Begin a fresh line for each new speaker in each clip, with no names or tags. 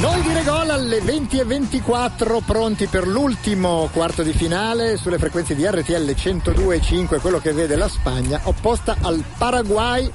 Noi di Regol alle 20.24 pronti per l'ultimo quarto di finale sulle frequenze di RTL 102.5, quello che vede la Spagna, opposta al Paraguay.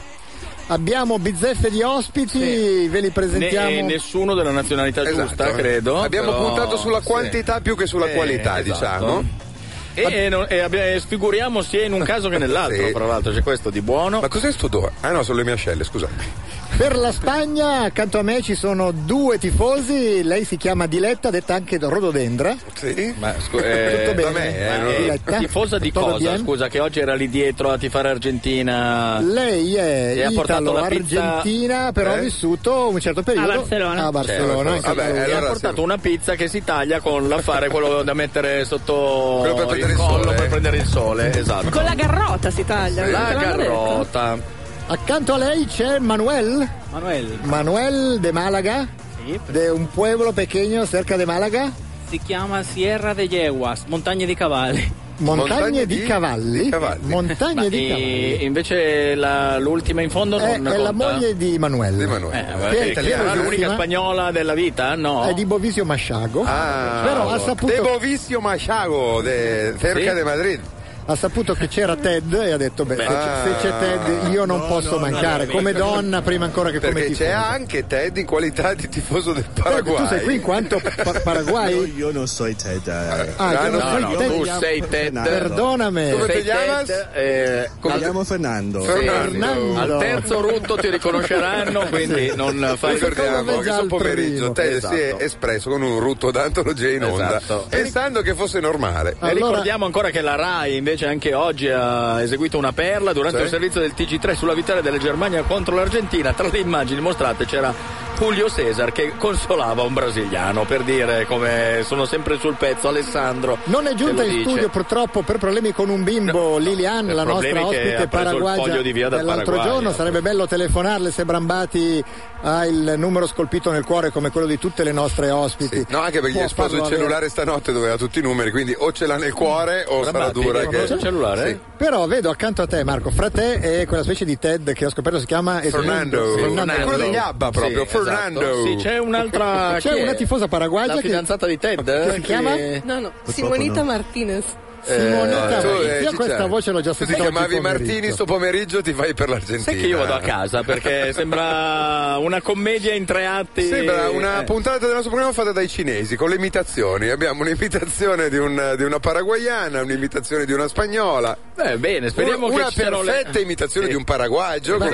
Abbiamo bizzeffe di ospiti, ve li presentiamo.
Ne- nessuno della nazionalità
Esatto.
giusta, credo.
Abbiamo
però-
puntato sulla
sì.
quantità più che sulla
Eh,
qualità,
esatto.
diciamo.
E, e non- e abbia- e sfiguriamo sia in un caso che nell'altro,
Sì.
tra l'altro, c'è questo di buono.
Ma cos'è sto odore? Ah no, sono le mie ascelle, scusate.
Per la Spagna accanto a me ci sono due tifosi, lei si chiama Diletta, detta anche Rododendra.
Sì?
Ma scu-
Tutto bene?
da me, eh,
ma-
non-
Diletta?
tifosa di
Todo
cosa?
bien?
Scusa, che oggi era lì dietro a tifare Argentina.
Lei
E
è
ha portato la pizza-
italo-argentina, però ha
Eh?
vissuto un certo periodo
A Barcellona.
A Barcellona,
Certo.
in
Vabbè,
Catalogna.
E ha
allora
portato
sì.
una pizza che si taglia con l'affare, quello da mettere sotto
Quello per prendere
il
il
collo
sole.
per prendere il sole, esatto.
Con la garrota si taglia.
eh,
La
te l'hanno detto?
carota.
Accanto a lei c'è Manuel,
Manuel,
Manuel de Málaga,
Sí.
de un pueblo pequeño cerca de Málaga,
si chiama Sierra de Yeguas, montagne di cavalli.
montagne,
Montagne
di,
di-
cavalli,
di cavalli.
montagne di
E
cavalli.
eh, invece la- l'ultima in fondo
È,
non
Eh, è
conta.
la moglie di Manuel.
Di
Eh,
Manuele.
vabbè,
Che è
che
italiana,
era l'unica
l'ultima?
spagnola della vita? No.
È di Bovisio Masciago.
Ah,
però ha saputo,
De Bovisio Machago, de, cerca
Sì?
de Madrid.
ha saputo che c'era Ted e ha detto: Beh, se
Ah.
c'è- se c'è Ted, io non posso mancare. come donna, prima ancora che come
Perché
tifoso.
c'è anche Ted in qualità di tifoso del
Ted,
Paraguay.
tu sei qui in quanto pa-
Io,
Paraguay?
io non so i Ted. eh.
Ah, io
Ah,
non
no,
so
no,
il
no,
Ted.
tu sei Ted.
Perdoname.
Come
Sei
te chiamas?
Ted, eh, come-
Parliamo Fernando.
Fer-
Fernando.
Al terzo rutto ti riconosceranno, quindi non fai
Secondo me
Ricordiamo che
già
sul
al
pomeriggio
primo.
Ted
Esatto.
si è espresso con un rutto d'antologia in onda,
Esatto.
pensando che fosse normale.
Ah.
E
Allora-
ricordiamo ancora che la RAI invece anche oggi ha eseguito una perla durante
Sì.
un servizio del TG3 sulla vittoria della Germania contro l'Argentina. Tra le immagini mostrate c'era Julio Cesar che consolava un brasiliano per dire come sono sempre sul pezzo Alessandro.
Non è
te
giunta
lo
in
dice.
studio purtroppo per problemi con un bimbo Lilian,
per
la
problemi
nostra
che ha
ospite
preso il
paraguagia
foglio di via dal
dell'altro
Paraguay,
giorno.
appunto.
Sarebbe bello telefonarle se Brambati ha il numero scolpito nel cuore come quello di tutte le nostre ospiti.
Sì. No, anche perché gli
Può
ha esploso il
farlo Mm.
cellulare stanotte dove ha tutti i numeri, quindi o ce l'ha nel cuore o sarà
Brambati,
dura.
ti ha
Che...
preso il cellulare? eh?
Sì.
avere. Però vedo accanto a te Marco, fra te e quella specie di Ted che ho scoperto si chiama Edmundo.
Fernando,
Sì.
Fernando.
quello degli Abba proprio,
Sì, esatto.
Fernando.
Sì, c'è un'altra
C'è
chi è?
una tifosa paraguagia
la
che-
fidanzata di Ted
che si chiama?
No, no,
Purtroppo
Simonita
no.
Martinez.
Simonetta,
Eh, Tu, eh,
io
Cicciari,
questa voce l'ho già
tu
sentita.
ti
oggi
chiamavi
pomeriggio.
Martini sto pomeriggio ti vai per l'Argentina
Sai che io vado a casa perché sembra una commedia in tre atti.
Sembra una
Eh.
puntata del nostro programma fatta dai cinesi con le imitazioni. Abbiamo un'imitazione di, un- di una paraguayana, un'imitazione di una spagnola,
Eh, bene, speriamo
una,
che
una
ci siano le-
perfetta imitazione di un paraguaggio con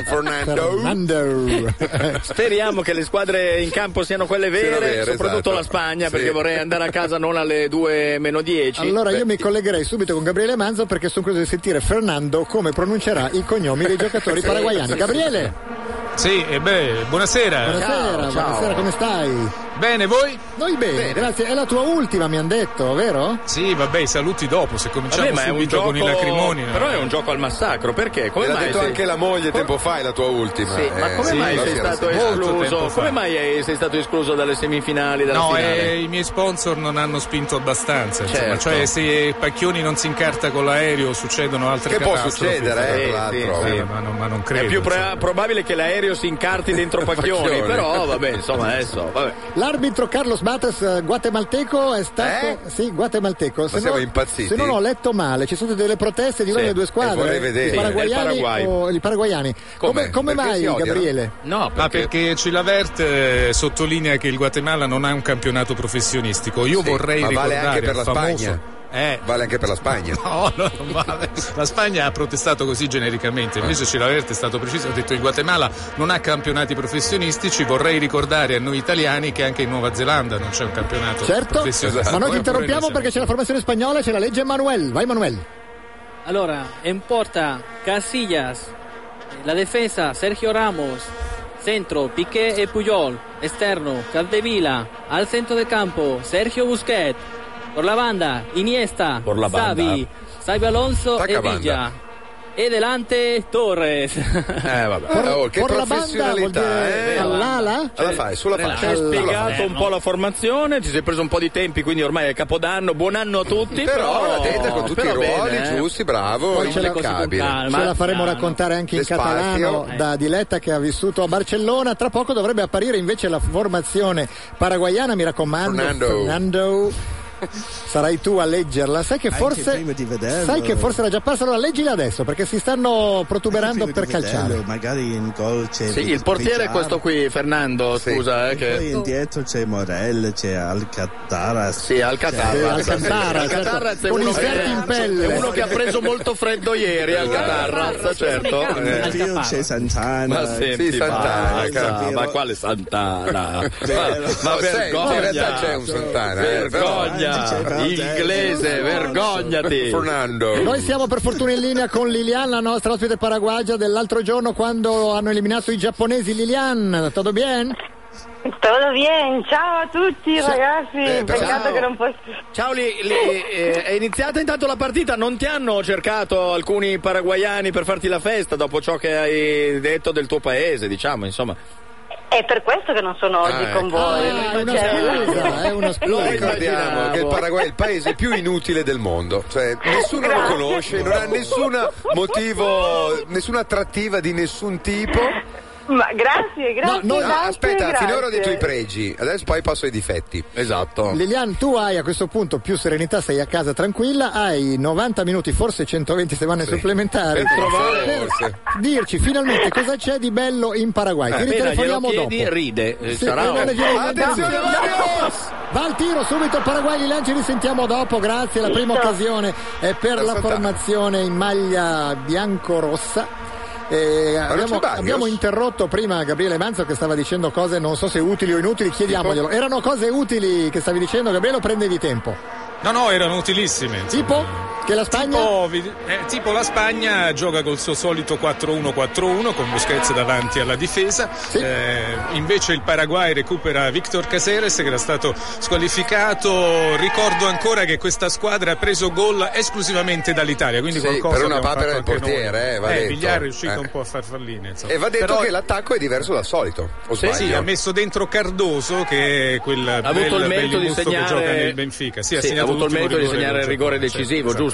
Fernando.
Fernando.
Speriamo che le squadre in campo siano quelle vere,
Eh. Siano vere,
soprattutto
esatto.
la Spagna,
Sì.
perché vorrei andare a casa non alle 2 meno 10.
Allora io mi collegherei subito con Gabriele Manzo perché sono curioso di sentire Fernando come pronuncerà i cognomi dei giocatori paraguayani. Gabriele,
Eh,
Sì, e beh, buonasera.
buonasera,
ciao.
buonasera, come stai?
Bene, voi?
Noi bene, grazie. È la tua ultima, mi hanno detto, vero?
Sì, vabbè, i saluti dopo, se cominciamo
Vabbè, ma è un
subito
gioco
con i lacrimoni. eh. no?
Però è un gioco al massacro, perché? Come
Me l'ha
mai
detto
sei-
anche la moglie tempo fa, è la tua ultima.
Sì, ma
Eh,
come
sì,
mai
la
sei
sera
stato
sì.
Molto
escluso?
tempo fa.
Come mai eh, sei stato escluso dalle semifinali dalla
No,
finale?
eh, i miei sponsor non hanno spinto abbastanza. insomma.
Certo.
Cioè, se Pacchioni non si incarta con l'aereo, succedono altre
Che può
catastrofi.
succedere, eh,
Sì,
tra
sì,
l'altro.
sì.
Eh, ma, non, ma non credo.
È più pra-
insomma.
probabile che l'aereo si incarti dentro Pacchioni,
Pacchioni.
però vabbè, insomma, adesso. Vabbè.
L'arbitro Carlos Bates eh, guatemalteco è stato
Eh?
sì, guatemalteco. Se
siamo
non-
impazziti?
Se non ho letto male, ci sono state delle proteste di una
Sì,
delle due
eh, vorrei
squadre,
vedere.
i paraguayani
Del Paraguay.
o i paraguayani.
Com'è?
Come, come
Perché
mai
si odiano?
Gabriele?
No, perché...
Ma perché Cilavert eh, sottolinea che il Guatemala non ha un campionato professionistico. Io
Sì,
vorrei
ma vale
ricordare
anche per
al
la
famoso...
Spagna.
Eh,
Vale anche per la Spagna.
No, Oh, no, non vale. La Spagna ha protestato così genericamente, invece Cilaverte è stato preciso, ha detto il Guatemala non ha campionati professionistici, vorrei ricordare a noi italiani che anche in Nuova Zelanda non c'è un campionato
Certo,
professionistico.
ma noi ti
Poi pure
interrompiamo
noi
perché c'è la formazione spagnola e c'è la legge Manuel. Vai Manuel.
Allora, in porta Casillas, la difesa Sergio Ramos, centro Piqué e Puyol, esterno Capdevila, al centro del campo Sergio Busquets, por la banda Iniesta,
Por la banda.
Xavi, Xavi Alonso
Attacca
e Villa. E delante Torres.
Eh, vabbè.
Por-
oh, che
por la banda vuol
professionalità,
dire
eh.
all'ala?
Alla fai, sulla
Allora, Ci
faccia.
hai
Allora.
spiegato un
no.
po' la formazione, ci sei preso un po' di tempi, quindi ormai è capodanno. Buon anno a tutti.
Però la tenda con tutti i
però bene,
ruoli
eh.
giusti, bravo,
Poi c'è la-
impeccabile.
Al
Ce la faremo
Marzano.
raccontare anche in
Le Spalti,
catalano
oh.
da Diletta che ha vissuto a Barcellona. Tra poco dovrebbe apparire invece la formazione paraguayana, mi raccomando.
Fernando.
Fernando, Sarai tu a leggerla. Sai che
Anche
forse.
prima di vederlo.
Sai che forse era già apparsa, allora leggila adesso perché si stanno protuberando
Prima
per
di vederlo,
calciare.
Magari in gol c'è.
Sì, il portiere è questo qui, Fernando.
Sì.
Scusa, eh,
Poi
che.
indietro c'è Morel, c'è Alcatara.
Sì,
Eh,
Alcatarra.
Alcatarra,
Alcatarra
certo.
è
Con
uno,
i
che,
ferri in pelle.
è uno che ha preso molto freddo ieri,
Esatto.
Alcatarra, certo.
In
Eh.
più
Alcatara.
c'è Santana.
Ma senti,
Sì, Santana,
basta,
cazzo.
ma quale Santana? Ma,
Vero.
ma
Oh, senti, in realtà
vergogna,
c'è un Santana. eh, però-
Anzi, c'è
vergogna,
Valdes.
inglese, vergognati.
Fernando.
Noi siamo per fortuna in linea con Lilian, la nostra ospite paraguagia dell'altro giorno quando hanno eliminato i giapponesi. Lilian, todo bien?
Todo bien, ciao a tutti ragazzi,
Eh, però-
peccato
Ciao.
che non posso...
Ciao, Li- Li- eh, è iniziata intanto la partita, non ti hanno cercato alcuni paraguayani per farti la festa dopo ciò che hai detto del tuo paese, diciamo, insomma.
È per questo che non sono oggi
Ah,
con
ecco.
voi.
Ah, è
non
una
c'è-
scusa, è una
Lo
scusa.
Ricordiamo che il Paraguay è il paese più inutile del mondo, cioè nessuno lo
Grazie.
conosce, non ha nessun motivo, nessuna attrattiva di nessun tipo.
Ma grazie, grazie.
No, noi-
grazie,
Ah, aspetta,
grazie.
finora ho detto i pregi, adesso poi passo ai difetti.
Esatto.
Lilian, tu hai a questo punto più serenità, sei a casa tranquilla, hai 90 minuti, forse 120 settimane supplementari
Per trovare-
per dirci finalmente cosa c'è di bello in Paraguay. Ti
Eh, Appena glielo
ritelefoniamo dopo.
chiedi, ride. Eh,
Sì,
sarà
e non le viene-
Attenzione, Marius!
Va al tiro subito Paraguay Lilian, ci risentiamo dopo, grazie, la prima occasione è per la
Ascoltate.
formazione in maglia bianco-rossa. Eh, abbiamo,
c'è Barrios?
abbiamo interrotto prima Gabriele Manzo che stava dicendo cose non so se utili o inutili, chiediamoglielo. Erano cose utili che stavi dicendo, Gabriele, o prendevi tempo.
No, no, erano utilissime. insomma.
Tipo che la Spagna
Tipo, vi- eh, tipo la Spagna gioca col suo solito 4-1-4-1 con Busquets davanti alla difesa. Eh, invece il Paraguay recupera Victor Caceres che era stato squalificato. Ricordo ancora che questa squadra ha preso gol esclusivamente dall'Italia, quindi
Sì,
qualcosa
per una
abbiamo
papera
fatto
del
anche
portiere,
noi.
eh, va detto.
Vigliari è riuscito
Eh.
un po' a far falline. insomma.
E va detto
Però-
che l'attacco è diverso dal solito. O
Sì,
sbaglio?
sì, ha messo dentro Cardoso che è quel
Ha avuto il merito di
che gioca
segnare
nel Benfica. Sì, ha,
Sì, ha
segnato
avuto il
l'ultimo
merito di
rigore
segnare il
del
rigore
Giappone, sì,
decisivo,
esatto.
giusto?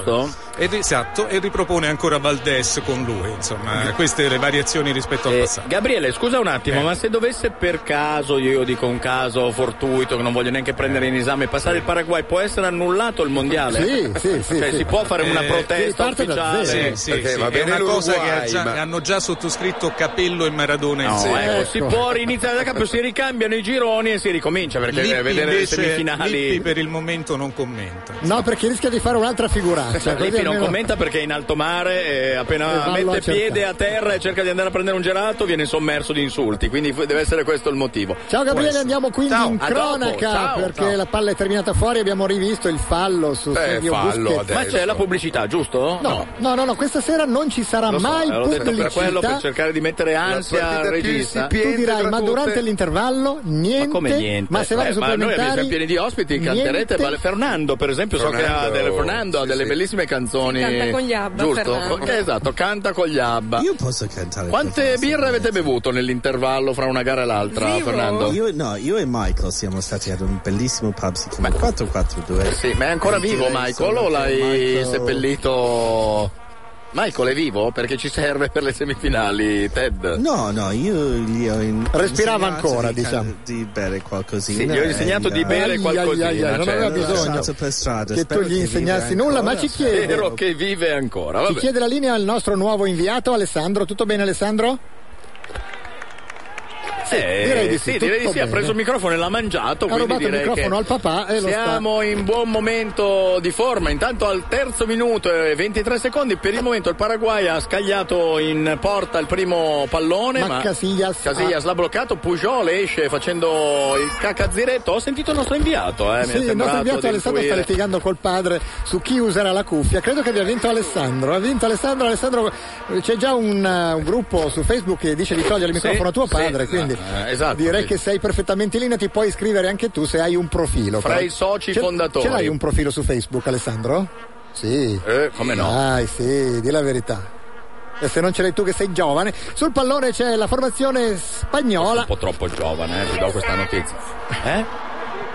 Ed- esatto, e ripropone ancora Valdes con lui, insomma, queste le variazioni rispetto al
Mm. Eh,
passato.
Gabriele, scusa un attimo,
Eh.
ma se dovesse per caso, io dico un caso fortuito che non voglio neanche prendere in esame, passare il Paraguay, può essere annullato il mondiale?
Sì, sì, sì,
Cioè,
sì.
si può fare una
Eh,
si
protesta
riparte da
ufficiale?
zero.
Sì, sì,
perché
sì,
va
è
bene
una cosa che ha
l'Uruguay,
già-
ma-
hanno già sottoscritto Capello e Maradona
No,
insieme.
ecco,
Ecco.
si può riniziare da capo, si ricambiano i gironi e si ricomincia perché
Lippi
eh, vedere le
invece-
semifinali.
Lippi per il momento non commenta.
No, perché rischia di fare un'altra figuraccia.
Cioè,
così
Lippi non
almeno- Eh,
commenta perché è in alto mare e
E
appena
vallo a
mette piede
cercare.
a terra e cerca di andare a prendere un gelato viene sommerso di insulti, quindi fu- deve essere questo il motivo.
Ciao Gabriele,
essere.
andiamo quindi
Ciao,
in
a dopo,
cronaca
ciao,
perché
ciao.
la palla è terminata fuori, abbiamo rivisto il fallo su
Eh,
Silvio
fallo
Busquets.
adesso.
Ma c'è la pubblicità, giusto?
No, no, no, no, questa sera non ci sarà
Lo so,
mai
eh, l'ho detto per quello per
pubblicità.
cercare di mettere ansia
partita
al
più
regista.
insipiente
tu dirai,
tra
ma
tutte.
durante l'intervallo niente,
Ma come niente?
ma se vai
Eh,
ai
ma noi
supplementari,
abbiamo pieni di ospiti, canterete.
niente.
Vale Fernando, per esempio, so che ha
Fernando,
delle, Fernando ha
sì,
delle
sì.
bellissime canzoni.
Sì, canta con gli Abba,
Giusto?
Fernando.
Co- Esatto, canta con gli Abba.
Io posso cantare.
Quante
qualcosa,
birre avete
ragazzi?
bevuto nell'intervallo fra una gara e l'altra,
Zero.
Fernando?
Io, no, io e Michael siamo stati ad un bellissimo pub, si chiama 442.
Sì, ma è ancora
E
vivo
direi
Michael
solo
o
cioè,
che
l'hai
Michael-
seppellito? Michael è vivo perché ci serve per le semifinali, Ted.
No, no, io gli ho in-
Respirava
insegnato
ancora,
di, can-
diciamo.
Di bere qualcosina.
Sì, gli ho
e
insegnato
gli
di
ho-
bere
Ai,
qualcosina,
eh, ai, ai, non
cioè.
aveva bisogno
Lasciato per strada,
che tu
spero
gli
che vive
insegnassi
ancora,
nulla, ma ci
spero.
chiede,
Spero che vive ancora.
ci
Vabbè.
chiede la linea al nostro nuovo inviato Alessandro. Tutto bene Alessandro?
Eh,
direi di sì,
sì, direi di
tutto
sì, ha
bene.
preso il microfono e l'ha mangiato.
Ha
quindi
rubato il
direi
microfono
che
al papà e lo sta-
Siamo in buon momento di forma. Intanto al terzo minuto e 23 secondi. Per il momento il Paraguay ha scagliato in porta il primo pallone.
Ma
Ma,
Casillas ha-
Casillas l'ha bloccato. Pujol esce facendo il cacazziretto. Ho sentito il nostro inviato. Eh, mi è
Sì, il nostro
sembrato
inviato
di
Alessandro sta
intuire.
litigando col padre su chi userà la cuffia. Credo che abbia vinto Alessandro. Ha vinto Alessandro. Alessandro, eh, c'è già un, eh, un gruppo su Facebook che dice di togliere il
Sì,
microfono a tuo
sì,
padre.
no,
quindi
eh, esatto,
direi
sì.
che sei perfettamente in linea. Ti puoi iscrivere anche tu se hai un profilo.
Fra
Però-
i soci
ce-
fondatori.
Ce l'hai un profilo su Facebook, Alessandro? Sì.
Eh, come no?
Dai, sì, di la verità. E se non ce l'hai tu che sei giovane, sul pallone c'è la formazione
Sono
spagnola.
un po' troppo giovane, eh, ti do questa notizia. Eh?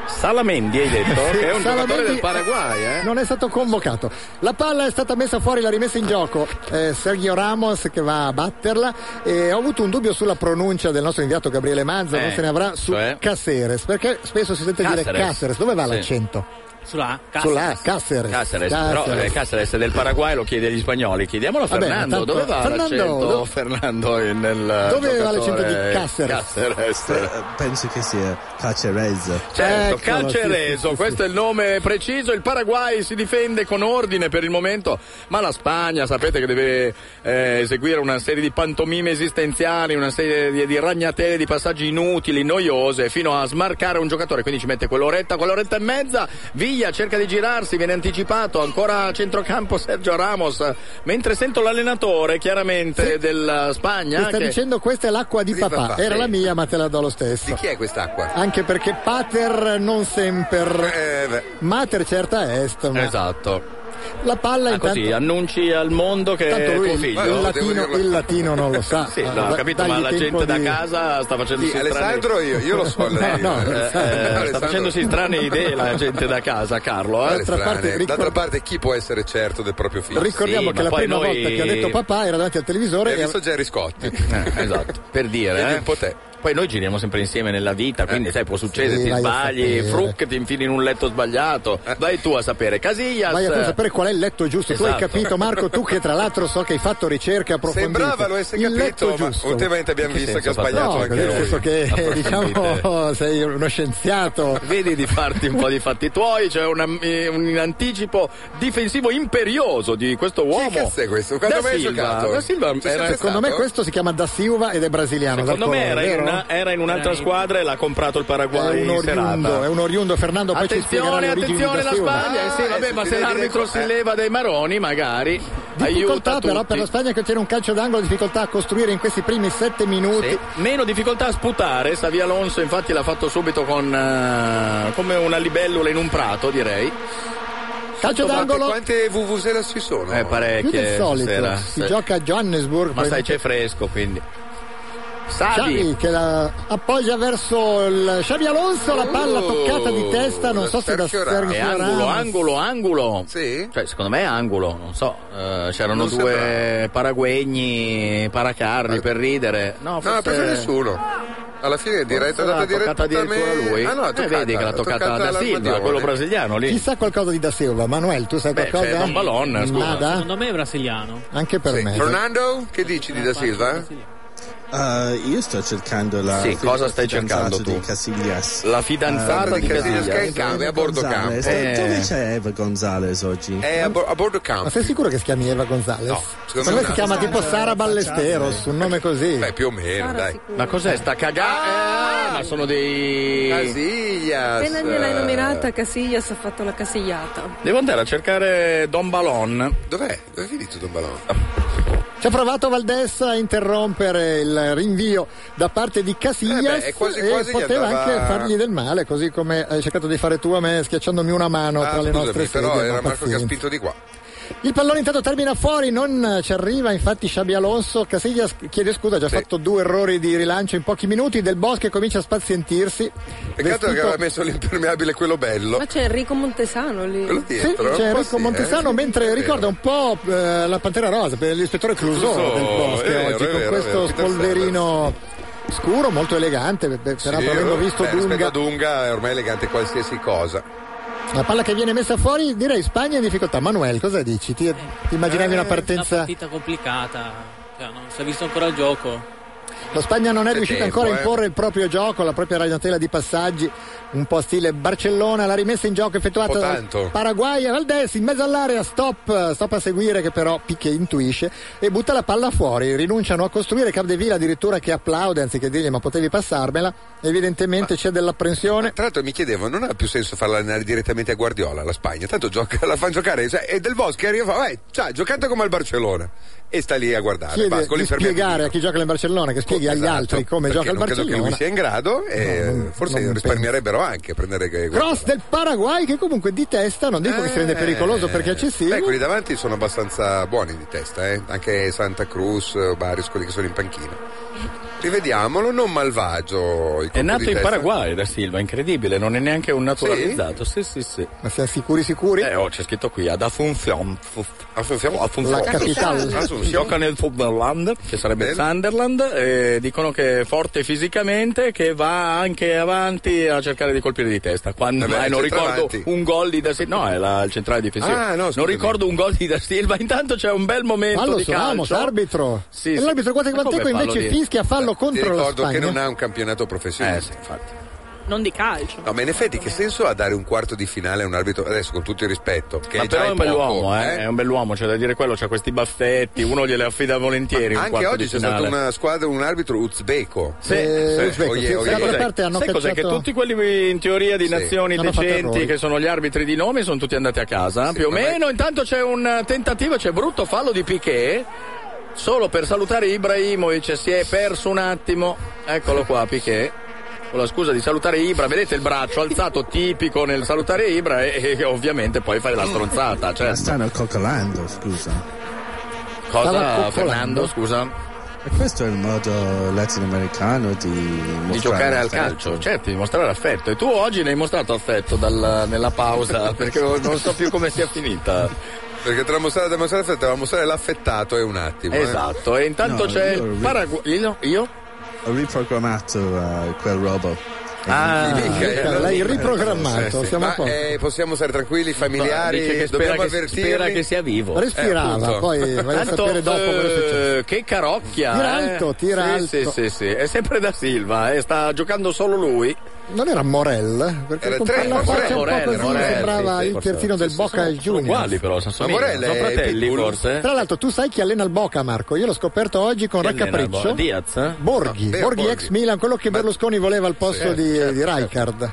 Salamendi hai detto?
Sì,
che è un giocatore
Salamendi-
del Paraguay, eh?
Non è stato convocato. La palla è stata messa fuori, la rimessa in gioco. eh, Sergio Ramos che va a batterla. E ho avuto un dubbio sulla pronuncia del nostro inviato Gabriele Manza,
Eh,
non se ne avrà su
cioè?
Caceres, perché spesso si sente dire
Cáceres.
Caceres. Dove va
Sì.
l'accento?
Sulla A, Cass-
Sulla A, Caceres.
Caceres, però eh, Caceres è del Paraguay lo chiede agli spagnoli. Chiediamolo a
Vabbè, ma
Fernando,
tanto-
dove va
Fernando,
l'accento
dove-
Fernando eh, nel
Dove va
giocatore?
l'accento di Cáceres?
Cáceres.
Eh, Penso che sia Cacerez.
Certo,
Eccolo, sì, sì,
Calcereso,
sì,
questo è il nome preciso. Il Paraguay si difende con ordine per il momento, ma la Spagna sapete che deve eh, eseguire una serie di pantomime esistenziali, una serie di, di ragnatele, di passaggi inutili, noiose, fino a smarcare un giocatore. Quindi ci mette quell'oretta, quell'oretta e mezza. Viglia cerca di girarsi, viene anticipato, ancora a centrocampo Sergio Ramos. Mentre sento l'allenatore, chiaramente, della Spagna.
Ti sta
che-
dicendo questa è l'acqua di,
Di
papà.
papà,
Era
sì.
la mia, ma te la do lo
Di
stesso.
chi è quest'acqua?
Anche perché Pater non sempre.
Eh, beh.
Mater certa est, ma
Esatto.
la palla
Ah,
intanto.
così, annunci al mondo che
Tanto lui Eh,
è tuo
il,
Eh, figlio.
il latino,
dirlo.
il latino non lo sa.
Sì, no,
Allora,
ho capito,
dagli
ma la
tempo
gente da
di-
casa sta facendosi
Sì,
strane-
Alessandro io, io lo so.
No,
lei.
no,
Eh,
eh, sta
Alessandro-
facendosi strane idee la gente da casa, Carlo.
Guarda,
Eh?
D'altra
strane.
parte, ricordo-
D'altra parte, chi può essere certo del proprio figlio?
Ricordiamo
Sì,
che
ma
la
poi
prima
noi-
volta che ha detto papà era davanti al televisore
Hai
e
visto Jerry Scotti?
Eh, esatto, per
Vedi
dire. eh.
un po' te.
Poi noi giriamo sempre insieme nella vita, quindi sai, può succedere,
Sì,
ti
vai a
sbagli,
sapere.
fruc, ti infili in un letto sbagliato. Vai tu a sapere. Casillas.
vai a tu sapere qual è il letto giusto. Tu hai
Esatto.
capito Marco, tu che tra l'altro so che hai fatto ricerche approfondite.
Sembrava lo avessi
il
capito,
letto
ma
giusto.
ultimamente abbiamo
che
visto che ha
senso,
sbagliato
No,
Fatto
nel
anche
senso
lui.
che eh,
Approfondite.
diciamo sei uno scienziato.
Vedi di farti un po' di fatti tuoi, c'è una- eh, un, anticipo difensivo imperioso di questo uomo.
cazzo è questo? Quando
Da
mai hai
Silva,
giocato?
Da Silva
C'è
era-
sempre
Secondo me
Esatto.
questo si chiama Da Silva ed è brasiliano.
Secondo me
d'accordo,
era in,
vero?
una- era in un'altra
Veramente.
squadra e l'ha comprato il Paraguay
è un
in
oriundo, è
serata.
un oriundo Fernando, poi ci spiegherà
Attenzione,
le origini
attenzione
di Da
la
Silva.
Spagna.
Ah,
Eh sì, vabbè,
eh,
ma
si
se
deve
l'arbitro
dire-
si
eh.
leva dai maroni, magari aiuta
Difficoltà però
tutti.
per la Spagna che ottiene un calcio d'angolo, difficoltà a costruire in questi primi sette minuti.
Sì. Meno difficoltà a sputare, Savi Alonso infatti l'ha fatto subito con eh, come una libellula in un prato, direi.
Calcio
Quante,
d'angolo
quante VVZ ci sono?
Eh,
più
parecchie
del solito.
stasera.
Si
Sì.
gioca a Johannesburg.
Ma Ah,
poi-
sai c'è fresco, quindi. Savi,
Xavi che la appoggia verso il Xavi Alonso, la palla
Oh,
toccata di testa, non
da
so se da
Sergio
Sergio
è
Ramos.
angolo,
Ramos.
angolo, angolo.
Sì?
Cioè, secondo me è angolo, non so. eh, c'erano
Non
due
sembrava.
paraguegni, paracarri
Ah.
per ridere. No,
No, ha
forse
preso nessuno. Alla fine è diretta, è
L'ha
andata
toccata
diretta
addirittura lui.
Ah, no,
Eh,
l'ha toccata,
vedi che l'ha toccata da Silva,
all'Armadione.
quello brasiliano lì.
Chissà qualcosa di Da Silva, Manuel, tu sai
Beh,
qualcosa?
c'è Don Ballon, scusa.
Nada?
Secondo me è brasiliano.
Anche per
Sì.
me.
Fernando, che dici di Da Silva?
Eh, io sto cercando la.
Sì, cosa stai cercando
fidanzata
tu?
Di Casillas.
La fidanzata di
Eh, di Casillas che è in
Casillas.
campo, è a bordo
Gonzales.
campo.
Eh.
Dove c'è Eva Gonzales oggi?
È Eh, a, bo- a bordo
Ma
Ah,
campo.
sei sicuro che si chiami Eva Gonzalez?
No, secondo
Per
me
me
no.
si chiama tipo Sara Ballesteros, un nome così.
Beh, più o meno, dai.
Ma cos'è sta cagata?
Ah!
ma sono dei
Casillas. Eh,
Appena gliel'hai nominata, Casillas ha fatto la casigliata.
Devo andare a cercare Don Balon.
Dov'è? Dove è finito Don Balon?
Ci ha provato Valdes a interrompere il rinvio da parte di Casillas
Eh beh, è quasi
e
quasi gli
poteva
andava-
anche fargli del male, così come hai cercato di fare tu a me schiacciandomi una mano
Ah,
tra le nostre
scusami, però
sedie, ma
era Marco che ha
pazienza.
spinto di qua.
Il pallone intanto termina fuori, non ci arriva, infatti Xabi Alonso, Casillas chiede scusa, ha già
Sì.
fatto due errori di rilancio in pochi minuti, Del Bosque comincia a spazientirsi.
Peccato che
Vestito-
aveva messo l'impermeabile quello bello.
Ma c'è Enrico Montesano
Quello
lì.
Sì,
dietro.
c'è
un po'
Enrico
sì,
Montesano,
eh.
mentre
È
ricorda
vero.
un po' eh, la Pantera Rosa, per l'ispettore Clusò
Clouseau,
del Bosque
è vero,
oggi,
è
con
vero, è
questo
vero, Peter
spolverino scuro, molto elegante, per- per- peraltro
Sì, oh,
avendo visto
beh, rispetto
Dunga.
a Dunga è ormai elegante qualsiasi cosa.
La palla che viene messa fuori, direi Spagna in difficoltà. Manuel, cosa dici? Ti, ti immaginavi una
Una
partenza?
partita complicata. Cioè, non si è visto ancora il gioco.
La Spagna non è
C'è
riuscita
tempo,
ancora a
eh.
imporre il proprio gioco, la propria ragnatela di passaggi, un po' stile Barcellona, la rimessa in gioco effettuata
Un po'
dal
tanto.
Paraguay a Valdes in mezzo all'area, stop, stop a seguire che però Piquet intuisce e butta la palla fuori, rinunciano a costruire Capdevila addirittura che applaude anziché dirgli ma potevi passarmela, evidentemente c'è dell'apprensione.
Tra l'altro mi chiedevo, non ha più senso farla allenare direttamente a "Eh, Guardiola, la Spagna, tanto gioca, la fanno giocare, cioè, e Del Bosque arriva e fa, "Vai, cioè, giocate come al Barcellona. e sta lì a guardare.
Chiede
Pascoli
di
fermi
spiegare a chi gioca nel Barcellona, che spieghi agli
Esatto,
altri come
perché
gioca il
non credo che lui
Barcellona.
sia in grado e
No, non-
forse
non
risparmierebbero anche a prendere che-
Cross del Paraguay che comunque di testa, non dico che si rende pericoloso perché è
Eh, Beh,
eccessivo.
quelli davanti sono abbastanza buoni di testa, eh? anche Santa Cruz, Barrios, quelli che sono in panchina. Rivediamolo, non malvagio. il colpo
È nato
di
in
testa.
Paraguay da Silva, incredibile, non è neanche un naturalizzato. Sì, sì, sì.
Ma siamo sicuri sicuri?
Eh, oh, c'è scritto qui, ad Asunción.
Asunción?
La
Asunción.
capitale.
Si gioca nel Sunderland, che sarebbe
Bene.
Sunderland, e dicono che è forte fisicamente, che va anche avanti a cercare di colpire di testa. Quando
Vabbè,
mai non ricordo
centravanti.
un gol di Da Silva, no, è la, il centrale difensivo.
Ah, no,
non
scusami.
ricordo un gol di Da Silva, intanto c'è un bel momento
Fallo
di
su
calcio.
Ramos, arbitro.
Sì,
e
sì.
l'arbitro
Ma come
Guatemalteco
fallo
invece
di-
fischia fallo
Ti
contro la
ricordo
Spagna.
che non ha un campionato professionista.
Eh, sì, infatti.
Non di calcio.
No, ma in effetti che senso ha dare un quarto di finale a un arbitro, adesso con tutto il rispetto, che
Ma
è già
però è un
poco,
bell'uomo, eh?
eh?
È un bell'uomo, c'è da dire quello, c'ha questi baffetti, uno gliele affida volentieri. un
Anche
quarto
oggi
di
c'è
finale.
stato una squadra, un arbitro uzbeko.
Sì,
Eh,
sì.
Uzbeko,
Oye,
sì,
oye,
da quella
oye.
parte hanno
Sai cos'è? Che
cacciato-
tutti quelli in teoria di
Sì.
nazioni
Hanno fatto
decenti,
errori.
che sono gli arbitri di nome, sono tutti andati a casa,
Sì,
più o
ma vai-
meno. Intanto c'è un tentativo, c'è brutto fallo di Piquet, solo per salutare Ibrahimovic, si è perso un attimo. Eccolo qua, Piquet. Con la scusa di salutare Ibra, vedete il braccio alzato tipico nel salutare Ibra e, e ovviamente poi fai la stronzata. Cioè,
La stanno coccolando, scusa.
Stava
cosa
coccolando.
Fernando, scusa?
E questo è il modo latinoamericano di,
di
mostrare
giocare al
affetto.
calcio, certo, di mostrare affetto. E tu oggi ne hai mostrato affetto dal- nella pausa, perché non so più come sia finita.
Perché tra mostrare e dimostrare effetto, la mostrare l'affettato è un attimo. eh.
Esatto, e intanto
No,
c'è
io-
il Paraguay. Io? io?
Eh,
Ho riprogrammato eh, quel robo. E
Ah,
mi-
Mica, eh, allora-
L'hai
Eh,
riprogrammato,
sì.
siamo a
Ma,
posto.
eh, possiamo stare tranquilli,
Dice
familiari,
che spera,
dobbiamo
che,
avvertirli.
spera che sia vivo.
Respirava,
appunto.
poi voglio
Tanto,
sapere dopo cosa è successo.
eh, che carocchia!
Tira
eh.
alto, tira
sì,
alto.
Sì, sì, sì, è sempre da Silva, eh, sta giocando solo lui.
Non era Morel? Perché
Era
con
tre,
palla
Morel,
forte un po'
Morel,
così
Morel,
sembrava
sì, sì,
il
forse-
terzino del
sì, sì,
Boca
sono-
e il
sono uguali
Junior.
però, sono
Ma
somigli-
Morel
sono
è
fratelli
piccolo.
forse.
Tra l'altro tu sai chi allena il Boca Marco, io l'ho scoperto oggi con
Chi allena il
raccapriccio.
Boca? Diaz, eh?
Borghi,
Ah, vero,
Borghi ex
Borghi.
Milan, quello che
Ma-
Berlusconi voleva al posto
Sì,
di,
Eh,
certo,
di Rijkaard.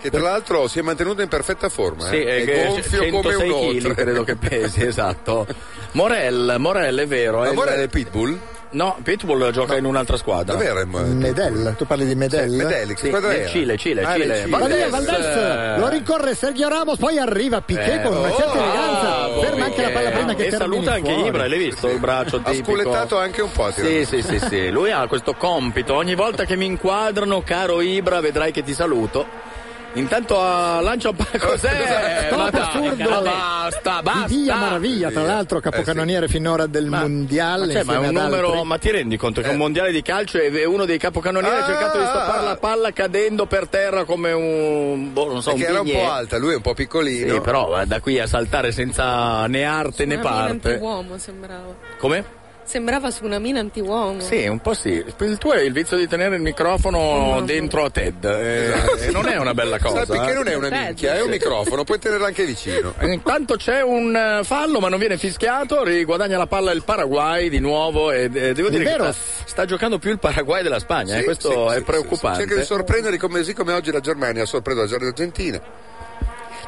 Che tra l'altro si è mantenuto in perfetta forma.
Sì,
eh.
è,
è
che
gonfio come un
106
otro.
chili, credo che pesi, esatto. Morel, Morel è vero.
Ma
è il-
Morel è Pitbull?
No, Pitbull gioca in un'altra squadra.
Davvero? è mo-
Medel, tu parli di Medel?
Medel, che
Sì,
squadra
nel
era?
Cile, Cile,
Ah, nel
Cile.
Valdez,
Valdez,
Valdez,
eh.
lo rincorre Sergio Ramos, poi arriva Piquet
Eh,
con una
oh,
certa
ah,
eleganza, ferma
boh,
anche la palla prima che
E
termini
saluta anche
fuori.
Ibra, l'hai visto? Il braccio
Ha
tipico.
sculettato anche un po'.
Sì,
tirando.
sì, sì, sì, lui ha questo compito, ogni volta che mi inquadrano, caro Ibra, vedrai che ti saluto. Intanto ah, lancia un po' cos'è?
Stop
Ma dai,
assurdo.
ma basta, basta. Eh,
Di Via Maraviglia, tra
Via.
l'altro capocannoniere finora del mondiale.
Ma, cioè, ma è un
insieme ad
numero,
altri.
ma ti rendi conto che un mondiale di calcio è è uno dei capocannonieri
Eh. Ah!
ha cercato di stoppare la palla cadendo per terra come un boh, non so,
Perché
un
era un
bignè.
po' alta, lui è un po'
Sì,
piccolino.
però eh, da qui a saltare senza né arte né
Una mina
parte.
antiuomo sembrava.
Come?
Sembrava su una mina antiuomo.
Sì, un po' sì. Il tuo è il vizio di tenere il microfono dentro a Ted. eh, e non è una bella cosa.
Esatto. Sai perché
eh.
non è una
Beh,
minchia, è un
sì.
microfono, puoi tenerlo anche vicino.
Intanto c'è un eh, fallo, ma non viene fischiato. Riguadagna la palla il Paraguay di nuovo. E, e devo dire
vero?
che sta, sta giocando più il Paraguay della Spagna. eh,
Sì,
questo
sì,
è
sì,
preoccupante.
sì, sì. Cerca di sorprendere come, così come oggi la Germania ha sorpreso la Germania Argentina.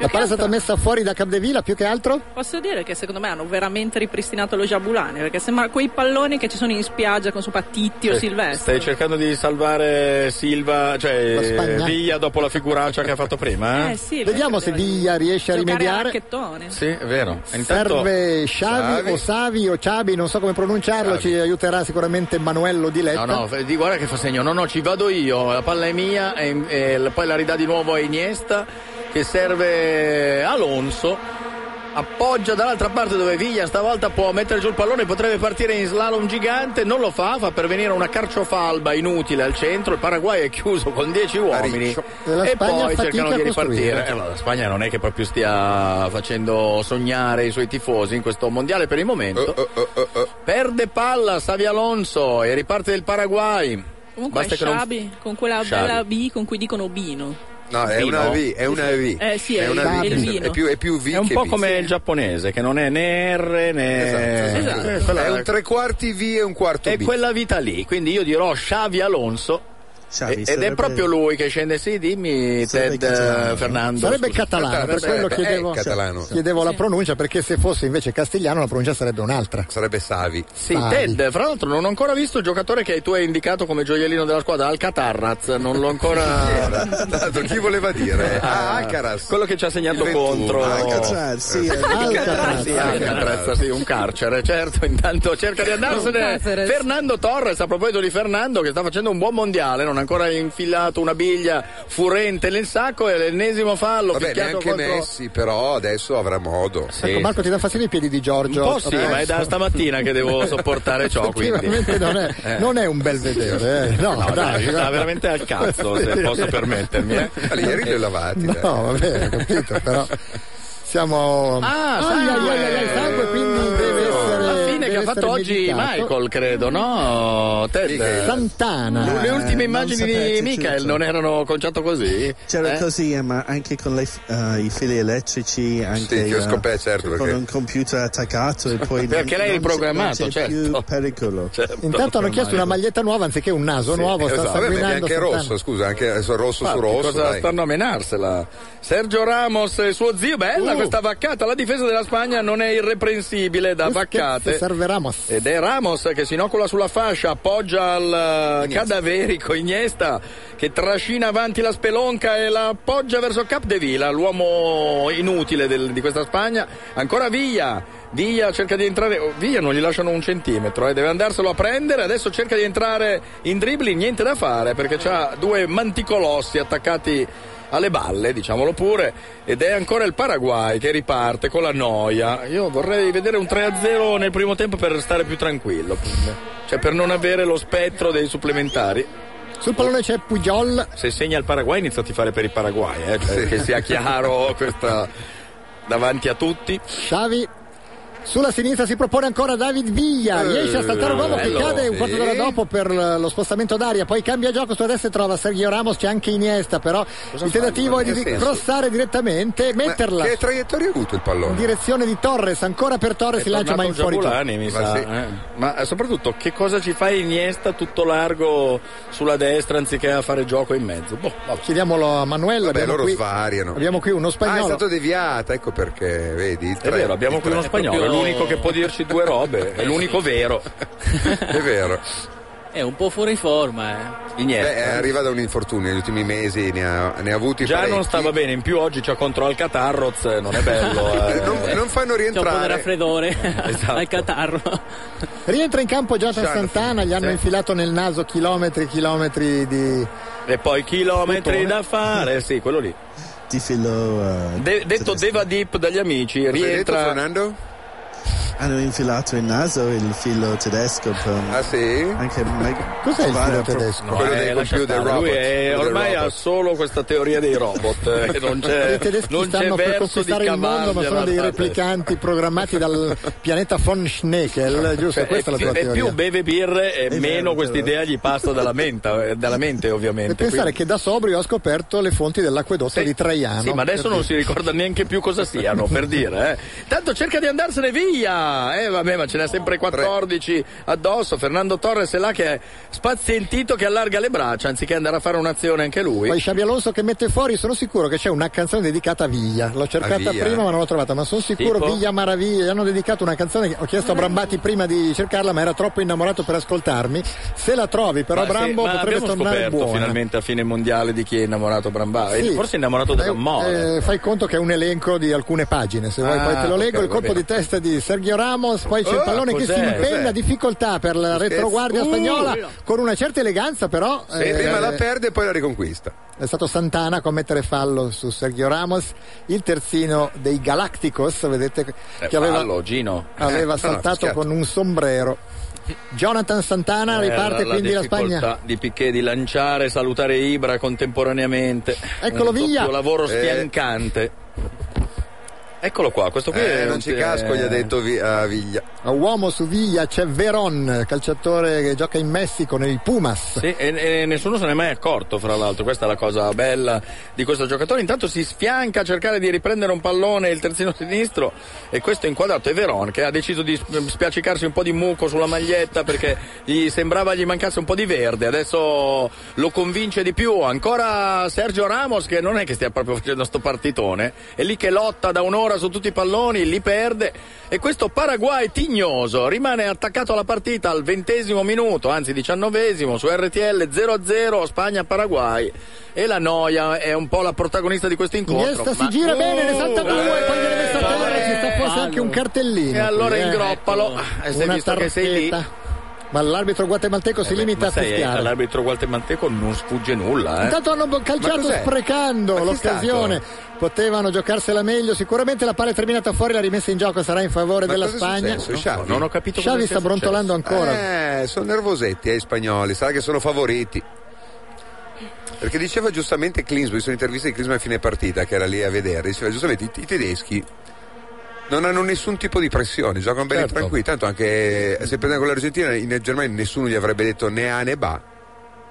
La palla è stata messa fuori da Capdevila più che altro?
Posso dire che secondo me hanno veramente ripristinato lo Jabulani, perché sembra quei palloni che ci sono in spiaggia con sopra Titti o
Stai-
Silvestri.
Eh, Stai cercando di salvare Silva,
La
cioè
Spagna.
Villa dopo la figuraccia che ha fatto prima?
Eh sì,
Vediamo
perché
se
deve
Villa riesce a
giocare
rimediare.
racchettone.
Sì, è vero. Eh, Intanto
Serve Xavi
Xavi.
o Savi o Xavi, non so come pronunciarlo,
Xavi.
ci aiuterà sicuramente Manuello Di Letta.
No, no, f- di- guarda che fa segno. No, no, ci vado io. La palla è mia, e, e l- poi la ridà di nuovo a Iniesta, che serve Alonso. Appoggia dall'altra parte dove Viglia stavolta può mettere giù il pallone, potrebbe partire in slalom gigante, non lo fa, fa pervenire una carciofalba inutile al centro, il Paraguay è chiuso con 10 uomini
riccio.
E la
e
Spagna
poi
fatica
cercano
a
di
costruire.
ripartire. Eh, ma la Spagna non è che proprio stia facendo sognare i suoi tifosi in questo mondiale per il momento.
Oh, oh, oh, oh, oh.
Perde palla Savi Alonso e riparte il Paraguay.
Comunque
Basta
è
che non-
Xabi, con quella
Xavi.
bella B con cui dicono Bino.
No, è
Vino?
una V, è una V.
Eh, sì, è
il-
una V,
il
che-
vino.
È più, è più V
È un
che
po'
B.
come il giapponese che non è né R né
Esatto, esatto.
Eh, quella-
È un tre quarti V e un quarto
è
B.
quella vita lì, quindi io dirò Xavi Alonso
Xavi,
Ed è
sarebbe-
proprio lui che scende, sì, dimmi
Sarebbe
Ted
catalano.
eh, Fernando.
Sarebbe
scusa.
catalano, per
Sarebbe-
quello
eh,
chiedevo,
è catalano.
chiedevo la pronuncia, perché se fosse invece castigliano la pronuncia sarebbe un'altra.
Sarebbe Savi.
Sì,
Vai.
Ted, fra l'altro non ho ancora visto il giocatore che tu hai indicato come gioiellino della squadra, Alcatarraz, non l'ho ancora...
Tanto Esatto, chi voleva dire? Ah, Alcaraz.
Quello che ci ha segnato
Il 21,
contro.
Alcaraz.
Cioè, sì, eh,
Alcatraz.
Sì, Alcaraz, sì, un carcere, certo. Intanto cerca di andarsene.
carcere.
Fernando Torres, a proposito di Fernando, che sta facendo un buon mondiale, non ha ancora infilato una biglia furente nel sacco e l'ennesimo fallo
Vabbè,
picchiato
neanche
contro...
Messi, però adesso avrà modo.
Ecco, Marco ti dà fastidio i piedi di Giorgio. Eh,
Un po' sì,
Adesso.
ma è da stamattina che devo sopportare ciò, quindi. Eh.
Effettivamente non è, non è un bel vedere. eh. No,
No, dai,
dai,
sta
guarda.
veramente al cazzo, se posso permettermi. eh.
Ma ieri li ho lavati.
No,
dai.
vabbè, ho capito, però siamo...
Ah,
ai,
sangue!
ai, ai, ai, sangue, quindi deve essere...
La fine
deve
che ha fatto
essere
oggi
meditato.
Michael, credo, no? Ted?
Santana.
Le ultime
Eh,
immagini
non sapete,
di Michael
certo.
non erano conciato così?
C'era
Eh?
così, eh, ma anche con le f- eh, i fili elettrici, anche
che ho
eh,
scoperto, certo,
con
perché-
un computer attaccato e poi
Perché l'hai
non- non c'è-
riprogrammato,
non c'è
certo.
più pericolo.
Eh,
Intanto hanno chiesto una maglietta nuova anziché un naso nuovo, sta
Esatto, vabbè, perché
sanguinando
anche
Santana.
rosso, scusa, anche eh, so- rosso su
Infatti,
rosso.
cosa
dai.
stanno a menarsela? Sergio Ramos e suo zio, bella
Uh.
questa vaccata. La difesa della Spagna non è irreprensibile da
Busquets
vaccate.
serve Ramos.
Ed è Ramos che si inocula sulla fascia, appoggia al eh, cadaverico Iniesta che trascina avanti la spelonca e la appoggia verso Capdevila, l'uomo inutile del- di questa Spagna. Ancora Villa. Villa cerca di entrare, oh, Villa non gli lasciano un centimetro, eh, deve andarselo a prendere, adesso cerca di entrare in dribbling, niente da fare perché c'ha due manticolossi attaccati alle balle, diciamolo pure, ed è ancora il Paraguay che riparte con la noia. Io vorrei vedere un 3-0 nel primo tempo per stare più tranquillo, cioè per non avere lo spettro dei supplementari.
Sul pallone c'è Pujol.
Se segna il Paraguay inizio a tifare per il Paraguay, eh, cioè che sia chiaro questa davanti a tutti.
Xavi sulla sinistra si propone ancora David Villa
Eh,
riesce a saltare un uomo che
bello,
cade un
sì.
quarto d'ora dopo per eh, lo spostamento d'aria poi cambia gioco sulla destra e trova Sergio Ramos c'è anche Iniesta però il tentativo è di
Non ha senso.
crossare direttamente e
Ma
metterla
Che traiettoria ha avuto il
in
pallone?
direzione di Torres ancora per Torres si lancia ma in
Tornato
fuori gioco.
Giabulani, mi
Ma
sa.
sì.
eh. Ma eh, soprattutto che cosa ci fa Iniesta tutto largo sulla destra anziché a fare gioco in mezzo? Boh, vabbè.
chiediamolo a Manuel
Vabbè,
abbiamo
loro
qui,
svariano.
abbiamo qui uno
Ah, è
spagnolo
stato deviata, ecco perché, vedi.
È vero, abbiamo qui uno spagnolo, è
proprio-
l'unico che può dirci due robe, è l'unico vero.
È vero.
È un po' fuori forma, eh.
Beh, eh,
Iniesta.
arriva da un infortunio, negli ultimi mesi ne ha, ne ha avuti
Già non
parecchi.
stava bene, in più oggi c'ha contro Alcatarroz, eh, non è bello. eh.
Non, non fanno
C'è un po' di
rientrare.
raffreddore
Esatto.
al catarro.
rientra in campo Jonathan
Jonathan, Eh.
Santana gli hanno
sì.
infilato nel naso chilometri e chilometri di
E poi chilometri
Bottone.
da fare, sì, quello lì.
Di filo eh,
De- detto
tedesco.
Deva Deep dagli amici,
Cosa hai detto,
rientra...
Fernando?
hanno infilato in naso il filo tedesco per
Ah sì?
anche Mike
cos'è il filo
Guarda,
tedesco?
No,
Quello
eh,
dei
lascia stare,
computer
Lui
robot,
è,
computer
ormai ha
robot.
solo questa teoria dei robot. eh, non c'è,
I tedeschi
non c'è
stanno per
verso di
conquistare il mondo, ma
cavargliela
sono dei
alla
replicanti programmati dal pianeta von Schneckel, giusto?
testa.
Questa è la
e, più,
tua
e Cioè, più
teoria.
beve birre e
vero,
meno
vero.
questa idea gli passa dalla, menta, eh, dalla mente
E
ovviamente.
pensare
quindi-
che da sobrio ho scoperto le fonti dell'acquedotto di Traiano.
Sì, ma adesso non si ricorda neanche più cosa siano, per dire. eh. Tanto cerca di andarsene via. Eh, vabbè, ma ce n'ha sempre
Oh,
14 addosso. Fernando Torres è là che è spazientito, che allarga le braccia, anziché andare a fare un'azione anche lui.
Poi Xabi Alonso che mette fuori, sono sicuro che c'è una canzone dedicata a Viglia. L'ho cercata
A Viglia,
prima
eh.
ma non l'ho trovata, ma sono sicuro
Tipo?
Viglia Maraviglia. Gli hanno dedicato una canzone che ho chiesto a Brambati prima di cercarla, ma era troppo innamorato per ascoltarmi. Se la trovi, però
Ma sì,
Brambo
ma
potrebbe
abbiamo
tornare
scoperto
buona.
finalmente a fine mondiale di chi è innamorato Brambati.
Sì.
Ah, Forse è innamorato da
Eh,
Gammola.
eh, fai conto che è un elenco di alcune pagine, se vuoi
Ah,
poi te lo
ok,
leggo. il
va
colpo
bene.
di testa di Sergio Ramos, poi c'è il
Oh,
pallone che
cos'è?
si impenna,
Cos'è?
difficoltà per la retroguardia
Uh,
spagnola
no.
con una certa eleganza, però
Sì,
eh,
prima la perde e poi la riconquista.
è stato Santana a commettere fallo su Sergio Ramos, il terzino dei Galacticos, vedete che aveva,
Fallo, Eh, Gino.
aveva
Eh, no,
saltato
scherzo.
con un sombrero. Jonathan Santana Ah, riparte
Eh,
quindi la
difficoltà
Spagna.
di Piquet di lanciare e salutare Ibra contemporaneamente.
Eccolo,
Un doppio
Viglia.
lavoro
Eh.
spiancante. Eccolo qua, questo qui
Eh,
è
non
un-
ci casco, gli ha detto vi- a Viglia.
A uomo su Viglia c'è Veron, calciatore che gioca in Messico nei Pumas.
Eh, Sì, e, e nessuno se n'è mai accorto, fra l'altro, questa è la cosa bella di questo giocatore. Intanto si sfianca a cercare di riprendere un pallone il terzino sinistro e questo è inquadrato è Veron che ha deciso di sp- spiaccicarsi un po' di muco sulla maglietta perché gli sembrava gli mancasse un po' di verde. Adesso lo convince di più. Ancora Sergio Ramos che non è che stia proprio facendo sto partitone, è lì che lotta da un'ora su tutti i palloni, li perde e questo Paraguay tignoso rimane attaccato alla partita al ventesimo minuto, anzi diciannovesimo su RTL 0-0 Spagna-Paraguay e la noia è un po' la protagonista di questo incontro.
Iniesta si
ma- Oh,
gira bene, ne salta due,
eh,
poi viene messa a terra, ci sta forse
fallo.
anche un cartellino.
E allora
qui, eh.
ingroppalo, e se
Una
visto che sei lì.
targhetta. Ma l'arbitro guatemalteco si
Eh beh,
limita
ma
a
sai,
fischiare.
all'arbitro Gualtemanteco non sfugge nulla, eh.
Intanto hanno bo-
Ma
calciato
cos'è?
sprecando
Ma chi è
l'occasione. Potevano giocarsela meglio, sicuramente la palla è terminata fuori, la rimessa in gioco sarà in favore
Ma
della
cosa è
Spagna.
successo, Xavi?
non ho capito cosa
Xavi
sia
sta brontolando
successo.
ancora.
Eh, sono nervosetti ai spagnoli, sarà che sono favoriti. Perché diceva giustamente Klinsmann, sono interviste di Klinsmann a fine partita, che era lì a vedere, diceva giustamente i, i tedeschi non hanno nessun tipo di pressione, giocano bene
Certo.
tranquilli, tanto anche eh, se prendevano con l'Argentina in Germania nessuno gli avrebbe detto né A né ba.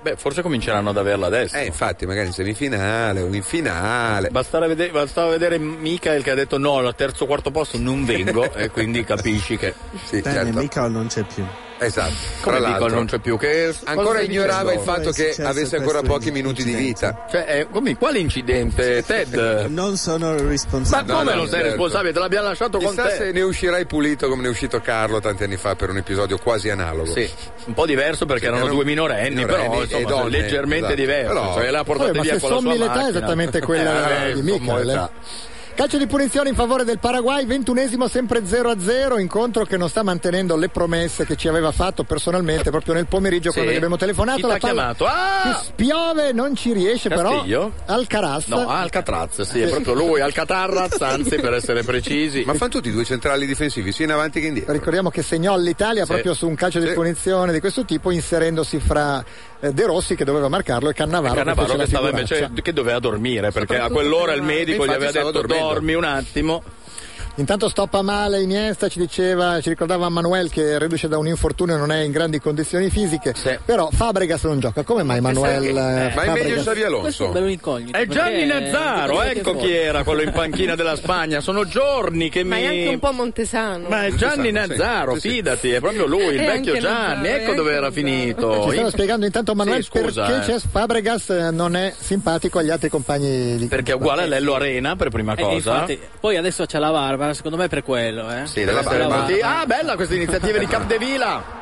Beh, forse cominceranno ad averla adesso.
Eh, infatti, magari in semifinale o in finale.
Bastava vedere, bastava vedere Michael che ha detto no, al terzo quarto posto non vengo e quindi capisci che
Sì,
Bene,
certo.
Eh, mica non c'è più.
Certo.
Esatto.
come
Tra
dico
l'altro,
non c'è più che
ancora
cosa
ignorava il
stai
fatto
Cosa è
che
successo
avesse
a
ancora
questo
pochi minuti di
incidente?
vita.
dicendo? Cioè, eh, come- quale incidente Ted?
Non sono
Ma
responsabile.
No,
come
no,
non sei
certo.
responsabile? Te l'abbiamo lasciato con
Chissà
te.
se ne uscirai pulito come ne è uscito Carlo tanti anni fa per un episodio quasi analogo.
Sì, un po' diverso perché erano
erano
due minorenni,
minorenni
però
e
insomma,
donne,
leggermente
esatto.
diverso.
Però-
Cioè, l'ha portata
Vabbè, ma
via
se
con la sua
sommi l'età è
macchina.
esattamente quella
Eh,
di
insomma,
Michael.
età.
eh. Calcio di punizione in favore del Paraguay, ventunesimo sempre 0-0, incontro che non sta mantenendo le promesse che ci aveva fatto personalmente proprio nel pomeriggio
Sì.
quando gli abbiamo telefonato.
Chi t'ha
la palla
chiamato? Ah!
che spiove, non ci riesce
Castiglio?
però. Alcaraz.
No, ah. Alcatraz, sì, è proprio lui, Alcatarraz, anzi per essere precisi.
Ma fanno tutti i due centrali difensivi, sia in avanti che indietro.
Ricordiamo che segnò l'Italia
Sì.
proprio su un calcio di
Sì.
punizione di questo tipo, inserendosi fra eh, De Rossi che doveva marcarlo e Cannavaro, che
Cannavaro che
fece la
stava
figuraccia.
invece che doveva dormire perché a quell'ora il medico gli
Infatti
aveva
stava
detto
dormendo.
dormi un attimo
Intanto stoppa male Iniesta, ci diceva, ci ricordava Manuel che reduce da un infortunio e non è in grandi condizioni fisiche,
Sì.
però Fabregas non gioca. Come mai Manuel eh,
Ma è
Fabregas?
meglio Xavi
Questo è
Alonso.
un bello incognito.
è Gianni
perché-
Nazzaro
perché
ecco
fuori.
chi era quello in panchina della Spagna sono giorni che
Ma
mi
è anche un po' Montesano.
ma è Gianni
Sì, sì,
Nazzaro,
sì, sì.
fidati, è proprio lui, il
E
vecchio
anche
Gianni,
Nazzaro, e
ecco
anche
dove era
Nazzaro.
finito.
Ci stanno
In-
spiegando intanto a Manuel
Sì, scusa,
perché
eh.
Cesc Fabregas eh, non è simpatico agli altri compagni di
Perché è uguale a Lello Arena per prima
Eh,
cosa.
infatti, poi adesso c'è la barba, secondo me è per quello, eh.
Sì,
della
deve essere
Barba.
avanti. Ah, bella questa iniziativa di Capdevila.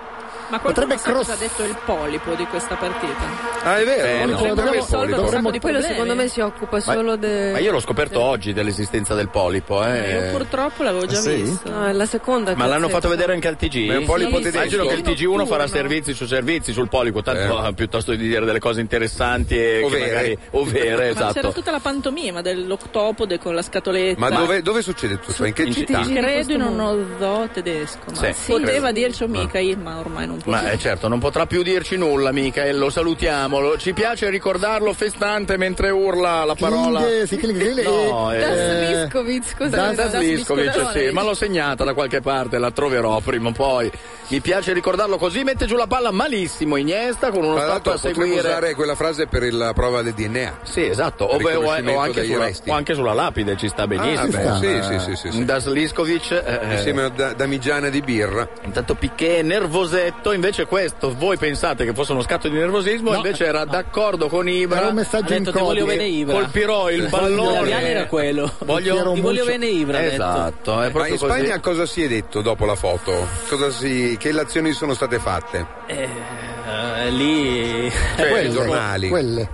Ma
Potrebbe
qualcuno sa cosa
cross-
ha detto il polipo di questa partita?
Ah, è vero.
Eh,
non
no.
c'entrava
Dovremmo
il
risolvere
polipo.
dovremmo-
di
Quello
problemi.
secondo me si occupa
Ma-
solo de-
Ma io l'ho scoperto oggi dell'esistenza del polipo,
Io
eh.
purtroppo l'avevo già
Ah, sì?
visto.
No, è la seconda.
Ma l'hanno
cazzetta.
fatto vedere anche al TG?
Ma è un
Sì,
polipo
sì,
tedesco.
Immagino che il TG1 farà
Notturno.
servizi su servizi sul polipo, tanto
Eh.
ah, piuttosto di dire delle cose interessanti e
O
che
vere.
magari o vere,
Ma c'era
esatto.
tutta la pantomima dell'octopode con la scatoletta.
Ma dove, dove succede tutto questo? In che
In
città?
città.
Credo in uno zoo tedesco. Ma
Sì,
sì, poteva
credo.
dirci Michael, ma ormai non può.
Ma eh, certo, non potrà più dirci nulla, Michael, lo salutiamo. lo- Ci piace ricordarlo festante mentre urla la parola.
Kling, sì, Kling, Kling,
No,
e- eh,
eh.
Das Viscovic, scusa.
Da
Da
Sliskovic,
Sliskovic.
sì, ma l'ho segnata da qualche parte, la troverò prima o poi. Mi piace ricordarlo così, mette giù la palla malissimo Iniesta con uno
Tra
stacco
l'altro
a
potremmo
seguire.
usare quella frase per la prova del DNA.
Sì, esatto, o,
Per il
o- o
riconoscimento
anche
dei
sulla,
resti. Ah,
o anche sulla lapide ci sta benissimo.
beh,
sì, sì, sì, sì, sì.
Da Sliskovic, eh,
Insieme a da- Damigiana di birra.
Intanto Piquet nervosetto, invece questo voi pensate che fosse uno scatto di nervosismo, invece era d'accordo con
Era
Ibra.
un
Ha
messaggio in
detto ti voglio
codice.
bene Ibra.
Colpirò il
Il
pallone.
era quello.
Eh, Voglio-
ti voglio
Muccio.
bene Ibra, ha detto.
Esatto, è
Ma
proprio
in
così.
Spagna cosa si è detto dopo la foto? Cosa si- che azioni sono state fatte?
Eh, lì
Cioè,
quelle,
i giornali.
quelle.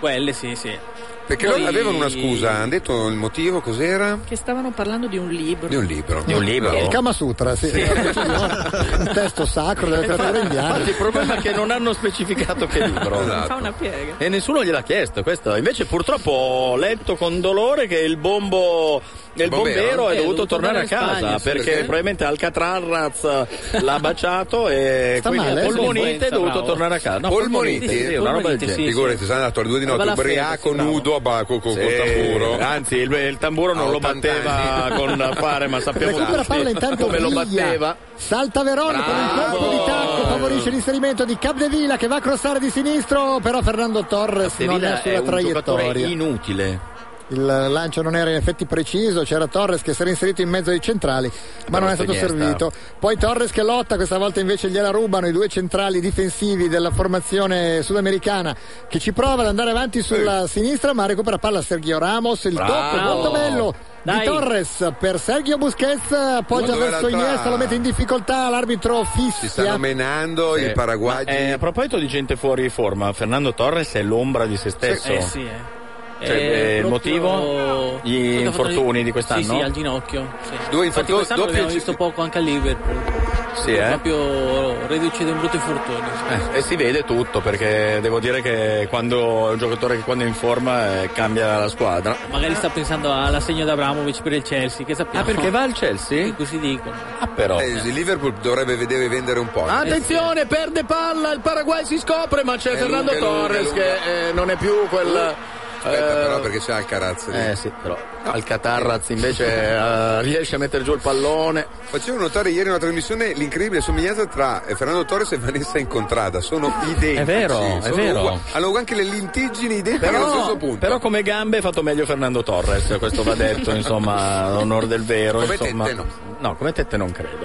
quelle sì, sì.
Perché
Poi-
loro avevano una scusa, hanno detto il motivo, cos'era?
Che stavano parlando di un libro.
Di un libro.
Di un libro.
Il Kama Sutra, sì. il testo sacro della letteratura indiana.
Infatti il problema è che non hanno specificato che libro.
Esatto.
Fa una piega.
E nessuno gliel'ha chiesto questo. Invece purtroppo ho letto con dolore che il bombo il bombero,
bombero
è
Eh,
dovuto
dovuto
tornare a
tornare in
casa
Spagna, sì,
perché
perché-
probabilmente Alcatraz l'ha baciato e
Sta
quindi
male,
a
eh?
Polmonite è
Influenza,
dovuto
bravo.
tornare a casa. No,
Polmonite?
sì, una roba del
Polmonite,
genere.
sì.
Figurati, sono andato alle due di notte,
Bella fede,
ubriaco,
sì, bravo.
nudo,
battuto a Baco con col tamburo.
Eh,
Ah,
Anzi, il, il tamburo non
A
lo
80
batteva
anni.
con affare, ma sappiamo
Recupera
tutti
palla intanto
come lo
Viglia.
batteva.
Salta Veroni con un colpo di tacco, favorisce l'inserimento di Capdevila che va a crossare di sinistro, però Fernando Torres non è
Sevilla è
sulla
un giocatore
traiettoria.
inutile.
Il lancio non era in effetti preciso, c'era Torres che si era inserito in mezzo ai centrali, ma non è stato
Iniesta.
servito. Poi Torres che lotta, questa volta invece gliela rubano i due centrali difensivi della formazione sudamericana che ci prova ad andare avanti sulla sinistra, ma recupera palla Sergio Ramos, il
Bravo.
doppio molto bello di
Dai.
Torres per Sergio Busquets, appoggia
Ma dove
verso
la
Iniesta,
tra-
lo mette in difficoltà, l'arbitro
Si stanno
fischia.
menando
Eh,
il Paraguay.
ma, eh, a proposito di gente fuori di forma, Fernando Torres è l'ombra di se stesso.
Eh sì, eh.
Cioè, eh, il motivo? Gli
Cosa ha fatto
infortuni
lì?
di quest'anno?
Sì, sì, al ginocchio. sì.
Due infortuni,
Infatti quest'anno
doppio
l'abbiamo
gi-
visto poco anche a Liverpool.
Sì,
È
eh?
Proprio riducido in brutto infortunio.
Eh, e si vede tutto perché devo dire che quando è un giocatore che quando è in forma eh, cambia la squadra.
Magari sta pensando all'assegno d'Abramovic per il Chelsea, che sappiamo.
Ah, perché va al Chelsea?
Così dicono.
Ah, però.
Eh, il Liverpool dovrebbe vedere vendere un po'.
Ah, Attenzione, perde palla, il Paraguay si scopre, ma c'è
È
Fernando
lunga, è lunga,
Torres
è lunga.
che eh, non è più quel.
Aspetta,
eh,
però, perché c'è Alcaraz. lì.
Eh sì, però Alcatarraz invece eh, riesce a mettere giù il pallone.
Facevo notare ieri in una trasmissione l'incredibile somiglianza tra eh, Fernando Torres e Vanessa Incontrada. Sono identici.
È vero, è
sono
vero.
uguali. hanno anche le lentiggini identiche allo
Però,
stesso punto.
però come gambe è fatto meglio Fernando Torres, questo va detto, insomma, onor del vero.
Come
insomma.
tette, no.
No, come tette non credo.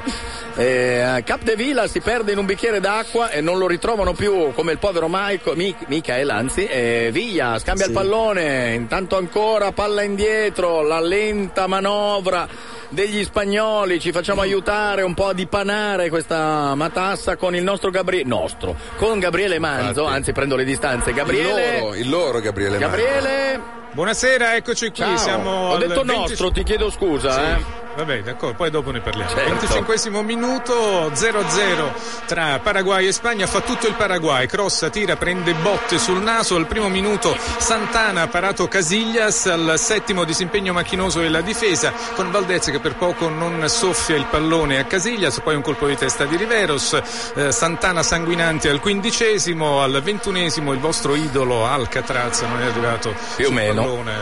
Eh, Capdevila si perde in un bicchiere d'acqua e non lo ritrovano più come il povero Maico, Mi- Michael, anzi, e via, scambia il pallone, intanto ancora palla indietro, la lenta manovra degli spagnoli, ci facciamo aiutare un po' a dipanare questa matassa con il nostro Gabriele, nostro, con Gabriele Manzo,
Infatti.
anzi prendo le distanze, Gabriele.
il loro, il loro Gabriele. Manzo.
Gabriele,
Buonasera, eccoci qui.
ciao.
Eh, Siamo
ho
al
detto
25
nostro, ti chiedo scusa. eh.
Va bene, d'accordo, poi dopo ne parliamo.
Certo.
25 minuto 0-0 tra Paraguay e Spagna, fa tutto il Paraguay, crossa, tira, prende botte sul naso, al primo minuto Santana ha parato Casillas, al settimo disimpegno macchinoso della difesa, con Valdez che per poco non soffia il pallone a Casillas, poi un colpo di testa di Riveros, eh, Santana sanguinante al quindicesimo, al ventunesimo il vostro idolo Alcatraz non è arrivato
Più o
sul
meno.
pallone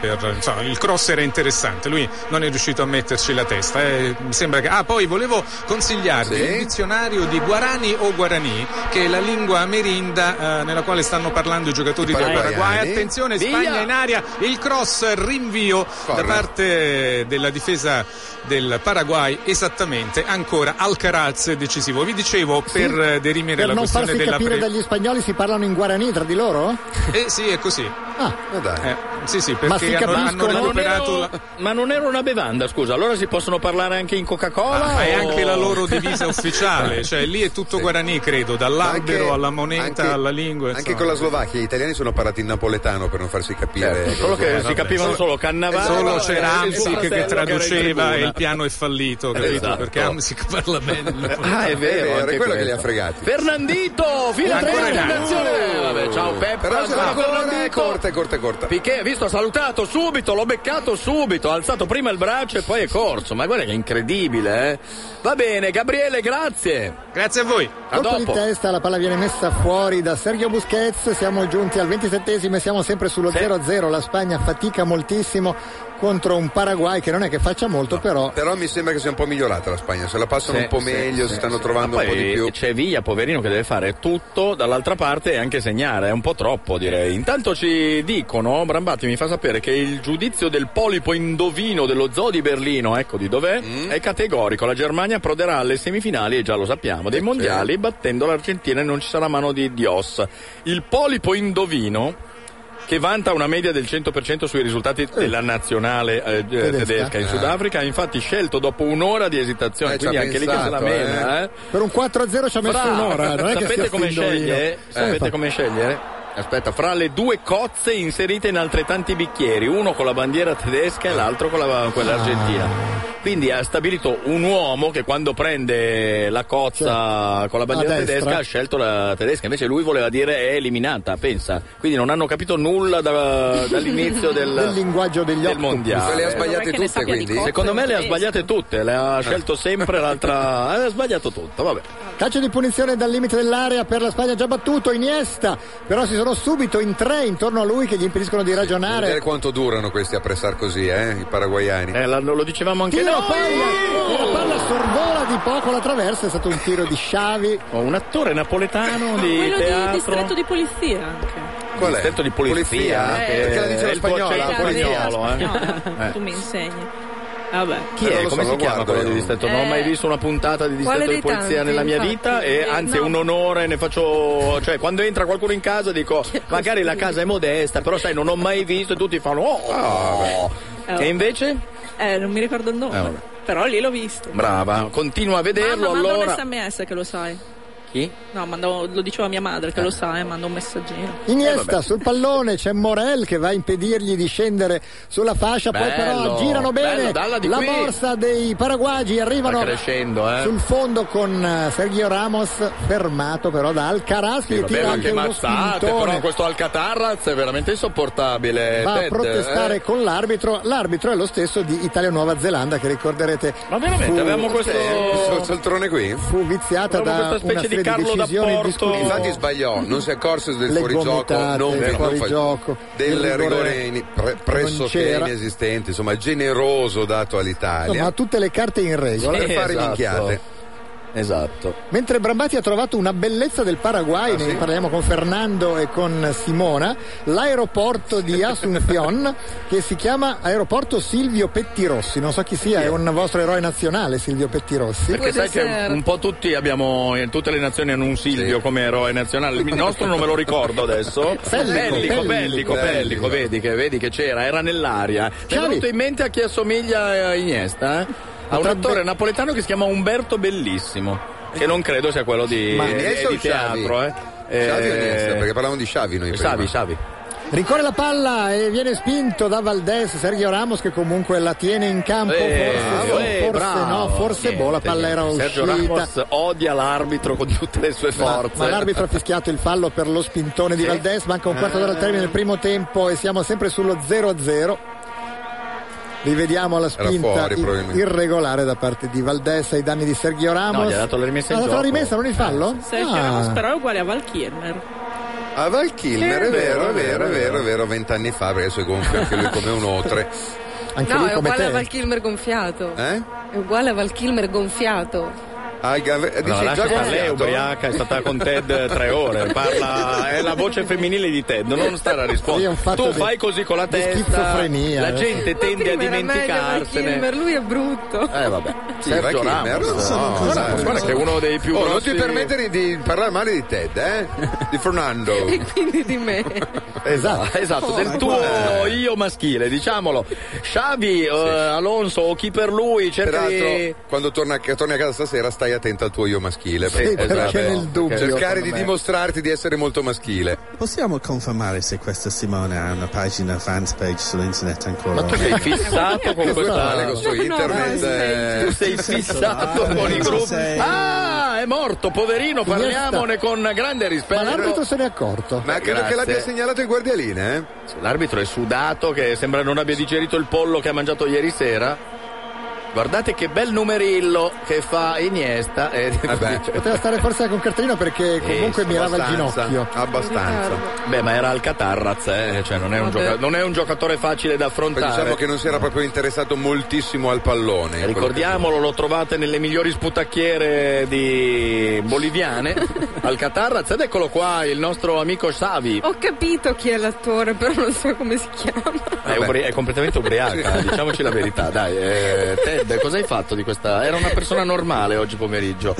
per- insomma, il cross era interessante, lui non è riuscito a metterci la testa. eh, mi sembra che. Ah, poi volevo consigliarvi
Sì?
il dizionario di Guarani o Guarani, che è la lingua amerinda eh, nella quale stanno parlando i giocatori
I
del
paraguayani.
Paraguay. Attenzione,
Via!
Spagna in aria, il cross rinvio
Corre.
da parte della difesa del Paraguay, esattamente ancora Alcaraz decisivo. Vi dicevo
Sì,
per eh, derimere
Per
la
non
questione
farsi
della
capire
pre-
dagli spagnoli si parlano in guarani tra di loro?
Eh, sì, è così.
Ah,
Ma dai.
Eh, sì, sì,
Ma si
perché hanno, hanno
capiscono?
Non ero-
recuperato la-
ma non era una bevanda, scusa, allora si possono parlare anche in Coca-Cola?
Ah, ma è
o-
anche la loro divisa ufficiale, cioè lì è tutto guarani, credo,
Ma
dall'albero
anche-
alla moneta,
anche-
alla lingua.
Anche
insomma.
con la Slovacchia, gli italiani sono parati in napoletano per non farsi capire.
Certo, solo che
Cosa-
si capivano solo Cannavale.
Solo
eh,
c'era
il suo
Amsic
fratello
che,
era in
traduceva e
tribuna.
il piano è fallito, capito?
Esatto.
Perché Amsic parla meglio.
Ah, è
È
vero,
vero, è
anche
quello che
questo.
li ha fregati.
Fernandito, fila
Ancora in aria.
attenzione. Eh, Vabbè, ciao Peppa.
Però se
ancora
la corona è
Fernandito.
corta, è corta, è corta.
Piquet ha visto, ha salutato subito, l'ho beccato subito, ha alzato prima il braccio e poi è corso. Ma guarda che incredibile, eh? Va bene, Gabriele, grazie.
Grazie a voi.
A
Colpo di
dopo.
testa, la palla viene messa fuori da Sergio Busquets, siamo giunti al 27esimo e siamo sempre sullo
Sì.
0-0, la Spagna fatica moltissimo contro un Paraguay che non è che faccia molto però...
Però mi sembra che sia un po' migliorata la Spagna, se la passano
Sì,
un po'
sì,
meglio,
sì,
si stanno
sì.
trovando
Ma
un po'
poi
di più.
C'è Viglia, poverino, che deve fare tutto dall'altra parte e anche segnare, è un po' troppo direi. Intanto ci dicono, Brambati mi fa sapere che il giudizio del polipo indovino dello zoo di Berlino, ecco di dov'è,
Mm.
è categorico. La Germania proderà alle semifinali, e già lo sappiamo,
Eh,
dei
certo.
mondiali, battendo l'Argentina e non ci sarà mano di Dios. Il polipo indovino che vanta una media del 100% sui
Eh.
risultati della nazionale eh, eh, tedesca. in Sudafrica, ha infatti scelto dopo un'ora di esitazione,
Eh, ci
quindi
ha
anche lì che se la
pensato,
mena. Eh.
Per un 4-0 ci ha messo
Fra-
un'ora, non è che
sapete
stia
come
finendo io.
scegliere?
Eh,
Sapete
infatti.
come scegliere? Aspetta, fra le due cozze inserite in altrettanti bicchieri, uno con la bandiera tedesca e l'altro con la, quella argentina.
Ah.
Quindi ha stabilito un uomo che quando prende la cozza con la bandiera
Cioè, a destra.
tedesca ha scelto la tedesca, invece lui voleva dire è eliminata, pensa. Quindi non hanno capito nulla da- dall'inizio del,
Del linguaggio degli
del
octopus.
Se le ha
mondiale.
sbagliate
Perché ne
tutte,
sappia di
quindi.
cose.
Secondo me le ha
Tedesco.
sbagliate tutte, le ha scelto sempre l'altra, ha Eh, sbagliato tutto, vabbè.
Calcio di punizione dal limite dell'area per la Spagna già battuto, Iniesta, però si sono subito in tre intorno a lui che gli impediscono di
Devo Vedere
ragionare.
quanto durano questi a pressar così, eh, i paraguayani.
Eh, lo dicevamo
Tiro, palla, la palla sorvola di poco la traversa, è stato un tiro di Sciavi.
Oh, un attore napoletano
Ah, Quello di distretto di polizia anche.
Qual
è? di eh, polizia.
Polizia? eh,
che-
Perché la diceva
è il tuo
spagnola,
accento
polizia.
spagnolo, eh.
No,
Eh.
tu mi insegni. Vabbè.
Chi è? Come si chiama quello di distretto? Non ho
Eh.
mai visto una puntata di distretto
Quale dei
di polizia
tanti,
nella mia
infatti?
vita e
Eh,
anzi è
no.
un onore, ne faccio. Cioè, quando entra qualcuno in casa dico magari la casa è modesta, però sai, non ho mai visto e tutti fanno oh, oh.
Eh, vabbè.
E invece?
Eh, non mi ricordo il nome.
Eh, vabbè.
Però lì l'ho visto.
Brava, continua a vederlo
Mamma, manda
allora.
un sms che lo sai.
Chi?
No, mando- lo diceva mia madre che lo sa e manda un messaggino.
Eh,
Iniesta sul pallone c'è Morel che va a impedirgli di scendere sulla fascia, poi però
Bello,
girano bene
bello, dalla di
la
qui.
morsa dei paraguagi,
Sta
arrivano
crescendo, eh.
sul fondo con eh, Sergio Ramos fermato però da Alcaraz
Sì,
che
va
tira
bene,
anche
anche
uno
mazzate, però
spintone
questo Alcatarraz è veramente insopportabile.
va a
Ted,
protestare
eh.
con l'arbitro l'arbitro è lo stesso di Italia-Nuova Zelanda che ricorderete
Ma veramente,
fu,
avevamo questo...
Questo soltrone qui?
fu viziata
avevamo
da
questa
una serie
specie di
di,
Carlo
decisioni
d'apporto.
discutibili
Infatti sbagliò, non si è accorso del
Le
fuorigioco,
gomitate,
non,
del
non fa-
fuorigioco,
del
il rigore
rigore in- pre- pressoché
c'era.
inesistente, insomma generoso dato all'Italia
Insomma, ha tutte le carte in regola
per fare
esatto.
minchiate.
Esatto.
Mentre Brambati ha trovato una bellezza del
Ah,
Paraguay, ne parliamo con Fernando e con Simona, l'aeroporto di Asunción che si chiama Aeroporto Silvio Pettirossi, non so chi sia, è un vostro eroe nazionale Silvio Pettirossi.
Perché sai che
Buonasera.
un po' tutti abbiamo, eh, tutte le nazioni hanno un Silvio come eroe nazionale. Il nostro non me lo ricordo adesso.
Pellico,
bellico,
Pellico.
bellico, bellico, vedi che, vedi che c'era, era nell'aria. Ti è
Xavi.
venuto in mente a chi assomiglia a Iniesta? eh? A un
Potrebbe-
attore napoletano che si chiama Umberto Bellissimo, che non credo sia quello di,
Ma
eh,
Iniesta
di
o Xavi?
teatro. Eh.
Xavi o
Eh,
Iniesta? Perché parlavamo di Xavi noi prima.
Xavi, Xavi.
Ricorre la palla e viene spinto da Valdés, Sergio Ramos che comunque la tiene in campo,
Eh,
forse, sì,
eh,
forse
bravo.
no, forse
Niente,
boh, la palla era
niente.
uscita.
Sergio Ramos odia l'arbitro con tutte le sue
Ma-
forze.
Ma l'arbitro ha fischiato il fallo per lo spintone di Valdes, manca un
Eh.
quarto d'ora al termine del primo tempo e siamo sempre sullo 0-0. Rivediamo la
Era
spinta
fuori,
i-
probabilmente.
irregolare da parte di Valdes ai danni di Sergio Ramos.
No, gli ha dato la rimessa
Ha
in
dato la
gioco.
rimessa, non il fallo?
Sergio
Ah.
Ramos però è uguale a Val Kilmer.
A Val Kilmer,
Sì,
è vero, è vero, è vero, è vero, vent'anni fa, perché adesso è gonfio anche lui come un otre.
Anche
No,
lui
è
come
uguale
te.
a Val Kilmer gonfiato.
Eh?
È uguale a Val Kilmer gonfiato.
Ah, il gav-
No,
dici, già
lascia stare, lei è
gonfiato?
ubriaca, è stata con Ted tre ore. Parla, è la voce femminile di Ted, non
Sì, è
stare a
un
rispondere.
fatto
tu
di-
fai così con la
di
testa.
schizofrenia.
La gente tende a
Prima era meglio Val
dimenticarsene.
Kilmer, lui è brutto.
Eh vabbè.
Sì,
Sergio
Val Kilmer,
Ramos,
non so,
no,
non so.
guarda, Eh, guarda che è uno dei più
Oh, non
grossi.
ti permettere di parlare male di Ted, eh? Di Fernando.
Quindi di me.
Esatto, esatto, del tuo io maschile, diciamolo. Xavi, eh, Alonso o chi per lui, cerca di...
Peraltro, quando torna- che torni a casa stasera, stai attento al tuo io maschile.
Sì, perché
vabbè,
nel dubbio,
Cercare
secondo
di
me.
dimostrarti di essere molto maschile.
Possiamo confermare se questa Simona ha una pagina fanspage sull'internet ancora?
Ma tu sei fissato con
Cosa
questa...
male con sto
No,
internet?
no,
eh,
Tu sei fissato con i gruppi. Ah, è morto, poverino, parliamone con grande
Ma
rispetto.
l'arbitro se n'è accorto.
Ma credo che
Grazie.
l'abbia segnalato il guardialine, eh?
L'arbitro è sudato, che sembra non abbia digerito il pollo che ha mangiato ieri sera. Guardate che bel numerillo che fa Iniesta. Eh,
Vabbè.
Poteva stare forse anche un cartellino perché comunque
sì,
mirava il
Abbastanza,
ginocchio.
Eh,
Abbastanza.
Beh, ma era al Catarraz, eh, cioè non è, un
Vabbè.
gioca- non è un giocatore facile da
Poi
affrontare.
diciamo che non si era proprio interessato moltissimo al pallone.
Ricordiamolo, lo trovate nelle migliori sputacchiere di boliviane al Catarraz. Ed eccolo qua, il nostro amico Xavi.
Ho capito chi è l'attore, però non so come si chiama.
È, ubri- è completamente ubriaca, diciamoci la verità. Dai, eh, Ted, cosa hai fatto di questa? Era una persona normale oggi pomeriggio.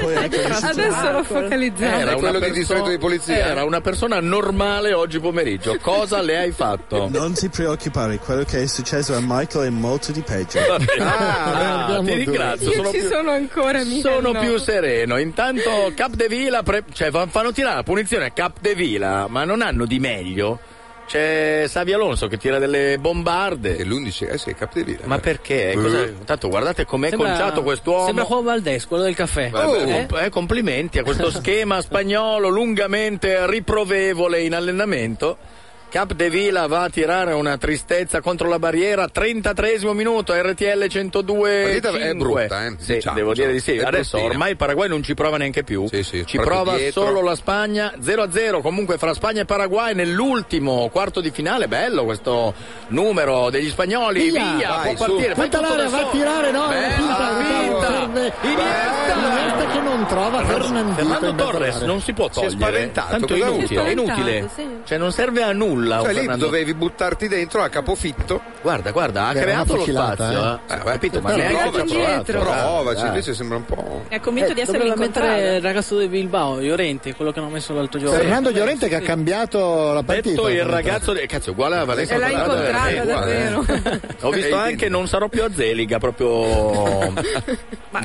Adesso l'ho focalizzato.
Era una
Eh, quello di distretto di polizia.
Era una persona normale oggi pomeriggio. Cosa le hai fatto?
Non ti preoccupare, quello che è successo a Michael è molto di peggio.
Va bene.
Ah,
Ah,
abbiamo
ti
due.
ringrazio.
Io
Sono
ci
più,
sono ancora, mica
sono
no.
più sereno. Intanto Capdevila, pre- cioè fa- fanno tirare la punizione a Capdevila, ma non hanno di meglio. C'è Savi Alonso che tira delle bombarde.
E l'11, eh sì, è capdevila.
Ma perché?
Eh.
Cosa- Intanto guardate com'è conciato quest'uomo.
Sembra Juan Valdés, quello del caffè.
Oh,
Eh?
eh, complimenti a questo schema spagnolo lungamente riprovevole in allenamento. Capdevila va a tirare una tristezza contro la barriera, 33 minuto, RTL 102.
Partita è brutta, eh,
Sì,
diciamo,
devo
diciamo.
dire di sì.
È
Adesso
bruttina.
ormai il Paraguay non ci prova neanche più. ci
proprio
prova
dietro.
solo la Spagna 0-0. Comunque fra Spagna e Paraguay nell'ultimo quarto di finale, bello questo numero degli spagnoli. Via,
Via,
vai,
può
su.
partire. fai tutto
Quintalare
da
va a
solo.
tirare, no, è
Bella
finta,
finta.
serve
Iniesta.
Iniesta che non trova Fernandino.
Fernando Torres non si può
Si è
togliere.
spaventato,
Tanto è
cosa
inutile,
vuol
è
dire?
inutile.
Spaventato, sì.
Cioè non serve a nulla. un
Cioè, lì
Fernando
dovevi buttarti dentro a capofitto.
Guarda, guarda, ha
Era
creato
una
lo
fucilata,
spazio. Eh.
eh.
Ho capito, ma
Però
neanche eh.
provaci,
ci ha provato.
indietro.
Provaci,
Dai.
invece sembra un po'.
Ecco,
È convinto di
Eh,
essere
Doveva mettere
incontrato.
il ragazzo del Bilbao, Llorente, quello che hanno messo l'altro giorno.
Fernando Llorente che ha cambiato la partita.
Detto il ragazzo, del- cazzo, è uguale a Valencia.
Se l'ha
Ferrara,
incontrato,
è
incontrata
uguale.
davvero.
Ho visto anche non sarò più a Zeliga, proprio.
Ma
Detto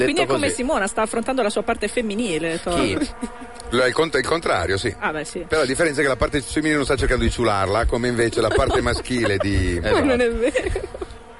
quindi è come
così.
Simona, sta affrontando la sua parte femminile. Tor.
Chi?
Lo è il, cont- il contrario, sì.
Ah, beh, sì.
Però la differenza è che la parte femminile non sta cercando di ciularla, come invece la parte maschile di. Eh,
Ma non
Esatto.
è vero,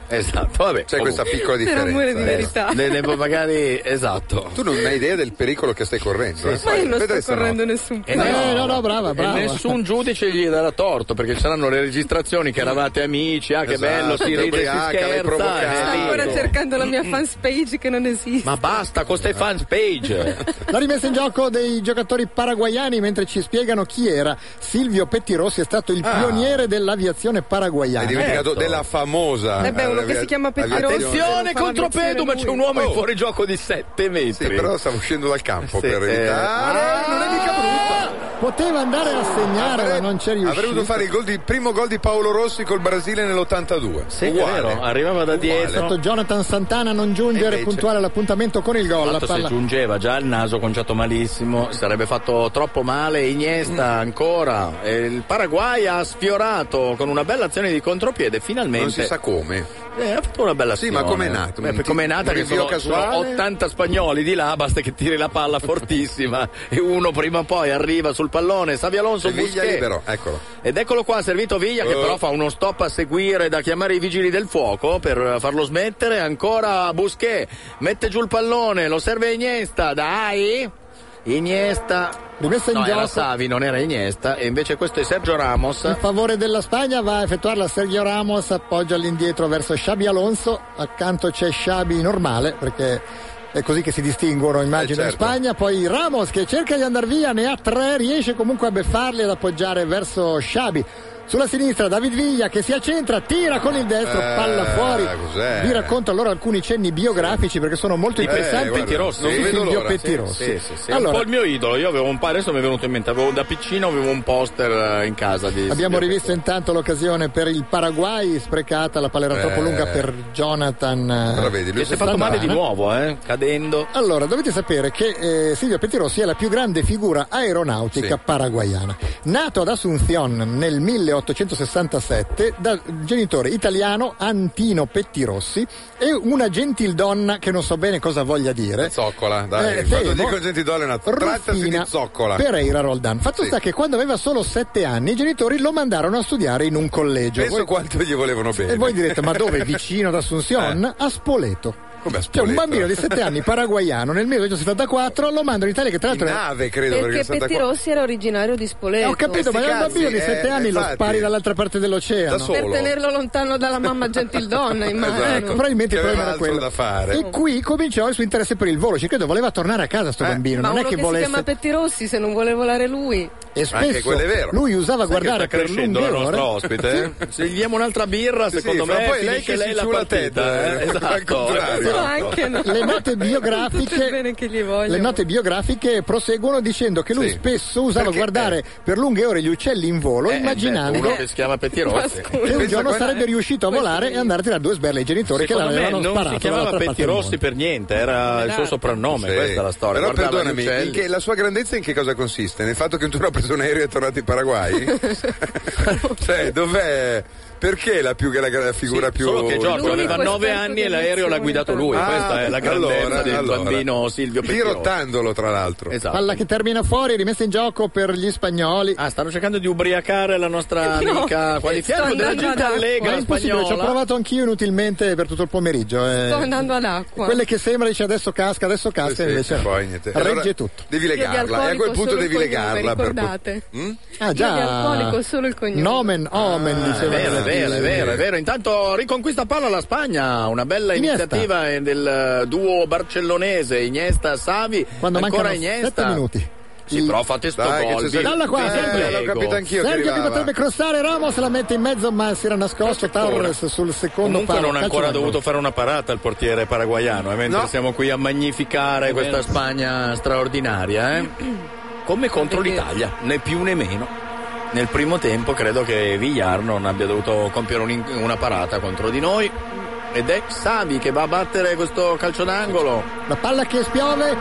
Esatto, vabbè.
C'è questa piccola
per amore di
differenza. eh.
verità.
Ne, ne- magari esatto.
Tu non hai idea del pericolo che stai correndo. eh.
Ma io non sto
Vedresti, no?
correndo nessun
E
Eh,
pericolo.
no, no, brava,
e
brava.
nessun giudice gli darà torto perché ci saranno le registrazioni che eravate amici, ah che
Esatto,
bello, si
sei
ride, si
ubriaca, l'hai
scherza.
provocata.
eh,
Sta
sì.
ancora cercando la mia fans page che non esiste.
Ma basta con ste fans page.
La rimessa in gioco dei giocatori paraguayani mentre ci spiegano chi era Silvio Pettirossi è stato il
Ah.
pioniere dell'aviazione
Hai
paraguayana.
dimenticato
Certo.
della famosa.
Eh beh, uno che si chiama Pettirossi.
Attenzione.
Attenzione contro Pedum, c'è un uomo in
Oh.
fuorigioco di 7 metri.
Sì, però stavo uscendo dal campo
Sì,
per
eh.
evitare.
Ah, non è mica brutta.
Poteva andare a segnare, ma non c'è riuscito.
Avrebbe dovuto fare il, gol di- il primo gol di Paolo Rossi col Brasile nell'82.
Sì, è vero, arrivava da
È
dietro.
stato Certo, Jonathan Santana a non giungere
E invece-
puntuale all'appuntamento con il gol. La
Tanto se
palla
giungeva già il naso conciato malissimo, sarebbe fatto troppo male. Iniesta ancora. E il Paraguay ha sfiorato con una bella azione di contropiede. Finalmente
Non si sa come.
Eh, ha fatto una bella
Sì,
azione.
ma com'è nato?
Eh, per- com'è nata?
Un
Che sono,
rinvio
sono
casuale?
80 spagnoli di là, basta che tiri la palla fortissima e uno prima o poi arriva sul pallone. Savi Alonso,
Viglia
Busquets.
Cioè, libero, eccolo.
Ed eccolo qua, servito Viglia che
Eh.
però fa uno stop a seguire da chiamare i vigili del fuoco per farlo smettere. Ancora Busquet mette giù il pallone, lo serve Iniesta, dai! Iniesta.
rimessa in
No, era
gioco.
Savi, non era Iniesta, e invece questo è Sergio Ramos.
In favore della Spagna va a effettuarla Sergio Ramos, appoggia all'indietro verso Xabi Alonso, accanto c'è Xabi normale perché è così che si distinguono immagino
Eh, certo.
in Spagna, poi Ramos che cerca di andare via, ne ha tre, riesce comunque a beffarli e ad appoggiare verso Xabi. Sulla sinistra David Viglia che si accentra, tira con il destro,
Eh,
palla fuori.
cos'è?
Vi racconto allora alcuni cenni biografici perché sono molto
Di
interessanti.
Pezzan, Pettirossi.
Eh, non
Sì,
vedo
Silvio
l'ora.
Pettirossi.
Sì, sì, sì.
Allora,
un po' il mio idolo. Io avevo un padre, adesso mi è venuto in mente. Avevo, da piccino avevo un poster eh, in casa di.
Abbiamo
Silvio
rivisto
Pettirossi.
intanto l'occasione per il Paraguay, sprecata, la palla era troppo
Eh.
lunga per Jonathan. eh,
Però vedi, lui
Che si è
fa-
fatto male di
Santana.
nuovo, eh? Cadendo.
Allora, dovete sapere che eh, Silvio Pettirossi è la più grande figura aeronautica
Sì.
paraguayana. Nato ad Asunción nel 1867 da genitore italiano Antino Pettirossi e una gentildonna che non so bene cosa voglia dire.
Zoccola, dai.
Eh,
Quando
fermo.
dico gentidole è una trattasi di
Rufina
zoccola.
Pereira Roldan. Fatto
Sì.
sta che quando aveva solo 7 anni i genitori lo mandarono a studiare in un
Cioè,
collegio.
Penso
Voi-
quanto gli volevano bene.
E voi direte, ma dove? Vicino ad Assunción? A Spoleto.
Eh. Come a
C'è un
Spoleto?
bambino di 7 anni paraguayano nel 1974 lo manda in Italia che tra
In
l'altro... è- Eh,
nave, credo, perché,
Perché
è stata
Petti
qua-
Rossi era originario di Spoleto.
Ho capito, ma è un
cazzi,
bambino di
eh,
7 anni lo
infatti.
spari dall'altra parte
Da
dell'oceano.
solo.
Per tenerlo lontano dalla mamma gentildonna, immagino.
Esatto.
Probabilmente il
Che
problema
aveva
era
altro
quello.
da fare.
E qui cominciò il suo interesse per il volo. Ci credo voleva tornare a casa sto
Eh.
bambino,
Ma
non è
uno
che Esatto.
che, si
volesse.
chiama Petti Rossi, se non vuole volare lui,
E spesso
quello è vero.
lui usava
Sai che
guardare
sta
per
crescendo
lunghe
la nostra
ore.
ospite. eh? Se gli diamo un'altra birra,
Sì,
secondo
sì,
me
fra poi lei
finisce
che
lei
si
la
ciula
partita.
Ted,
eh?
eh, al
Esatto.
contrario.
però
Esatto.
anche no.
Le note
Tutto il bene
biografiche
che gli voglio.
Le note biografiche proseguono dicendo che lui
Sì.
spesso usava
Perché- Eh.
guardare per lunghe ore gli uccelli in volo,
Eh,
immaginando
beh, uno che si chiama
Ma
Pettirossi.
scusa.
che un
Pensa
giorno
guarda-
sarebbe riuscito a volare e andare a tirare due sberle ai genitori
Secondo
che
me
l'avevano
non
sparato.
si chiamava
dall'altra parte del
Pettirossi
mondo. Esatto.
per niente, era il suo soprannome,
Sì.
questa è la storia. eh.
Però
Guardava gli
perdonami,
uccelli.
in che- la sua grandezza in che cosa consiste? Nel fatto che tu l'ha preso un aereo e è tornato in Paraguay? cioè, dov'è? Perché la, più, la, la figura più.
Solo che Giorgio
Lui
aveva
questo
9
è
anni e l'aereo l'ha guidato lui.
Ah,
Questa è la grandezza
allora,
del
allora.
bambino Silvio Pecchioni.
Dirottandolo, tra l'altro.
Esatto.
Palla che termina fuori, rimessa in gioco per gli spagnoli.
Ah, stanno cercando di ubriacare la nostra
No,
amica qua di
sto
fianco della
andando
gente
ad acqua.
allegra
Ma è impossibile, ci ho
spagnola.
provato anch'io inutilmente per tutto il pomeriggio. eh.
Sto andando all'acqua.
Quelle che sembra dice adesso casca, adesso
Sì,
casca,
sì,
invece no.
poi niente.
regge
Allora,
tutto.
Devi legarla, e a quel punto devi legarla. per-
Ah,
Io di
già.
alcolico solo il cognome.
Nomen, omen,
Ah, è
diceva.
vero, è vero, è vero, è vero. Intanto riconquista palla la Spagna, una bella
Iniesta.
iniziativa eh, del eh, duo barcellonese Iniesta-Savi.
Quando
Ancora
mancano
Iniesta.
7 minuti.
Sì, però fate sto
Dai, che
gol.
ci sei-
di-
Dalla qua,
Eh,
sempre.
prego.
Sergio che potrebbe crossare Ramos la mette in mezzo ma si era nascosto Torres sul secondo
Comunque
palo
non ha
Calcio
ancora
d'angolo.
dovuto fare una parata al portiere paraguaiano, eh, mentre
No.
siamo qui a magnificare questa Spagna straordinaria, eh. come contro l'Italia, né più né meno. Nel primo tempo credo che Villar non abbia dovuto compiere un in- una parata contro di noi ed è Savi che va a battere questo calcio d'angolo.
La palla che spiove,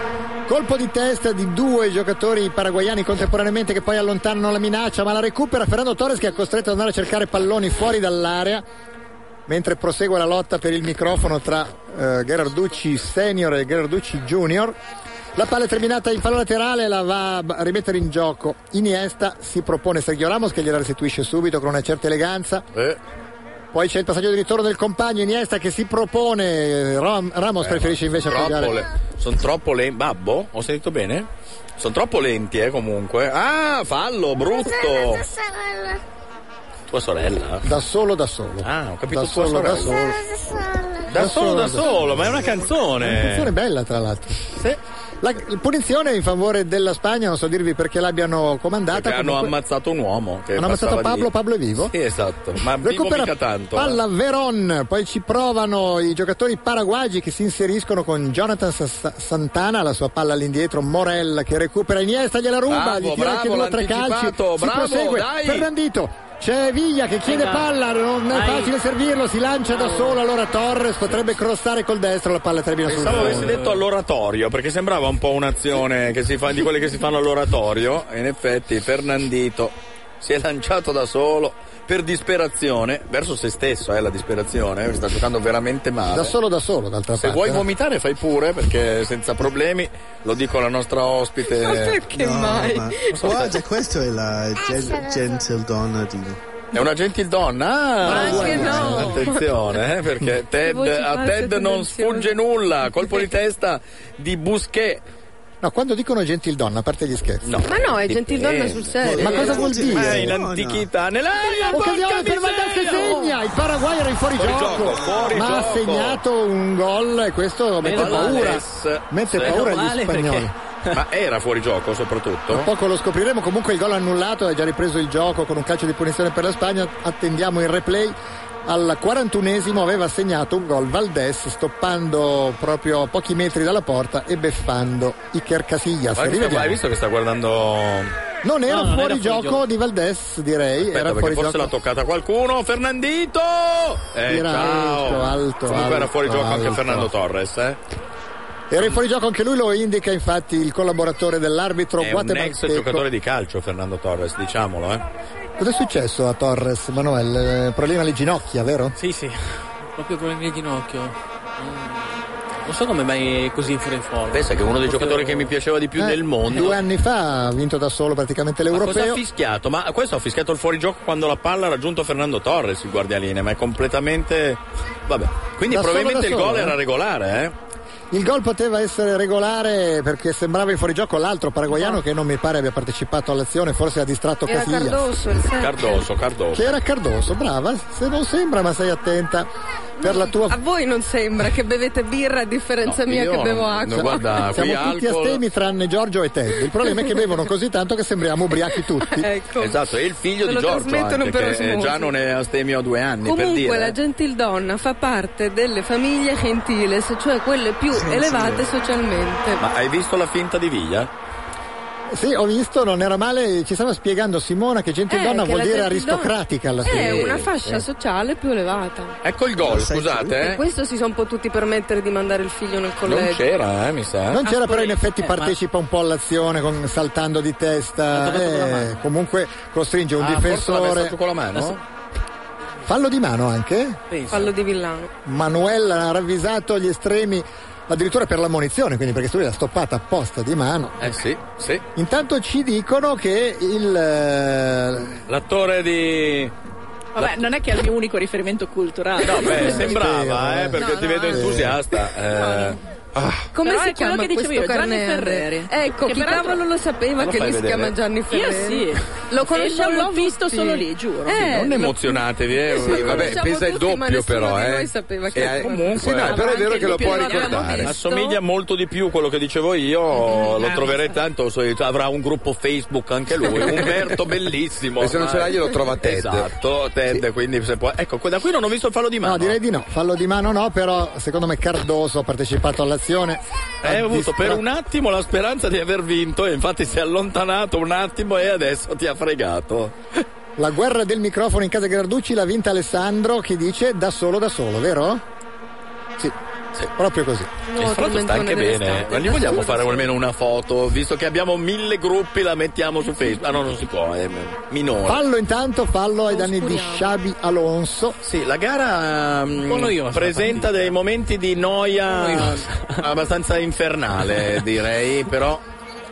colpo di testa di due giocatori paraguaiani contemporaneamente che poi allontanano la minaccia, ma la recupera Fernando Torres che è costretto ad andare a cercare palloni fuori dall'area. Mentre prosegue la lotta per il microfono tra eh, Gherarducci senior e Gherarducci junior, la palla è terminata in fallo laterale, la va a b- a rimettere in gioco. Iniesta si propone Sergio Ramos che gliela restituisce subito con una certa eleganza.
Eh.
Poi c'è il passaggio di ritorno del compagno Iniesta che si propone, Ram- Ramos
Eh,
preferisce invece
troppo
appoggiare.
le- Sono troppo lenti. Babbo, ho sentito bene? Sono troppo lenti, eh, comunque. Ah, fallo, brutto! Tua sorella?
Da solo, da solo.
Ah, ho capito
Da
tua
solo, da
sorella.
solo.
Da solo, da solo, ma è una
È una canzone
canzone.
bella, tra l'altro. La punizione in favore della Spagna, non so dirvi perché l'abbiano comandata.
Perché hanno
comunque-
ammazzato un uomo. Che
Hanno ammazzato
passava
Pablo,
di-
Pablo è vivo?
Sì, esatto. Ma vivo
Recupera
mica tanto. eh.
palla Veron, poi ci provano i giocatori paraguagi che si inseriscono con Jonathan Sa- Santana, la sua palla all'indietro, Morel che recupera Iniesta, gliela ruba,
Bravo,
gli tira
bravo,
anche due o tre calci,
l'anticipato,
si
bravo,
prosegue,
dai!
Fernandito, c'è Viglia che chiede
Venga.
palla, non è
Dai.
facile servirlo, si lancia
Oh.
da solo, allora Torres potrebbe crossare col destro, la palla termina sul
Pensavo avessi
fondo.
detto all'oratorio, perché sembrava un po' un'azione che si fa, di quelle che si fanno all'oratorio. E in effetti Fernandito si è lanciato da solo per disperazione, verso se stesso, eh, la disperazione, eh, sta giocando veramente male.
Da solo, da solo, d'altra
Se
parte.
vuoi
eh.
vomitare fai pure, perché senza problemi, lo dico alla nostra ospite.
No, ma- Guarda, questa è la gen- gentildonna di...
È una gentildonna? Ah,
anche
guarda,
no.
Attenzione, eh, perché Ted,
voci
a
false
Ted non sfugge nulla. Colpo di testa di Busquet.
No, quando dicono gentildonna, a parte gli scherzi.
Ma no, è gentildonna sul serio.
Ma cosa vuol dire?
Ma in antichità, nell'aria,
Occasione
porca
per Van Dijk che
miseria!
segna, il Paraguay era in fuorigioco,
Fuorigioco, fuorigioco.
ma ha segnato un gol e questo mette
Meno male,
paura,
Alex.
mette
Meno
paura agli
male
spagnoli.
perché- Ma era fuori gioco
Tra
soprattutto?
poco lo scopriremo, comunque il gol annullato, è già ripreso il gioco con un calcio di punizione per la Spagna, attendiamo il replay. Al 41esimo aveva segnato un gol Valdes stoppando proprio a pochi metri dalla porta e beffando Iker Casillas.
Hai visto,
Rivediamo.
hai visto che sta guardando.
Non era
No, non era
fuori gioco
fuorigioco.
di Valdes, direi,
Aspetta,
era
perché
fuori
forse
gioco.
l'ha toccata qualcuno. Fernandito! Eh,
Era
ciao.
alto, alto,
Comunque era
alto,
fuori gioco anche
alto.
Fernando Torres, eh.
Era in fuorigioco anche lui, lo indica infatti il collaboratore dell'arbitro
È un ex
guatemalteco.
giocatore di calcio Fernando Torres, diciamolo, eh.
Cos'è successo a Torres, Manuel? Eh, Problema alle ginocchia, vero?
Sì, sì, proprio con il mio ginocchio. Mm. Non so come mai è così in fuori forma.
Pensa che uno dei
Proprio-
giocatori che mi piaceva di più
Eh,
nel mondo.
Due anni fa ha vinto da solo praticamente
Ma Cosa ha
l'europeo.
fischiato? Ma questo ha fischiato il fuorigioco quando la palla ha raggiunto Fernando Torres, il guardialine, ma è completamente. Vabbè. Quindi
Da solo,
probabilmente
da
il
solo,
gol
eh.
era regolare, eh?
Il gol poteva essere regolare perché sembrava in fuorigioco l'altro paraguaiano che non mi pare abbia partecipato all'azione, forse ha distratto
Era
Casillas.
Cardoso, il serio.
Cardoso,
Ah. Che
Cardoso.
era Cardoso, brava, se non sembra ma sei attenta per la tua...
A voi non sembra che bevete birra a differenza mia che bevo acqua.
no, guarda,
Siamo
qui
tutti
alcol-
astemi tranne Giorgio e Ted. Il problema è che bevono così tanto che sembriamo ubriachi tutti.
ecco.
Esatto, e il figlio
Te
di
lo
Giorgio
trasmettono
anche,
per
che
osmosi.
eh, già non è astemio a due anni,
Comunque
per dire.
la
eh.
gentildonna fa parte delle famiglie gentiles, cioè quelle più elevate socialmente.
Ma hai visto la finta di Viglia?
Sì, ho visto, non era male, ci stava spiegando Simona che gentildonna
Eh, che
vuol
la
dire
gentildonna-
aristocratica alla fine. Eh.
È una
Sì,
fascia
sì.
sociale più elevata.
Ecco il gol, scusate,
Per
eh.
questo si sono potuti permettere di mandare il figlio nel collegio.
Non c'era, eh, mi sa.
Non c'era, però in effetti
Eh, ma-
partecipa un po' all'azione con- saltando di testa, eh, comunque costringe un
Ah, forse l'aveva
difensore.
fatto con la mano?
Fallo di mano anche?
Fallo di Villano.
Manuel ha ravvisato gli estremi addirittura per la munizione, quindi perché lui l'ha stoppata apposta di mano.
Eh sì, sì.
Intanto ci dicono che il eh,
L'attore di.
Vabbè, non è che è il mio unico riferimento culturale.
No, beh,
spero,
sembrava,
eh.
eh, perché
No,
ti
no,
vedo
eh.
entusiasta. Eh,
Come
Però
si
è quello
chiama
che dicevo
questo
io, Gianni
carne
Ferreri.
Ecco,
Che
chi
peraltro-
cavolo lo sapeva
Ma lo
che
fai
lui si
vedere?
chiama Gianni Ferreri?
sì.
Lo
Io
conosciamo
l'ho visto
tutti.
solo lì, giuro.
Eh,
non emozionatevi, eh.
Sì, vabbè,
conosciamo
pesa il
tutti, ma
doppio
nessuno
però,
di
eh.
noi sapeva che
Eh,
era-
comunque. Sì, no, però è vero che lo può ricordare.
Assomiglia molto di più a quello che dicevo
Mm,
io, lo troverete tanto, so- avrà un gruppo Facebook anche lui, Umberto bellissimo.
E se non ce l'ha
ormai.
glielo trova Ted.
Esatto, Ted, quindi se può... Ecco, da qui non ho visto il fallo di mano.
No, direi di no. Fallo di mano no, però secondo me Cardoso ha partecipato all'azione.
Eh,
Ha
ho avuto per
distra-
un attimo la speranza di aver vinto e infatti si è allontanato un attimo e adesso ti ha fregato.
La guerra del microfono in casa Garducci l'ha vinta Alessandro che dice da solo da solo, vero? Sì,
Sì.
proprio così.
E fra l'altro sta anche bene, ma gli vogliamo fare almeno una foto, visto che abbiamo mille gruppi la mettiamo su Facebook. Ah no, non si può, è minore.
Fallo intanto, fallo ai danni di
Oscuriamo.
Xabi Alonso.
Sì, la gara mm,
po' noiosa,
presenta
partita.
dei momenti di noia abbastanza infernale, direi, però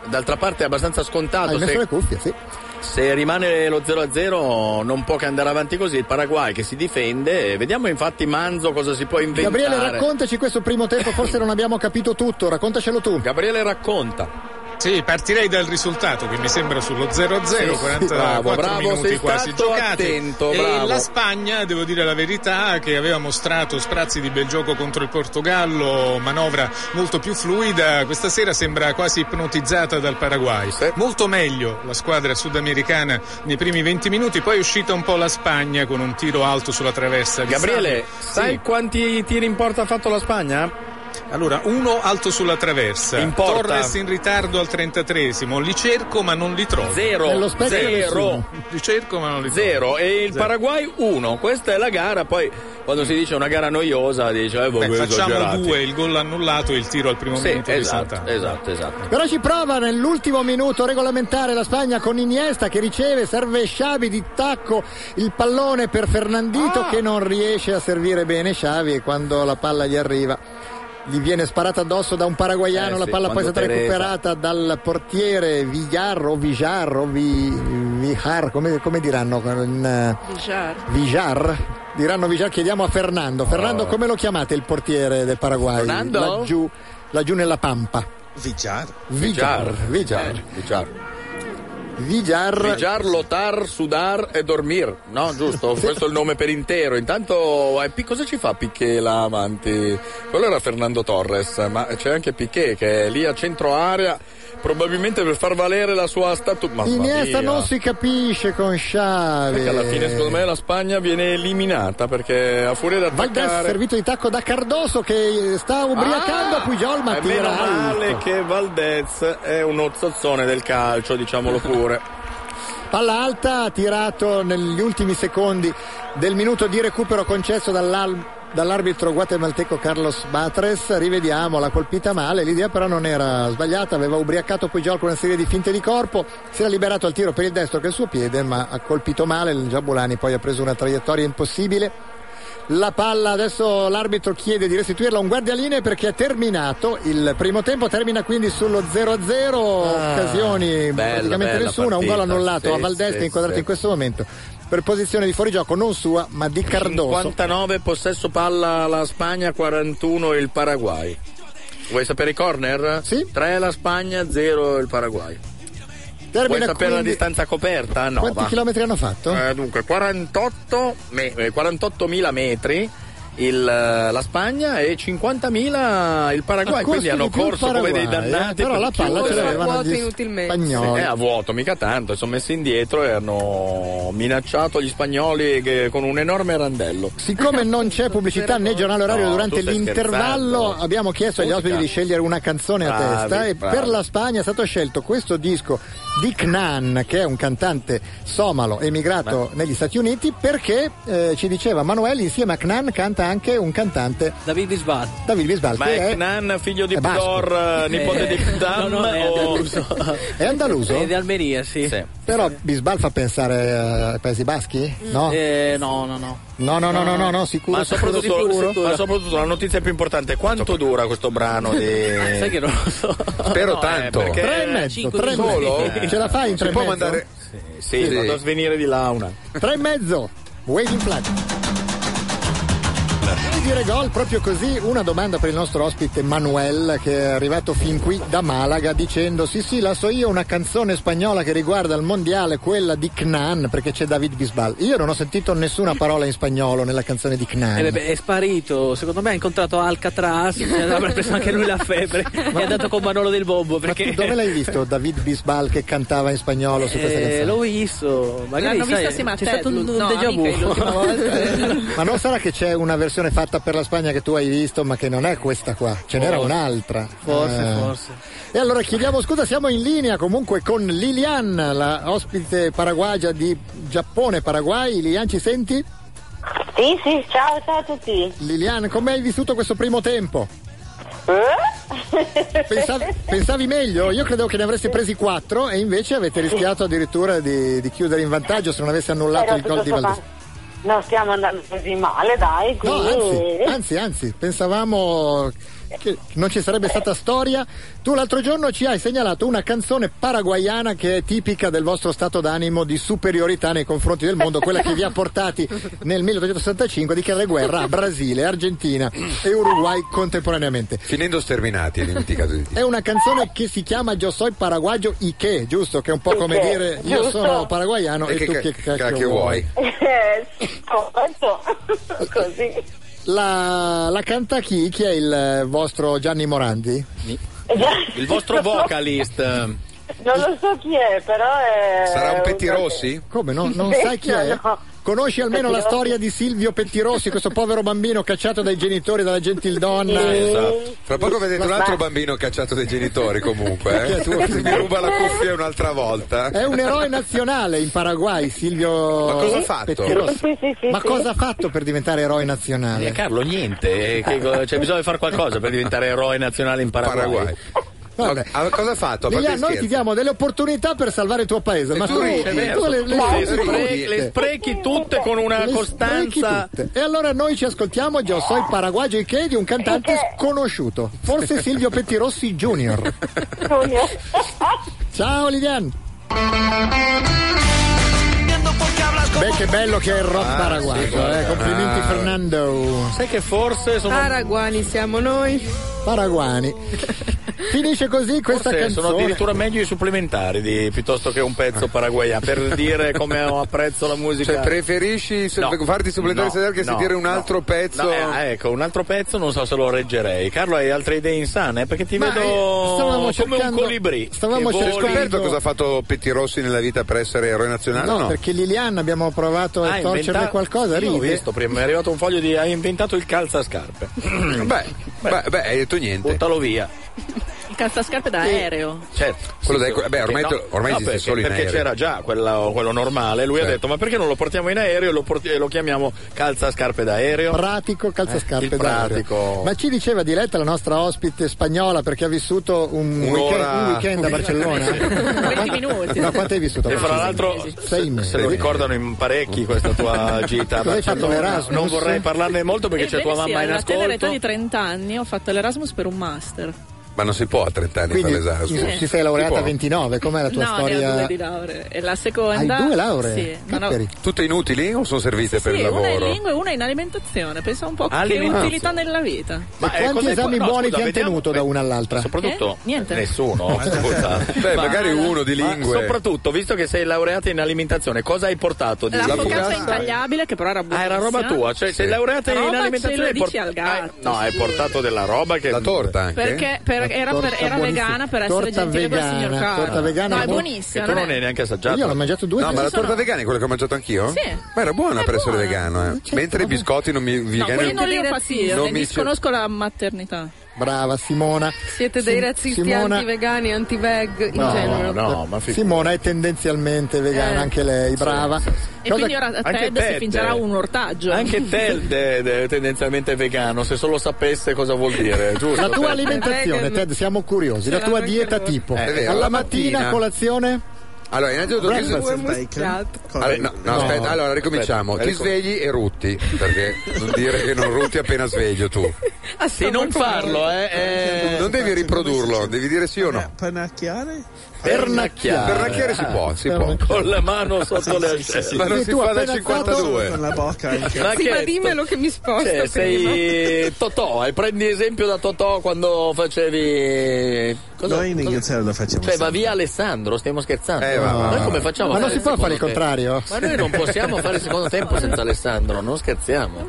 d'altra parte è abbastanza
Hai
scontato.
messo le
Se,
cuffie, sì.
se rimane lo 0-0 non può che andare avanti così, il Paraguay che si difende, eh, vediamo infatti Manzo cosa si può inventare.
Gabriele, raccontaci questo primo tempo, forse non abbiamo capito tutto, raccontacelo tu.
Gabriele racconta.
Sì, partirei dal risultato che mi sembra sullo 0-0,
Sì, sì,
44
bravo, bravo, sei
minuti quasi
stato
giocati.
attento,
e
bravo.
la Spagna, devo dire la verità, che aveva mostrato sprazzi di bel gioco contro il Portogallo, manovra molto più fluida, questa sera sembra quasi ipnotizzata dal Paraguay. Molto meglio la squadra sudamericana nei primi 20 minuti, poi è uscita un po' la Spagna con un tiro alto sulla traversa. di
Gabriele,
Sami.
sai
Sì.
quanti tiri in porta ha fatto la Spagna?
Allora, uno alto sulla traversa,
In porta.
Torres in ritardo al 33esimo, li cerco ma non li trovo.
Nello
Zero,
specchio
zero.
nessuno.
Li cerco ma non li trovo.
Zero e il
Zero.
Paraguay 1. Questa è la gara, poi quando si dice una gara noiosa dice eh, voi
Beh, facciamo
esagerati.
due, il gol annullato e il tiro al primo
Sì,
minuto di
esatto,
Sant'Anna.
esatto, esatto.
Però ci prova nell'ultimo minuto regolamentare la Spagna con Iniesta che riceve, serve Xavi di tacco il pallone per Fernandito
Ah!
che non riesce a servire bene Xavi e quando la palla gli arriva gli viene sparata addosso da un paraguayano,
Eh
la
sì,
palla poi è
quando
stata
Teresa.
recuperata dal portiere Villarro, Vijarro, Vi, Vijar, come, come diranno? In, eh,
Bijar.
Vijar? Diranno Vijar, chiediamo a Fernando. Fernando, come lo chiamate il portiere del Paraguay?
Oh. Fernando?
Laggiù, laggiù nella Pampa.
Vigiar.
Vijar. Vijar.
Eh, Vigar. Eh.
Vijar.
Vigar, lotar, sudar e dormir. No, giusto? Questo è il nome per intero. Intanto, eh, Pi- cosa ci fa Piquet là avanti? Quello era Fernando Torres, ma c'è anche Piquet che è lì a centro area, probabilmente per far valere la sua statua.
Iniesta non si capisce con Xavi.
Perché alla fine, secondo me, la Spagna viene eliminata perché a furia di
Valdes
attaccare.
servito di tacco da Cardoso che sta ubriacando
Ah!
Pujol ma
È
tira
meno
alto.
male che Valdez è uno zozzone del calcio, diciamolo pure.
Palla alta tirato negli ultimi secondi del minuto di recupero concesso dall'al- dall'arbitro guatemalteco Carlos Batres. Rivediamo, l'ha colpita male, l'idea però non era sbagliata, aveva ubriacato Pujol con una serie di finte di corpo, si era liberato al tiro per il destro che è il suo piede ma ha colpito male, il Giabulani poi ha preso una traiettoria impossibile. La palla adesso l'arbitro chiede di restituirla a un guardialine perché è terminato il primo tempo, termina quindi sullo 0-0, occasioni
bella,
praticamente
bella
nessuna, un
partita.
gol annullato
Sì,
a Valdeste
sì,
inquadrato
sì.
in questo momento per posizione di fuorigioco non sua ma di Cardoso.
59 possesso palla la Spagna, 41 il Paraguay. Vuoi sapere i corner?
Sì.
3 la Spagna, 0 il Paraguay. Vuoi
Termina
sapere la
quindi-
distanza coperta? No.
Quanti
va.
chilometri hanno fatto?
Eh, dunque, 48 me- eh, 48.000 metri il, eh, la Spagna e 50.000 il
Ha
Paraguay.
corso
Quindi hanno
di più il
corso come dei
Paraguay, eh,
dannati.
Però la
perché-
palla ce
chiuso a
l'avevano
vuoto
gli
inutilmente.
spagnoli.
È Eh, a vuoto, mica tanto, si sono messi indietro e hanno minacciato gli spagnoli che- con un enorme randello.
Siccome non c'è pubblicità né giornale orario
No,
durante
tu stai
l'intervallo,
scherzando.
abbiamo chiesto agli
Musica.
ospiti di scegliere una canzone a
Bravi,
testa e
bravi.
per la Spagna è stato scelto questo disco di Knan, che è un cantante somalo emigrato negli Stati Uniti, perché eh, ci diceva Manuel insieme a Knan canta canta anche un cantante.
David Bisbal.
David Bisbal.
Ma
che
è
è,
Knan, figlio di
è basco.
Pudor,
Eh,
nipote di Ptam?
no, eh, no, è
o-
è andaluso?
È Eh, di Almeria, sì.
Però Bisbal fa pensare eh, ai Paesi Baschi? No?
Eh, no, no, no.
No, no, no, no, no, no, sicuro.
Mm. Ma soprattutto,
sicuro.
ma soprattutto la notizia più importante, quanto dura questo brano? Di...
Sai che non lo so.
Spero
No, eh,
tanto.
perché-
Tre e mezzo,
cinque
tre e
minuti.
mezzo.
Solo?
Ce la fai in
Si
tre e
può
mezzo?
mandare-
Sì,
Sì.
vado a svenire di là una.
Tre e mezzo. Waiting flag. E Dire gol proprio così, una domanda per il nostro ospite Manuel che è arrivato fin qui da Malaga dicendo sì sì la so io una canzone spagnola che riguarda il mondiale, quella di Knan perché c'è David Bisbal. Io non ho sentito nessuna parola in spagnolo nella canzone di Knan.
Eh, beh, beh, è sparito, secondo me ha incontrato Alcatraz, e avrà preso anche lui la febbre e è andato con Manolo del Bombo
Ma tu
perché
dove l'hai visto David Bisbal che cantava in spagnolo su questa
eh,
canzone?
l'ho visto, magari
L'hanno
sai,
visto assieme a
c'è
te,
stato un,
l'u-
un
no,
déjà
mica è l'ultima
vu.
Ma non sarà che c'è una versione fatta per la Spagna che tu hai visto, ma che non è questa qua, ce n'era
Forse.
un'altra.
Forse,
Eh.
forse.
E allora chiediamo scusa, siamo in linea comunque con Lilian, la ospite paraguagia di Giappone, Paraguay. Lilian, ci senti?
Sì, sì, ciao, ciao a tutti.
Lilian, come hai vissuto questo primo tempo?
Eh?
Pensavi, pensavi meglio? Io credevo che ne avresti presi quattro e invece avete rischiato addirittura di, di chiudere in vantaggio se non avesse annullato
Era
il gol
tutto
di Valdés.
sommato- Non stiamo andando così male, dai,
No,
quindi...
anzi, anzi, anzi, pensavamo che non ci sarebbe stata storia. Tu l'altro giorno ci hai segnalato una canzone paraguayana che è tipica del vostro stato d'animo di superiorità nei confronti del mondo, quella che vi ha portati nel 1865 a dichiarare guerra a Brasile, Argentina e Uruguay contemporaneamente.
Finendo sterminati, hai dimenticato di dire.
È una canzone che si chiama Io soy paraguayo y que, giusto? Che è un po' come
Che,
dire io
giusto.
sono paraguayano e,
E
tu che, cacchio, vuoi.
Eh, sì, corretto. così.
La, la canta chi? Chi è il vostro Gianni Morandi?
Il vostro vocalist.
Non lo so chi è, però è...
Sarà un petti rossi?
Come no? Non
Sì,
sai chi è?
no.
Conosci almeno la
Pettirossi.
storia di Silvio Pettirossi, questo povero bambino cacciato dai genitori, dalla gentildonna.
Esatto. Fra poco vedete un altro
Ma-
bambino cacciato dai genitori comunque.
Perché
Eh?
è tuo Eh?
Se mi ruba la cuffia un'altra volta.
È un eroe nazionale in Paraguay, Silvio
Ma cosa ha fatto?
Pettirossi.
Sì, sì, sì,
Ma
sì.
cosa ha fatto per diventare eroe nazionale?
Eh, Carlo, niente. eh, che co- cioè, bisogna fare qualcosa per diventare eroe nazionale in Paraguay.
Paraguay.
Vabbè.
Ah, cosa ha fatto? A parte
Lilian, noi
scherzi.
ti diamo delle opportunità per salvare il tuo paese, ma
tu
tu,
ridi,
tu
è vero.
le, le-
Le,
le-
Sì,
spre-
sì.
le sprechi tutte con una
le sprechi
costanza.
tutte. E allora noi ci ascoltiamo Io soy paraguayo e che di un cantante sconosciuto, forse Silvio Pettirossi Junior. Ciao Lilian! Beh che bello che è il
Ah,
rock paraguayo, eh. complimenti Fernando
Sai che forse
Ah,
sono,
Paraguani siamo noi.
Paraguani. Finisce così questa
forse sono
canzone.
addirittura meglio i supplementari di- piuttosto che un pezzo paraguayano per dire come apprezzo la musica.
Cioè, preferisci se-
Certo. No.
farti supplementare
No,
sedere che
no,
sentire un
no.
altro pezzo?
No, eh, ecco, un altro pezzo non so se lo reggerei. Carlo, hai altre idee insane? Eh? Perché ti
Ma, eh,
vedo
stavamo
come un
cercando-
colibrì.
stavamo
che
Hai
cercando-
voli.
scoperto
Dico-
cosa ha fatto Petti Rossi nella vita per essere eroe nazionale?
No,
No, no.
perché Lilian abbiamo provato a
Ah,
torcerne
inventa-
qualcosa,
Io Ho
ride.
visto prima, mi è arrivato un foglio di hai inventato il calzascarpe.
Beh, beh, beh, hai detto niente.
Buttalo via.
Il calzascarpe da aereo.
Certo.
Quello
Sì,
dai-
sì.
beh, ormai
Perché
to- ormai esiste
perché,
solo in
perché
aereo.
c'era già quello, quello normale. Lui ha
Certo.
detto: Ma perché non lo portiamo in aereo e lo, porti- e lo chiamiamo calzascarpe d'aereo?
pratico
Eh,
calzascarpe
il
d'aria.
pratico.
ma ci diceva Diletta la nostra ospite spagnola perché ha vissuto un,
Un'ora.
weekend, un weekend a Barcellona
20 minuti.
no quanto hai vissuto? a
E fra
Barcellona?
l'altro
sei mesi
se lo ricordano in parecchi questa tua gita. a
Cosa hai fatto,
Barcellona.
l'Erasmus?
Non vorrei parlarne molto perché c'è
Ebbene
tua
sì,
mamma in
alla tenera età
ascolto.
di 30 anni ho fatto l'Erasmus per un master.
Ma non si può a 30 anni
quindi
fare l'esame. scusa.
ci sei laureata
Si
a
può?
29 com'è la tua
no, ne ho
storia?
due di lauree. E la seconda...
hai due lauree?
Sì, non ho-
Capperi.
Tutte inutili o sono servite per
sì,
il
una in
lavoro?
lingua e una in alimentazione. Pensa un po' che
Alimentazione.
utilità nella vita.
Ma
eh,
quanti
cos'è-
esami
no,
buoni
scusa,
ti hanno
vediamo-
tenuto da una all'altra?
Soprattutto
Eh? Niente.
nessuno. scusa.
Beh,
Ma-
magari uno di
ma
lingue.
soprattutto, visto che sei laureata in alimentazione, cosa hai portato di
La
La
focaccia
focaccia-
intagliabile che però era buona.
Ah, era roba tua, cioè sei laureata
Roba
in
ce lo
alimentazione e
dici
port-
al gatto,
Ah, no, hai portato della roba che
La torta anche?
Perché per-
La
era, per-
torta
era
buonissima.
vegana per essere
Torta
gentile con il
vegana,
signor Carlo.
torta vegana,
no, è
buon-
Che
buonissima.
tu
non
non
è-
hai neanche assaggiata.
io l'ho mangiato due
No, ma la
volte.
torta vegana è quella che ho mangiato anch'io?
Sì.
Ma era buona
È
per essere
buona.
vegano, eh. Mentre i biscotti non mi
No,
vegani
quelli non li ho
Dire
fatti
sì.
io,
Non
ne
mi-
disconosco la maternità.
Brava Simona.
Siete dei
Sim-
razzisti
Simona-
anti-vegani, anti-veg in genere.
Simona è tendenzialmente vegana,
Eh.
anche lei, brava.
E
Cosa-
quindi ora Ted, si fingerà un ortaggio.
Anche Ted è tendenzialmente vegano, se solo sapesse cosa vuol dire, giusto? Cioè,
La
Eh,
tua
Ted?
alimentazione, Ted, siamo curiosi. La tua dieta tipo.
Eh, è vero,
Alla
la
mattina,
mattina.
colazione?
Allora, innanzitutto ti
Breakfast
svegli-
and bacon.
Allora, no, no, aspetta, allora ricominciamo.
Aspetta,
ti
ricom-
svegli e rutti, perché non dire che non rutti appena sveglio tu.
Ah,
Se non farlo, eh, eh,
Non devi riprodurlo, devi dire sì o no.
eh, Pannacchiare?
Pernacchiare.
Pernacchiare si può, si può.
con la mano sotto le ascelle.
Ma non si fa da 52.
Con la bocca anche.
Ma
Sì,
che-
ma dimmelo che mi sposto
Cioè,
prima.
sei Totò, e prendi esempio da Totò quando facevi. cosa-
Noi in
cosa-
Inghilterra lo facciamo
Cioè, va
sempre.
via Alessandro, stiamo scherzando.
Eh, va, va,
Noi
va.
come facciamo?
Ma
a
non
fare
si può fare il
secondo
contrario?
tempo? Ma noi non possiamo fare il secondo tempo senza Alessandro, non scherziamo.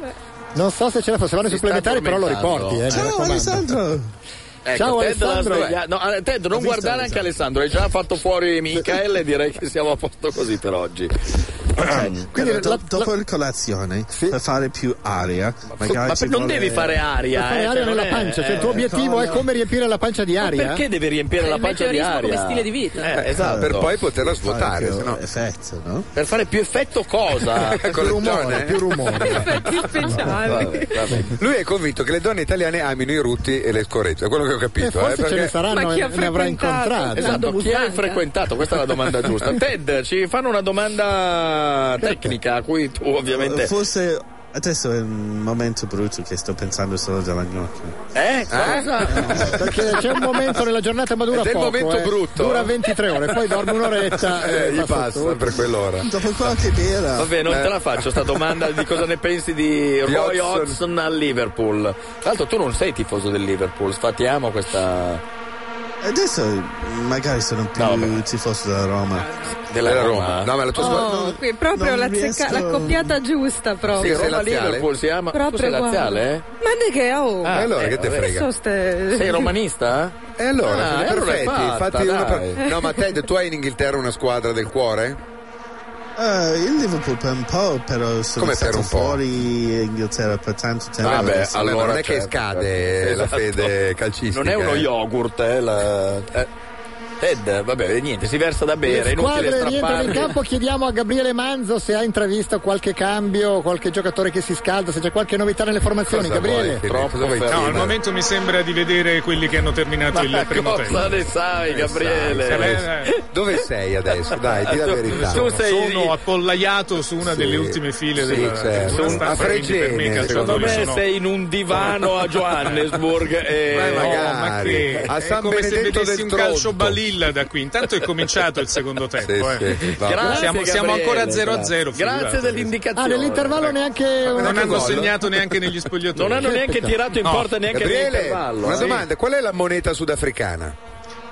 Non so se ce la fa, se vanno i
Si
supplementari,
sta
però lo
addormentando.
riporti. Eh, mi
Ciao
raccomando.
Alessandro!
Ecco,
Ciao,
Ted l'ha
Alessandro.
svegliato. No, eh, Ted, non
visto
guardare anche Alessandro, hai già fatto fuori Michael e direi che siamo a posto così per oggi. Ehm,
Quindi
Allora, do-
la-
dopo il colazione, per fare più aria, magari
Ma
ci
per- non
vuole-
devi fare aria,
Per fare
eh,
aria
cioè, non
nella
è-
pancia, cioè il tuo
eh,
obiettivo è
cosa?
come riempire la pancia di aria? Eh,
Perché devi riempire la
il
pancia di
meteorismo
aria?
come stile di vita.
Eh, esatto.
Per poi poterla
fare
svuotare,
più
se no.
effetto, no?
Per fare più effetto cosa?
Ecco,
Più
le
rumore, eh.
donne-
più rumore.
Effetti speciali.
Vabbè, vabbè.
Lui è convinto che le donne italiane amino i rutti e le scorrette, è quello che ho capito.
E forse
eh,
ce ne
perché-
saranno
Ma chi
e
ha
ne avrà
frequentato?
incontrate.
Esatto,
Lando
chi hai
Busanca.
frequentato? Questa è la domanda giusta. Ted, ci fanno una domanda
Certo.
tecnica a cui tu ovviamente...
Forse adesso è un momento brutto che sto pensando solo della gnocca.
Eh? Cosa?
Perché c'è un momento nella giornata, ma dura
Ed è il
poco,
momento
eh.
brutto.
Dura 23 ore, poi dorme un'oretta
Eh,
e
gli passa per quell'ora.
Dopo qualche birra.
Vabbè, non te la faccio sta domanda di cosa ne pensi di
Di
Roy
Hodgson.
Hodgson al Liverpool. Tra l'altro tu non sei tifoso del Liverpool, sfatiamo questa...
Adesso magari sono più
No, vabbè.
tifoso della Roma.
della
Della
Roma.
Roma. No, ma la tua squadra.
Oh, qui è proprio
Non
la,
riesco-
zecca- la coppiata giusta
Sì,
proprio.
sei laziale?
Liverpool si ama... Tu
proprio
sei
guarda.
laziale, eh?
Ma di che oh?
Ah,
E allora
eh,
che te
vabbè.
frega?
So ste-
Sei romanista?
E allora,
Ah,
sono
e allora è
perfetti.
fatta,
Infatti uno per-
dai.
No, ma Ted, tu hai in Inghilterra una squadra del cuore?
Eh, il Liverpool per un po', però sono
Come per
stato
un po'? Ah,
fuori Inghilterra per tanto tempo.
Vabbè,
Adesso-
Vabbè, ma non è
certo,
che scade
certo.
la
Esatto.
fede calcistica.
Non è uno
eh.
yogurt, eh, la- eh. Ted, vabbè, niente, si versa da bere, è
Le
inutile
squadre rientrano in
strapparli.
campo, chiediamo a Gabriele Manzo se ha intravisto qualche cambio, qualche giocatore che si scalda, se c'è qualche novità nelle formazioni.
Cosa
Gabriele,
vuoi che-
Troppo
cosa vuoi
fermo.
che-
No, al momento mi sembra di vedere quelli che hanno terminato il primo
Cosa
tempo.
ne sai, Gabriele?
Eh, beh,
Dove sei adesso? Dai, di la verità.
Tu sei-
eh, Sono appollaiato su una
Sì.
delle ultime file
Sì,
della
certo.
della
A
stampa, quindi per me i
Fregene,
Secondo
calciatori
me
sono-
sei in un divano a Johannesburg
Ma
e
No,
eh, magari.
ma che
A
è
San
come se
Benedetto
vedessi
del
un calcio
Tronto.
balilla da qui. Intanto è cominciato il secondo tempo.
Sì,
eh.
sì,
Ecco,
va.
Grazie,
Siamo- siamo
Gabriele,
ancora 0-0,
Grazie, Grazie
figurati.
ah,
dell'indicazione.
nell'intervallo neanche una
Non
Che
hanno
gol?
segnato neanche negli
Non
spogliatori.
hanno neanche
peccato.
tirato in
No.
porta neanche
Gabriele,
nell'intervallo.
una
eh.
domanda, qual è la moneta sudafricana?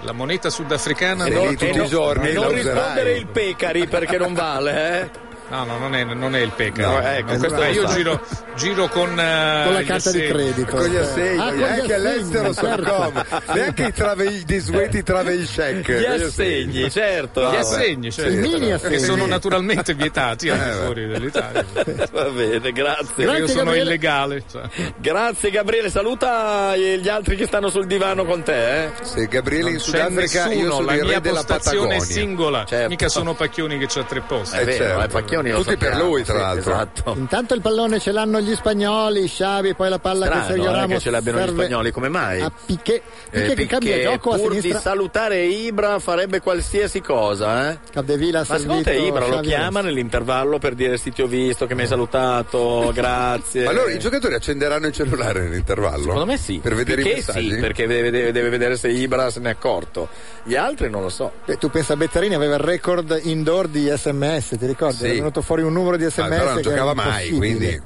La moneta sudafricana
Sì,
no,
lì
E
tutti
no-
i giorni
e
la
non
userai.
rispondere il Pecari perché non vale, eh?
No, no, non è, non è il peccato.
No, ecco,
questo lo
io
sa.
giro, giro con, eh,
con la
gli
carta di
assegni.
credito.
Con gli
Ah,
assegni, eh,
con gli
anche
assegni,
all'estero sono
certo.
come. Neanche i travel, i desueti travel check.
Gli assegni, certo.
Gli
Vabbè.
assegni, cioè,
I mini
che
assegni.
sono naturalmente vietati
Eh,
anche fuori dall'Italia.
Va bene, grazie.
Grazie,
Io sono
Gabriele.
illegale. cioè.
Grazie Gabriele, saluta eh, gli altri che stanno sul divano con te, eh.
Se Gabriele in
Non c'è
Sudafrica, io
nessuno,
sono
la
il
mia
re della
postazione
Patagonia.
è singola.
Certo.
Mica sono Pacchioni che c'ha tre posti.
Eh, certo.
eh, Pacchioni lo
Tutti
sappiamo,
per lui, tra
sì,
l'altro.
Esatto.
Intanto il pallone ce l'hanno gli spagnoli, Xavi, poi la palla che Sergio
Strano eh,
Ramos
che ce l'abbiano gli
serve
spagnoli, come mai?
A Piquet,
Eh,
Piquet che cambia
Piqué,
gioco a
pur di
sinistra.
salutare Ibra farebbe qualsiasi cosa, eh?
Capdevila ha
Ma secondo
servito
te Ibra lo
Xavi
chiama
Alonso.
nell'intervallo per dire sì ti ho visto, che mi hai salutato, grazie.
Ma allora i giocatori accenderanno il cellulare nell'intervallo?
Secondo me sì.
Per vedere i
Piqué
messaggi?
sì, perché deve, deve- deve vedere se Ibra se ne è accorto. Gli altri non lo so.
Eh, tu pensa Bettarini aveva il record indoor di sms, ti ricordi?
Sì.
Era venuto fuori un numero di
Ah,
sms
Ma Ah, però
che
non giocava
era
mai,
impossibile.
quindi...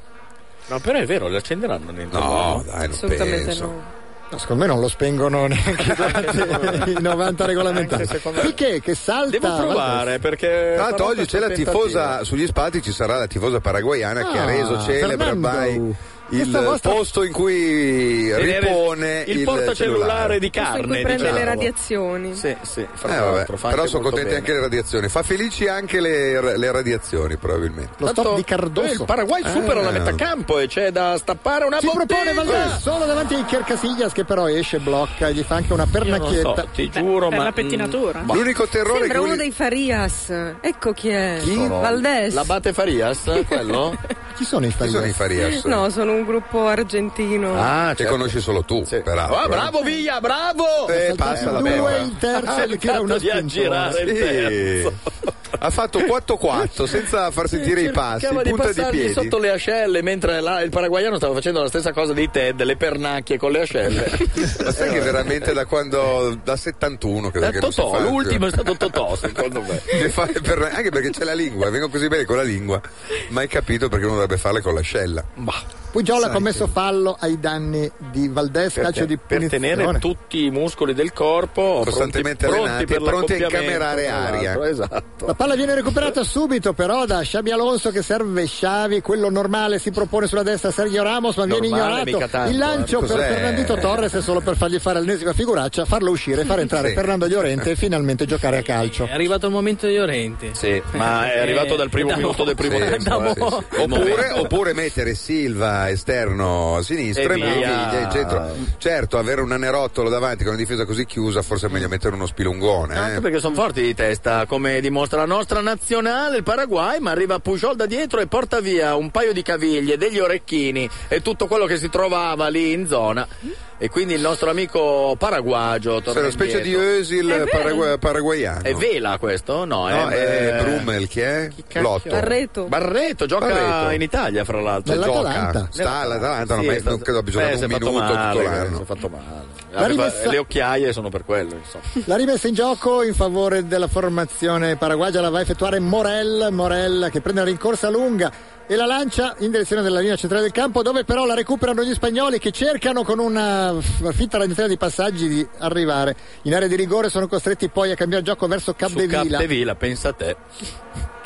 No, però è vero, li accenderanno nell'intervallo.
No, dai, non
Assolutamente
penso.
no.
No, secondo me non lo spengono neanche durante i 90 regolamentari.
Anche secondo me.
Piquet che salta.
Devo provare perché.
Tra l'altro
farò
oggi
questo
c'è la
tentativo.
tifosa, sugli spalti ci sarà la tifosa paraguayana che
Ah,
ha reso celebre
Fernando.
ormai
Questa
il
vostra-
posto in cui
Tenere
ripone
il
il,
portacellulare di
Questo in cui prende le radiazioni.
diciamo. Sì, sì.
Eh,
tra
vabbè,
l'altro, fa
però
anche
sono
molto
contenti
bene.
anche le radiazioni. Fa felici anche le, le radiazioni, probabilmente.
Lo stop di Cardoso.
Eh, il Paraguay supera la metà campo e c'è da stappare una
Si propone Valdés
bottiglia.
solo davanti a Iker Casillas che però esce, blocca e gli fa anche una
Io non
pernacchietta.
so, ti giuro,
per
ma
la pettinatura.
boh.
L'unico terrore
Sembra
che
uno
uni-
dei Farias. Ecco chi è.
Sono-
Valdés.
L'abate Farias, quello?
Chi sono i
Chi sono i
Farias?
Farias?
No, sono un gruppo argentino.
Ah,
Che conosci solo tu, peraltro.
Ah, bravo Via, bravo!
Eh, passa la
Due
bella.
il terzo
Ha
che era una
cercato Ah, di
spinta.
aggirare il terzo.
Ha fatto 4-4 senza far sentire i passi,
Cercava di
punta di
passargli
piedi.
sotto le ascelle mentre là il paraguayano stava facendo la stessa cosa di Ted, le pernacchie con le ascelle.
Ma sai che veramente da quando da 71 credo
Eh,
che non si
Totò,
fa- ecco.
l'ultimo è stato Totò, secondo me.
Le fa per- anche perché c'è la lingua, vengo così bene con la lingua. Mai capito perché uno dovrebbe farle con l'ascella.
Bah,
Pugiola ha commesso fallo ai danni di Valdés,
per,
calcio di
per
punizione.
tenere tutti i muscoli del corpo
Costantemente
pronti, pronti
allenati
per
e pronti a
l'accoppiamento,
incamerare
tra
aria.
l'altro, Esatto.
La palla viene recuperata subito però da Xabi Alonso che serve Xavi, quello normale si propone sulla destra Sergio Ramos ma viene
Normale, mica
ignorato.
tanto,
il lancio
eh.
per
Cos'è?
Fernandito Torres è solo per fargli fare l'ennesima figuraccia, farlo uscire, far entrare
Sì.
Fernando Llorente e finalmente giocare a calcio.
È arrivato il momento di Orente.
Sì, ma è arrivato dal primo
Da
minuto
mo-
del primo
Sì,
tempo.
da
eh.
mo-
Sì, sì.
Oppure, oppure mettere Silva esterno a sinistra
E
e, poi
Eh, via.
Viglia in centro. Certo, avere un anerottolo davanti con una difesa così chiusa, forse è meglio mettere uno spilungone.
Anche
eh.
perché sono forti di testa, come dimostra la nostra nazionale, il Paraguay, ma arriva Pujol da dietro e porta via un paio di caviglie, degli orecchini e tutto quello che si trovava lì in zona. E quindi il nostro amico paraguagio
Cioè,
torna
una specie di
indietro.
Özil paragua- paraguayano.
È Vela questo? No,
No,
eh,
è Brummel, chi è?
cacchio?
Lotto.
Barreto.
Barreto gioca
Barreto.
in Italia, fra l'altro.
Nella-
Gioca,
Nell'Atalanta.
sta all'Atalanta, non,
Sì, è
penso-
stato-
non credo abbia
eh,
giocato
si
un
è fatto
minuto tutto
male,
l'anno.
Si è fatto male.
La rimessa-
Le occhiaie sono per quello, insomma.
La rimessa in gioco in favore della formazione paraguagia la va a effettuare Morel, Morel che prende una rincorsa lunga e la lancia in direzione della linea centrale del campo dove però la recuperano gli spagnoli che cercano con una f- fitta ragnatela di passaggi di arrivare in area di rigore sono costretti poi a cambiare gioco verso
Su
Capdevila
Capdevila, pensa a te.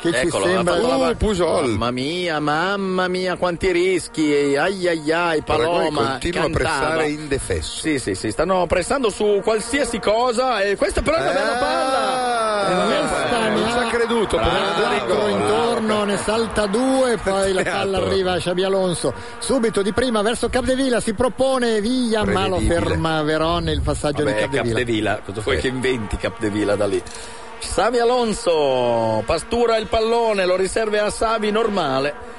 che ci
Eccolo,
sembra
ha fatto la-
Uh,
Pujol.
Mamma mia, mamma mia, quanti rischi. Ai ai ai,
Paraguay
Paloma.
continua a
cantava.
pressare indefesso.
Sì, sì, sì, stanno pressando su qualsiasi cosa e questa però è una bella palla.
Ah,
non
eh, non ci ha creduto. per andare in
Quattro
gol.
intorno, ne salta due, poi la palla
Teatro.
arriva a Xabi Alonso. Subito di prima verso Capdevila si propone via, ma lo
Prevedibile.
ferma Veron il passaggio
Vabbè,
di Capdevila.
Capdevila, cosa vuoi che inventi Capdevila da lì? Savi Alonso pastura il pallone, lo riserve a Savi normale.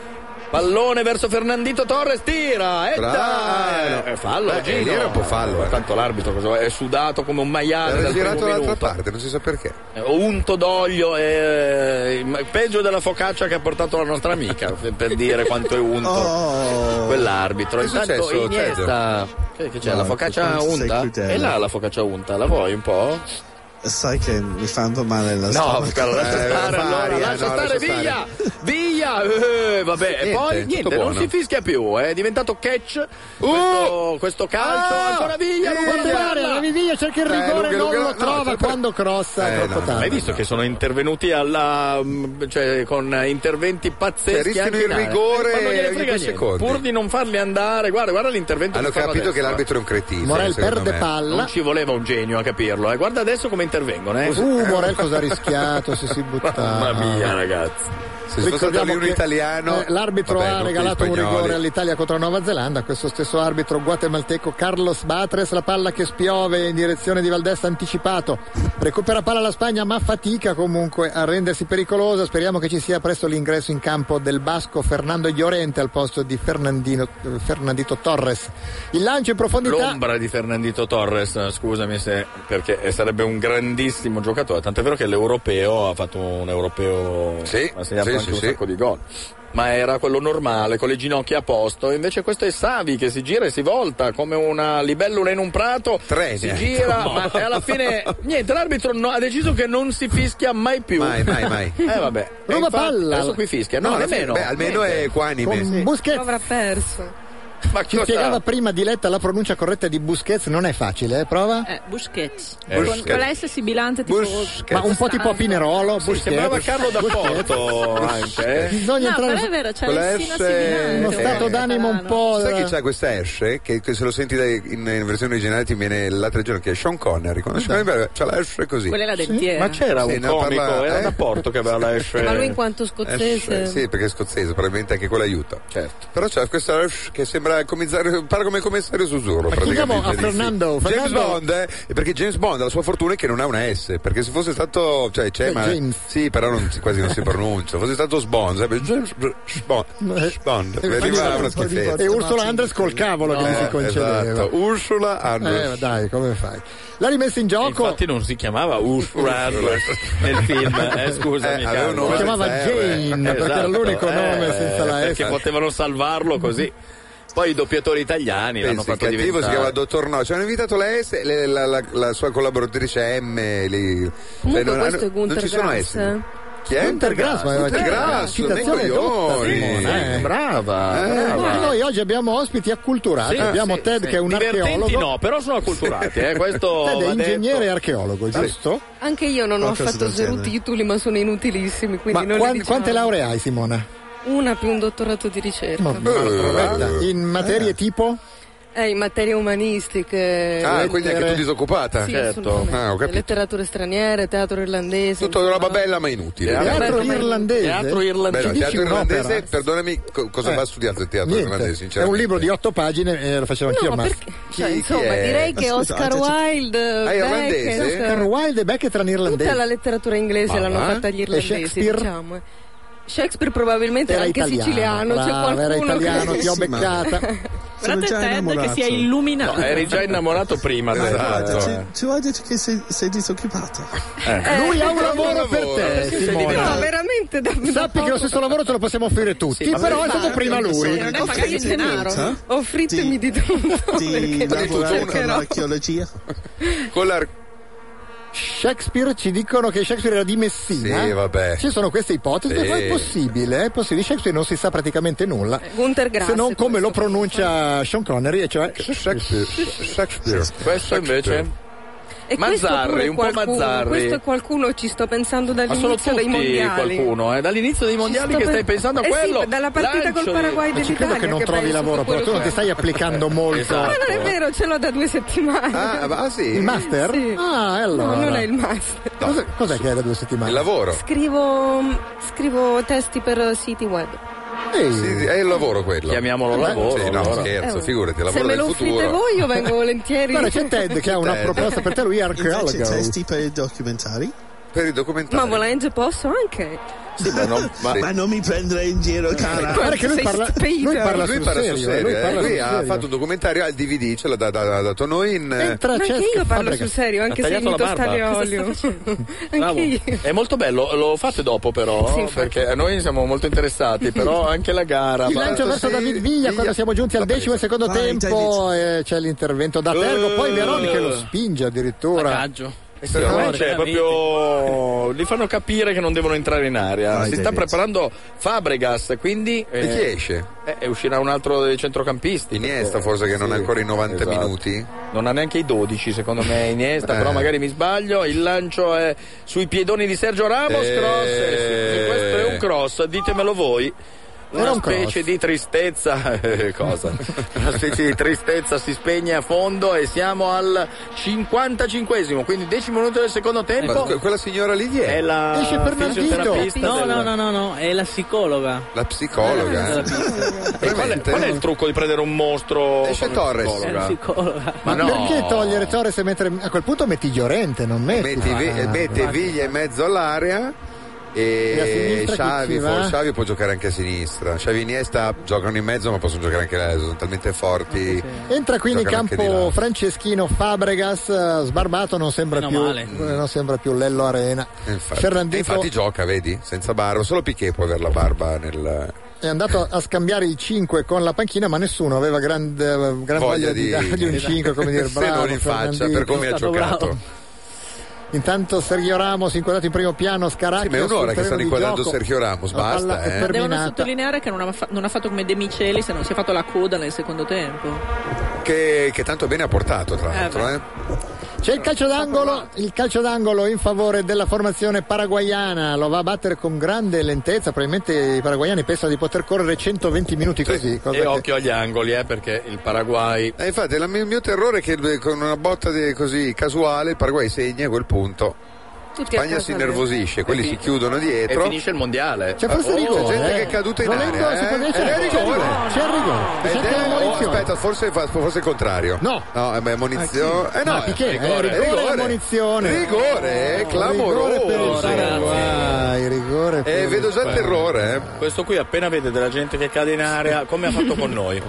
Pallone verso Fernandito Torres, tira! E
Bravo.
dai! Eh, fallo,
Beh,
Gino.
lì era un po' fallo, eh.
Tanto l'arbitro cosa- è sudato come un maiale.
Era
dal primo
girato dall'altra
minuto.
parte, non si sa perché.
Eh, unto d'olio e ma- peggio della focaccia che ha portato la nostra amica per- per dire quanto è unto
Oh.
quell'arbitro
Che è
intanto
successo, certo.
Iniesta che, che c'è
No,
la focaccia
sei
unta
crudele.
e là la focaccia unta la vuoi un po'?
Sai che mi fa un po' male la
no
stomaco.
cara, lascia
Eh,
stare
varia,
allora lascia
no,
stare
lascia
via
stare.
via eh, vabbè e
Niente,
poi
tutto
niente non
buono. Uh!
si fischia più eh, è diventato catch questo, questo calcio
Ah!
ancora via
Eh,
ruba la
Contrario,
palla.
la Vidia cerca il
Eh,
rigore, non
lunga, lunga,
lo
no,
trova
sempre-
quando crossa è
Eh,
troppo
no,
tardi.
Hai visto che sono intervenuti alla, mh, cioè, con eh, interventi pazzeschi?
Cioè, rischiano
anche in
il
area.
rigore
Ma non gliene
ogni
frega
due
niente.
secondi.
Pur di non farli andare, guarda, guarda l'intervento
Hanno
che fanno
capito
adesso,
che
eh.
l'arbitro è un cretino.
Morel
secondo
perde
me.
palla.
Non ci voleva un genio a capirlo, eh. Guarda adesso come intervengono, eh.
Uh, Morel cosa ha rischiato se si buttava.
Mamma mia, ragazzi.
Se fosse stato lì un
che,
italiano.
eh, l'arbitro
vabbè,
ha
non
regalato
gli
un
spagnoli.
rigore all'Italia contro la Nuova Zelanda, questo stesso arbitro guatemalteco Carlos Batres, la palla che spiove in direzione di Valdés anticipato, recupera palla la Spagna ma fatica comunque a rendersi pericolosa, speriamo che ci sia presto l'ingresso in campo del basco Fernando Llorente al posto di Fernandino, eh, Fernandito Torres. Il lancio in profondità
L'ombra di Fernandito Torres, eh, scusami se perché sarebbe un grandissimo giocatore, tant'è vero che l'europeo ha fatto un europeo
Sì,
ha segnato
sì,
anche
sì,
un
sì.
sacco di gol. Ma era quello normale, con le ginocchia a posto, invece questo è Savi che si gira e si volta come una libellula in un prato,
Trene.
si gira ma e alla fine niente, l'arbitro no- ha deciso che non si fischia mai più.
Mai, mai, mai.
Eh vabbè. E
Ruba
infatti
palla.
Adesso qui fischia, no,
alla fine-
nemmeno.
beh, almeno
Niente.
è equanime.
con
Sì.
Busquets
Avrà perso.
Ma
Ci spiegava prima Diletta la pronuncia corretta di Busquets, non è facile, eh? prova.
Eh, Busquets.
Eh,
Con-
Busquets.
Con la S sibilante tipo...
Ma un po' tipo Pinerolo,
Sì,
Busquets.
sembrava
Carlo da
Busquets.
Porto anche, eh.
Bisogna
No,
entrare
però è
su-
vero, c'è
Con la
l'essina
S-
sibilante.
uno
Eh.
stato d'animo un po'.
Sai che c'è questa S che, che se lo senti dai- in, in versione originale ti viene l'altro giorno che è Sean Connery. Quando Sean Connery c'ha la S così.
Quella è la dentiera.
Ma c'era
Sì,
un
no,
comico,
parla-
era
eh?
da Porto che aveva la F.
Ma lui in quanto scozzese...
Eh, sì, perché è scozzese, probabilmente anche quello aiuta. Certo. Però c'è questa sh- che sembra il commissario, parla come il commissario Susurro.
chiediamo
praticamente,
a
di-
Ah, Fernando,
James
Fernando-
Bond, eh, perché James Bond ha la sua fortuna è che non ha una S, perché se fosse stato, cioè c'è,
Eh,
ma
James.
sì, però non si- quasi non si pronuncia. fosse stato Sbond, sarebbe James Br- Sbond, Sbond,
Eh,
arriva una
E
schifezza.
Ursula Andres col cavolo che gli si
Eh,
concedeva.
esatto. Ursula Andres.
Eh, dai, come fai? L'ha rimessa in gioco.
Eh, Infatti non si chiamava Ursula Andress nel film, eh, scusami.
Eh, aveva un
Carlo.
Si
nome
chiamava
senza R.
Jane, perché era l'unico nome senza la
eh, esatto. Perché
S.
potevano salvarlo così. Poi i doppiatori italiani l'hanno
Pensi, il
fatto
cattivo
diventare.
si chiama Dottor No, ci hanno invitato la S, le- la, la- la sua collaboratrice M. lì. Cioè,
Comunque
non,
questo
hanno-
è eh. Gunther
non ci sono
Grass.
S. Chi è?
Gunter Grass, ma
Gunter
eh,
Grass, dai
citazione dotta,
coglioni.
Simona, eh.
Brava,
Eh,
brava.
Noi oggi abbiamo ospiti acculturati,
Sì,
abbiamo
sì,
Ted
sì.
che è un
Divertenti
archeologo.
no, però sono acculturati, eh, questo
Ted è
va detto.
ingegnere e archeologo, giusto?
Anche io non ho
Qualcosa
fatto
del
zero
genere.
titoli, ma sono inutilissimi, quindi
Ma
non
quan-
li diciamo.
quante lauree hai Simona?
Una più un dottorato di ricerca.
Ma- Aspetta, in materie tipo?
Eh, in materie
Eh,
umanistiche.
Ah,
lettere-
quindi anche tu disoccupata?
Sì,
certo.
assolutamente.
Ah, ho capito.
Letterature straniere, teatro irlandese.
Tutto roba
insomma.
bella ma inutile.
Teatro
Teatro
Roberto, ma-
irlandese.
Teatro
Eh, Beh, no,
irlandese.
il
Eh, Ci dici
teatro irlandese,
un'opera?
perdonami, co- cosa
Eh.
va studiato il teatro irlandese,
Niente, è
sinceramente?
un libro di otto pagine, eh, lo facevo anch'io,
No, ma
ma...
perché? Cioè,
chi
insomma,
è?
direi
Ma
che
scusate,
Oscar
c'è-
Wilde.
Ah, irlandese?
Beckett,
Per Wilde e Beckett erano irlandesi.
Tutta la letteratura inglese
Ma
l'hanno
va?
fatta gli
E
irlandesi,
Shakespeare?
diciamo. Shakespeare probabilmente
Era
era anche
italiano,
siciliano, c'è
brava,
qualcuno
era italiano,
che...
ti ho
Sì, ma-
beccata.
Sono
Guardate
già
Ted che
innamorato.
si è illuminato.
No, eri già innamorato prima,
Esatto.
Guarda,
esatto.
ci, ci vuoi detto che sei, sei disoccupato?
Eh.
Lui ha un lavoro
lavoro.
per te,
sei
Simona.
No, veramente da
Sappi che lo stesso lavoro te lo possiamo offrire tutti, però è stato prima lui.
non è pagato in denaro.
Offritemi di tutto.
Di lavorare con
cercherò.
l'archeologia?
Con l'ar-
Shakespeare ci dicono che Shakespeare era di Messina.
Sì, vabbè.
Ci sono queste ipotesi,
Sì.
ma è possibile, è possibile. Di Shakespeare non si sa praticamente nulla.
Gunther Grass.
Se non come lo
Eh, questo.
pronuncia Sean Connery, e cioè
Shakespeare. Shakespeare.
Questo
Ecco.
invece
E questo
Mazzarri,
pure
un po'
qualcuno,
Mazzarri.
Questo è qualcuno, ci sto pensando
Ma sono
dall'inizio dei
tutti
mondiali.
qualcuno, eh? dall'inizio dei
Ci
mondiali
sto
che stai
pen-
pensando a
eh
quello.
Sì, dalla partita
Lanciali.
col Paraguay
Ma ci
dell'Italia
credo che non
penso
trovi
a
lavoro, però
quello
tu non
che-
ti stai applicando molto.
Esatto.
Ma non è vero, ce l'ho da due settimane.
Ah, ma- ah, sì?
Il master?
Sì.
Ah, e allora.
No, non è il master.
Cos'è, cos'è che è da due settimane?
Il lavoro.
Scrivo, scrivo testi per siti web.
Ehi,
Sì, sì, è il lavoro quello.
Chiamiamolo
Beh,
lavoro.
Sì, no,
allora.
scherzo,
Eh,
figurati, il
Se
lavoro
me
del
lo offrite
futuro.
voi io vengo volentieri.
Guarda, c'è Ted che ha una
Ted.
proposta per te, lui è
Invece
archeologo.
testi per i documentari?
Per i documentari.
Ma volendo posso anche.
Sì, ma no, ma-
Ma non mi prendere in giro, cara.
Guarda che lui
Sei
parla,
stupito.
lui parla
lui
sul
parla
serio.
sul serio,
lui
eh.
parla
Lui
sul
ha
serio. Eh,
fatto un documentario al DVD, ce l'ha da- da- da- dato noi in...
Entra
Ma anche
Cesc
io parlo
Fabregas.
sul serio, anche
Ha
se
tagliato la
imito
barba.
Stagliolio.
bravo.
anche io.
È molto bello, lo fate dopo però,
Sì, infatti.
perché noi siamo molto interessati, però anche la gara.
Il
ma-
lancio verso
sì,
David Viglia
Viglia.
quando siamo giunti al
L'ha
decimo e secondo
Vai,
tempo eh, c'è l'intervento da Tergo, poi Veronica
Oh.
lo spinge addirittura.
Coraggio.
Secondo me
Veramente.
c'è cioè, proprio. Li fanno capire che non devono entrare in aria.
Vai,
si sta
David.
preparando Fabregas, quindi.
E chi
eh,
esce?
eh, e uscirà un altro dei centrocampisti.
Iniesta
perché-
eh,
forse che non
sì,
ha ancora i 90
esatto.
minuti?
Non ha neanche i 12, secondo me, Iniesta,
Eh.
però magari mi sbaglio. Il lancio è sui piedoni di Sergio Ramos.
Eh.
Cross. Eh, sì, se questo è un cross, ditemelo voi.
Era
Una
un cross.
specie di tristezza. eh, Cosa? Una specie di tristezza si spegne a fondo e siamo al 55esimo, quindi decimo minuto del secondo tempo.
Ma que- quella signora lì chi è?
È la
Esce Bernardino.
fisioterapista
No,
del-
no, no, no, no, è la psicologa.
La psicologa. eh.
E qual, è, qual è il trucco di prendere un mostro?
Esce
come
Torres.
È
psicologa?
la psicologa.
Ma
Ma no.
perché togliere Torres e mettere. A quel punto metti Llorente, non metti.
Metti, vi- eh,
Fabregas.
mette Viglia in mezzo all'area
E a
e
sinistra chi
Xavi,
ci va?
for- Xavi può giocare anche a sinistra. Xavi e Iniesta giocano in mezzo ma possono giocare anche là, sono talmente forti.
Entra quindi in
Giocano anche di
campo
là.
Franceschino Fabregas, eh, sbarbato, non sembra,
Meno
più,
male.
eh, non sembra più Lello Arena.
E Eh, Infatti,
Fernandito
e infatti gioca, vedi? Senza barba, solo Piquet può avere la barba nel
è andato a scambiare il 5 con la panchina, ma nessuno aveva grande, eh, gran voglia, di dargli un 5, come dire,
se
bravo.
non in faccia
Fernandito.
per come ha
Esatto. Stato
giocato.
bravo.
Intanto Sergio Ramos inquadrato in primo piano, Scaracchia.
Sì, ma è un'ora
sul
che
terreno
stanno
di
inquadrando
gioco.
Sergio Ramos,
La
basta,
palla è
eh.
Devono
terminata.
sottolineare che non ha, fa- non ha fatto come De Micheli, se non si è fatto la coda nel secondo tempo.
Che, che tanto bene ha portato, tra
Eh,
l'altro.
beh.
eh.
C'è il calcio d'angolo, il calcio d'angolo in favore della formazione paraguayana, lo va a battere con grande lentezza, probabilmente i paraguayani pensano di poter correre 120 minuti così, cosa
E
che-
occhio agli angoli, eh, perché il Paraguay.
Eh, infatti, la- il mio terrore è che eh, con una botta di- così casuale il Paraguay segna a quel punto.
Tutti a
Spagna
casa
si nervosisce, quelli si chiudono dietro.
E finisce il mondiale.
Cioè,
C'è forse
Oh,
rigore.
C'è Ah, gente
eh.
che è caduta in
Volendo,
aria.
si può
eh.
dire
Ed è
c'è rigore. C'è il rigore. C'è
Ed
anche la
è- oh,
munizione.
aspetta, forse, forse il contrario.
No.
No, eh, beh, munizione. Eh no,
No, Piqué, eh,
rigore.
rigore,
Rigore.
munizione.
Rigore, eh, clamoroso.
Rigore per il Paraguay, rigore per
Mm,
Eh,
il
vedo già il
Paraguay.
terrore. eh.
Questo qui appena vede della gente che cade in area, come ha fatto con noi.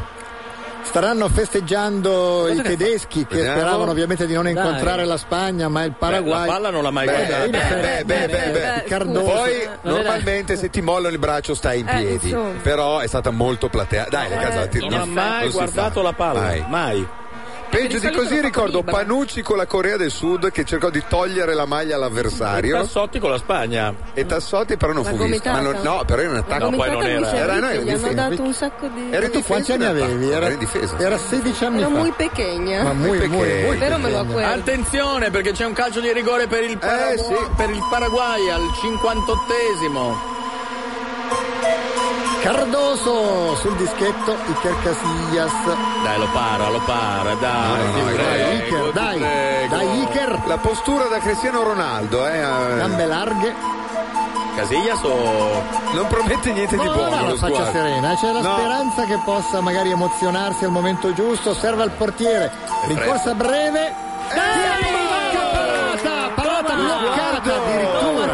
Staranno festeggiando i tedeschi che
Vediamo.
speravano ovviamente di non
Dai.
incontrare la Spagna, ma il
Beh, la
Paraguay.
palla non l'ha mai
Beh,
guardata.
beh, beh, beh, beh, beh.
Cardoso.
Poi
Non
normalmente se ti mollano il braccio stai in
Eh,
piedi,
insomma.
però è stata molto platea. Dai, ragazzi,
Eh, Non ha mai guardato la palla.
Mai.
mai.
Peggio di
solito
così
l'ha fatto
ricordo
libera.
Panucci con la Corea del Sud che cercò di togliere la maglia all'avversario
Tassotti con la Spagna.
e Tassotti però non
La
fu visto. Ma
gomitata.
non- no, però era un
La
poi
attacco.
gomitata
non era.
di Cerruti,
Era- no, era
gli hanno
difesa.
dato un sacco di...
Era
E
in
tu
difesa
quanti anni
in attacco,
avevi?
era in difesa.
era 16 anni
Era
fa.
muy pequeña.
Ma muy,
Perché?
muy, muy
Però me lo
pequeña.
acquerdo.
Attenzione perché c'è un calcio di rigore per il, Paraguay,
Eh, sì.
per il Paraguay al 58esimo.
Cardoso sul dischetto, Iker Casillas.
Eh.
Dai, lo para, lo para, dai.
No, no,
ti
no,
prego,
Dai
ti
Iker, dai,
prego.
dai Iker.
La postura da Cristiano Ronaldo, eh,
Gambe larghe.
Casillas o...
non promette niente di
No, non
buono.
ha la
lo
faccia
sguardo.
serena, eh. c'è la
No.
speranza che possa magari emozionarsi al momento giusto. Osserva il portiere, rincorsa breve.
Eh!
Tiro, parata, parata bloccata addirittura.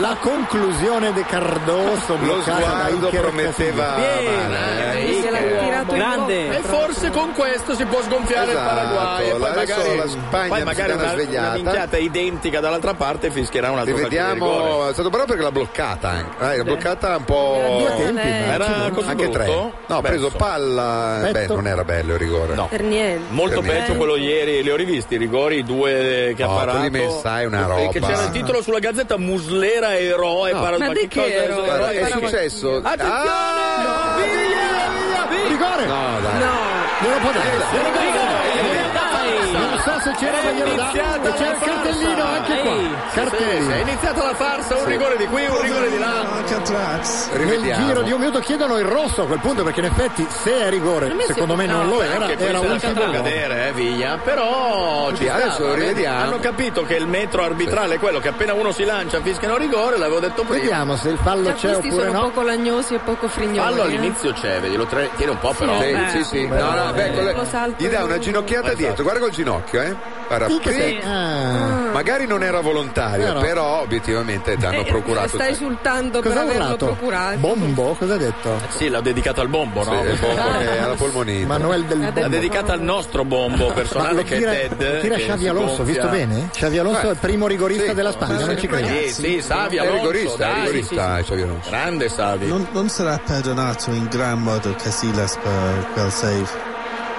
La conclusione di Cardoso
Lo
bloccata da
sguardo
Iker
prometteva
Bien,
male, eh.
eh,
Se l'hanno
Iker.
tirato in
Grande.
bocca,
E
tra l'altro.
forse con questo si può sgonfiare
Esatto,
il Paraguay. E poi
adesso
magari,
la Spagna
poi magari
si dà
una,
una svegliata.
una minchiata identica dall'altra parte fischierà un altro calcio di rigore.
Rivediamo, è stato bravo perché l'ha bloccata anche. Eh, l'ha bloccata un
Era
po'.
due tempi, ma
Era così
anche
brutto?
tre. No, ha preso
Pezzo.
palla. Beh,
Petto.
non era bello il rigore.
No.
Per niente.
Molto
Per niente.
peggio quello ieri, li ho rivisti, i rigori, i due che
No,
ha parato.
Oh, quelli messai, una
E Che
roba.
c'era il titolo sulla gazzetta Muslera eroe. para-
Ma di che
cosa-
eroe?
Guarda,
eroe?
è successo.
Attenzione!
Ah, no.
Rigore!
No, dai.
Glielo può dare. Glielo può dare.
Dai!
Non so se c'era
È
ma glielo dà.
iniziata
E c'è
la
il cartellino
farsa.
anche qua.
Ehi,
Sì, sì, è
Cartellino.
iniziata la farsa, un rigore di qui, un rigore di là.
Nel
Rivediamo.
giro di un minuto chiedono il rosso a quel punto perché in effetti se è rigore,
Per me
secondo
sì.
me non
No,
lo era, era
Anche questo
un
lasciato
secondo.
cadere, eh, Viglia. Però ci
Sì, adesso
stava,
lo
vedi?
rivediamo.
Hanno capito che il metro arbitrale è quello che appena uno si lancia fischiano rigore, l'avevo detto prima.
Vediamo se il fallo
Già
c'è
Cioè, questi
oppure
sono
no.
poco lagnosi e poco frignoli.
Fallo
eh.
all'inizio c'è, vedi, lo tre- tiene un po' però.
Sì,
Eh,
sì, sì. No, no, beh, quello-
Lo salto
gli dà
io.
una ginocchiata
Esatto.
dietro, guarda col ginocchio, eh. Guarda,
Sì, che
sì.
sei- Ah.
Magari non era volontario,
Però-
però, obiettivamente ti hanno
Eh,
procurato. cioè.
Sta esultando
Cosa ha
per averlo
urlato?
procurato.
Bombo? Cosa ha detto?
Sì, l'ha dedicato al bombo,
Sì,
no?
il bombo che era la polmonite.
Manuel del
Vabbè,
L'ha
Bombo.
dedicata al nostro bombo
Ma
personale
lo
che
tira,
è Ted.
lo tira
che
Xavi
si
Alonso,
gonfia.
visto bene? Xavi Alonso è il primo rigorista
Sì.
della Spagna, non ci credo.
Sì, sì, Savi
È
Alonso.
rigorista, è
dai,
rigorista,
sì,
eh, Xavi
sì.
Alonso.
Grande Savi.
Non, non sarà perdonato in gran modo Casillas per quel save.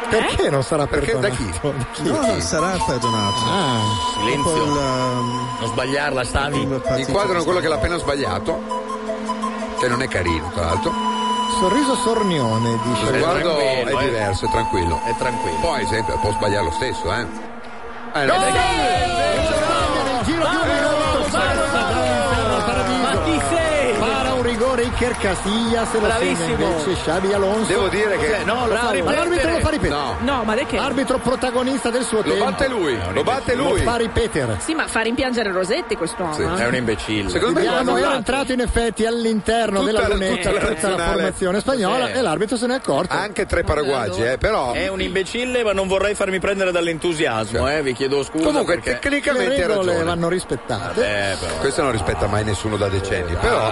Perché non sarà
Perché da
perdonato?
chi?
No, no, sarà perdonato.
Ah,
Dopo
Silenzio.
la, um,
Non sbagliarla, Savi.
prima partita
Inquadrano quello che l'ha appena sbagliato, che non è carino, tra l'altro.
sorriso sornione,
Lo
dice.
sguardo è
tranquillo, eh.
diverso, è tranquillo.
È tranquillo.
Poi sempre può sbagliare lo stesso, eh. Eh, no,
Nel giro di un minuto, Barca dall'inferno al paradiso.
Ma chi sei?
Para un rigore Iker Casillas e lo segna
Bravissimo.
invece Xavi Alonso.
Devo dire che
Eh, no, lo fa
Ma l'arbitro lo fa
ripetere.
ripetere.
no,
No, ma di che?
Arbitro protagonista del suo
lo
Eh,
tempo.
batte lui, lo batte
Lo
lui.
fa ripetere.
Sì, ma fa rimpiangere Rosetti quest'uomo.
Sì.
eh.
È un imbecille.
Secondo me lo hanno
Vediamo, era
annullato.
entrato in effetti all'interno
Tutta
della
la-
lunetta
tutta la
tutta la
nazionale.
formazione spagnola
Sì.
e l'arbitro se ne è accorto.
Anche tre paraguaggi, eh, però. cioè
È un imbecille, ma non vorrei farmi prendere dall'entusiasmo, eh. Vi chiedo scusa.
Comunque,
perché...
Le
tecnicamente ha
regole
ragione.
vanno rispettate.
Eh, però.
Questo non rispetta mai nessuno da decenni, però.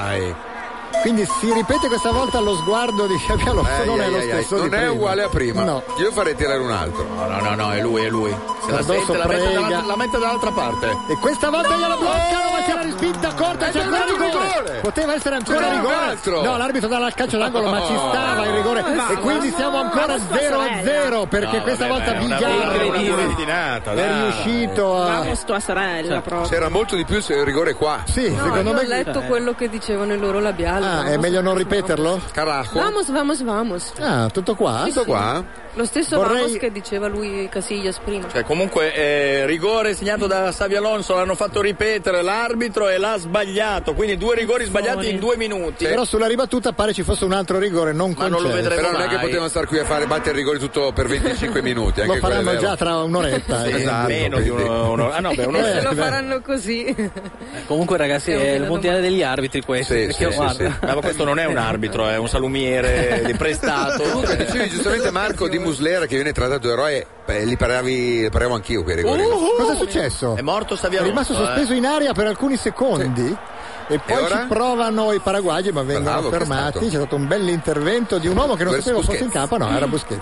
Quindi si ripete questa volta lo sguardo di Xabi Alonso,
Ai,
non è
ai,
lo
ai, ai.
stesso. di
Non è
prima.
uguale a prima.
No.
Io farei tirare un altro.
No, no, no, no, è lui, è lui. Se la
Cardoso
sente, la mette,
prega.
dall'altra- la mette dall'altra parte.
E questa volta gliela bloccano, ma c'è la respinta corta,
È
c'è ancora
tornato il
rigore.
rigore.
Poteva essere ancora
C'era un
rigore.
altro.
No, l'arbitro dava il calcio d'angolo, ma ci stava il rigore.
No,
e quindi
no,
siamo ancora
ma
0 a 0 perché
No,
questa
vabbè,
volta
ma è una-
Vigar
è una
è
cretinata, dai.
riuscito a.
Vamos tua sorella proprio.
C'era molto di più se il rigore è qua.
Sì,
No, io ho letto quello che dicevano i loro labiali.
Ah, è
Vamos,
meglio non
vamos,
ripeterlo?
Carajo.
Vamos, vamos, vamos.
Ah, tutto qua?
Tutto qua? Lo stesso
Vorrei-
Ramos che diceva lui Casillas prima.
Cioè, comunque, eh, rigore segnato da Xavi Alonso, l'hanno fatto ripetere l'arbitro e l'ha sbagliato. Quindi due rigori sbagliati in due minuti.
Però sulla ribattuta pare ci fosse un altro rigore non
Ma non lo
concesso.
vedremo
Però non è che
mai.
potevamo star qui a fare battere il rigore tutto per 25 minuti.
Lo
Anche
faranno
quello è vero.
già tra un'oretta.
Sì,
esatto.
Eh, meno di uno- un'ora. Ah, no, beh, un'ora.
Se lo faranno così.
Comunque, ragazzi, è il mondiale degli arbitri questo.
Sì,
perché
sì,
guarda.
sì, sì. Ma questo non è un arbitro, è un salumiere di prestato. Eh,
Comunque, dicevi giustamente Marco di Muslera che viene trattato eroe, beh, li parlavi, parlavo anch'io quei rigori.
Cosa è successo?
È morto eh. Xavi
È
Alonso.
Eh.
rimasto sospeso in aria per alcuni secondi. E poi
ora?
ci provano i paraguagi, ma vengono
Bravo, che è
fermati.
stato?
C'è stato un bell'intervento di un uomo che non
Questo
sapeva fosse in
Busquets.
campo. No, era Busquets.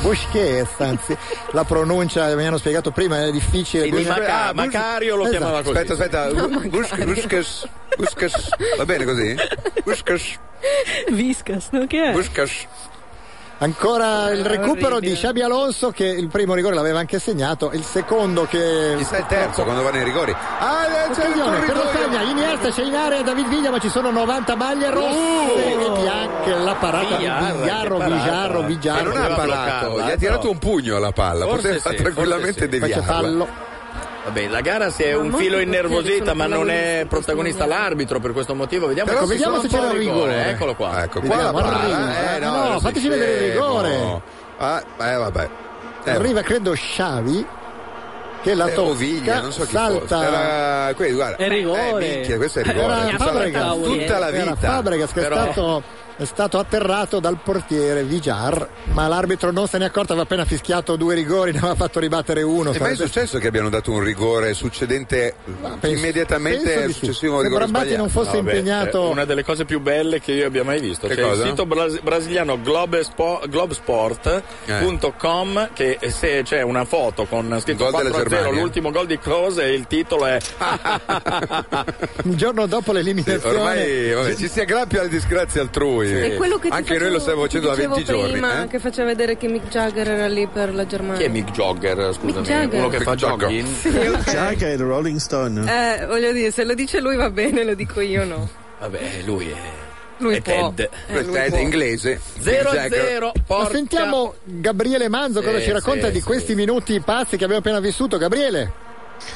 Busquets, anzi, la pronuncia mi hanno spiegato prima, è difficile.
Quindi
Busquets-
Maca-
Bus-
Macario lo
Esatto.
chiamava così.
Aspetta, aspetta, Bu- Bus- Busquets, Busquets, va bene così? Eh. Busquets,
Viscas, no? Che è?
Busquets.
Ancora il recupero
orribile.
di Xabi Alonso che il primo rigore l'aveva anche segnato, il secondo che...
Chissà il terzo quando vanno i rigori. Ah, c'è il
Attenzione, per la
corridoio.
Spagna, Iniesta c'è in area, David Viglia, ma ci sono 90 maglie
Uh!
rosse e bianche, la parata di
Villar,
Vigliarro,
che parata.
Vigliarro,
Ma
Vigliarro.
non ha
Doveva
parato,
bloccarla,
gli ha
no.
tirato un pugno alla palla,
Forse
poteva
sì,
tranquillamente
forse sì.
Poi c'è
deviarla.
fallo.
Vabbè, la gara si è
Ma
un
molti
filo
portieri
innervosita,
sono
ma non è
protagonisti,
protagonista
questo
l'arbitro per questo motivo. Vediamo,
Ecco,
se, ci
vediamo
sono
se
un
c'era
po'
il
di
rigore.
Eccolo qua.
Ecco, qua
Vediamo,
la palla.
arriva.
Eh,
No,
adesso
fateci vedere il
scemo.
rigore.
Ah, eh, vabbè. Eh,
Arriva credo Sciavi che la
eh,
tocca,
o Viglia, non so chi fosse.
salta.
Era, que- guarda.
È rigore.
Eh, minchia, questo è rigore.
Era
tutta, la,
Fabregas.
eh.
tutta la
Era
vita.
Fabregas che
Però-
è, stato, è stato atterrato dal portiere Vigiar, ma l'arbitro non se ne è accorto, aveva appena fischiato due rigori, ne aveva fatto ribattere uno.
E mai è successo che abbiano dato un rigore succedente
Penso-
immediatamente
penso di
al
sì.
successivo
Se
rigore
Brambati
sbagliato?
non fosse
Vabbè,
impegnato
è Una delle cose più belle che io abbia mai visto.
Che
C'è il
cosa?
sito bras- brasiliano globespo- globesport.com che se c'è una foto con scritto
Il gol della
4-0,
Germania. Ah.
l'ultimo gol di Klose e il titolo è
il giorno dopo
Sì,
l'eliminazione.
ormai vabbè, ci si aggrappia alle disgrazie altrui.
E quello che ti
Anche noi
facevo-
lo stiamo facendo da
ti
20
dicevo
giorni.
prima
eh?
che faceva vedere che Mick Jagger era lì per la Germania.
chi è Mick Jagger, scusami,
Mick Jagger.
uno che fa
Mick Jagger.
jogging.
Jagger e Rolling Stone.
Eh, voglio dire, se lo dice lui va bene, lo dico io no.
Vabbè, lui è
Lui
è
può.
Ted.
Eh, lui
Questo è
può.
inglese.
0-0,
Ma
porca-
sentiamo Gabriele Manzo cosa
Eh,
Sì,
ci racconta
sì,
di
sì.
questi minuti pazzi che abbiamo appena vissuto. Gabriele,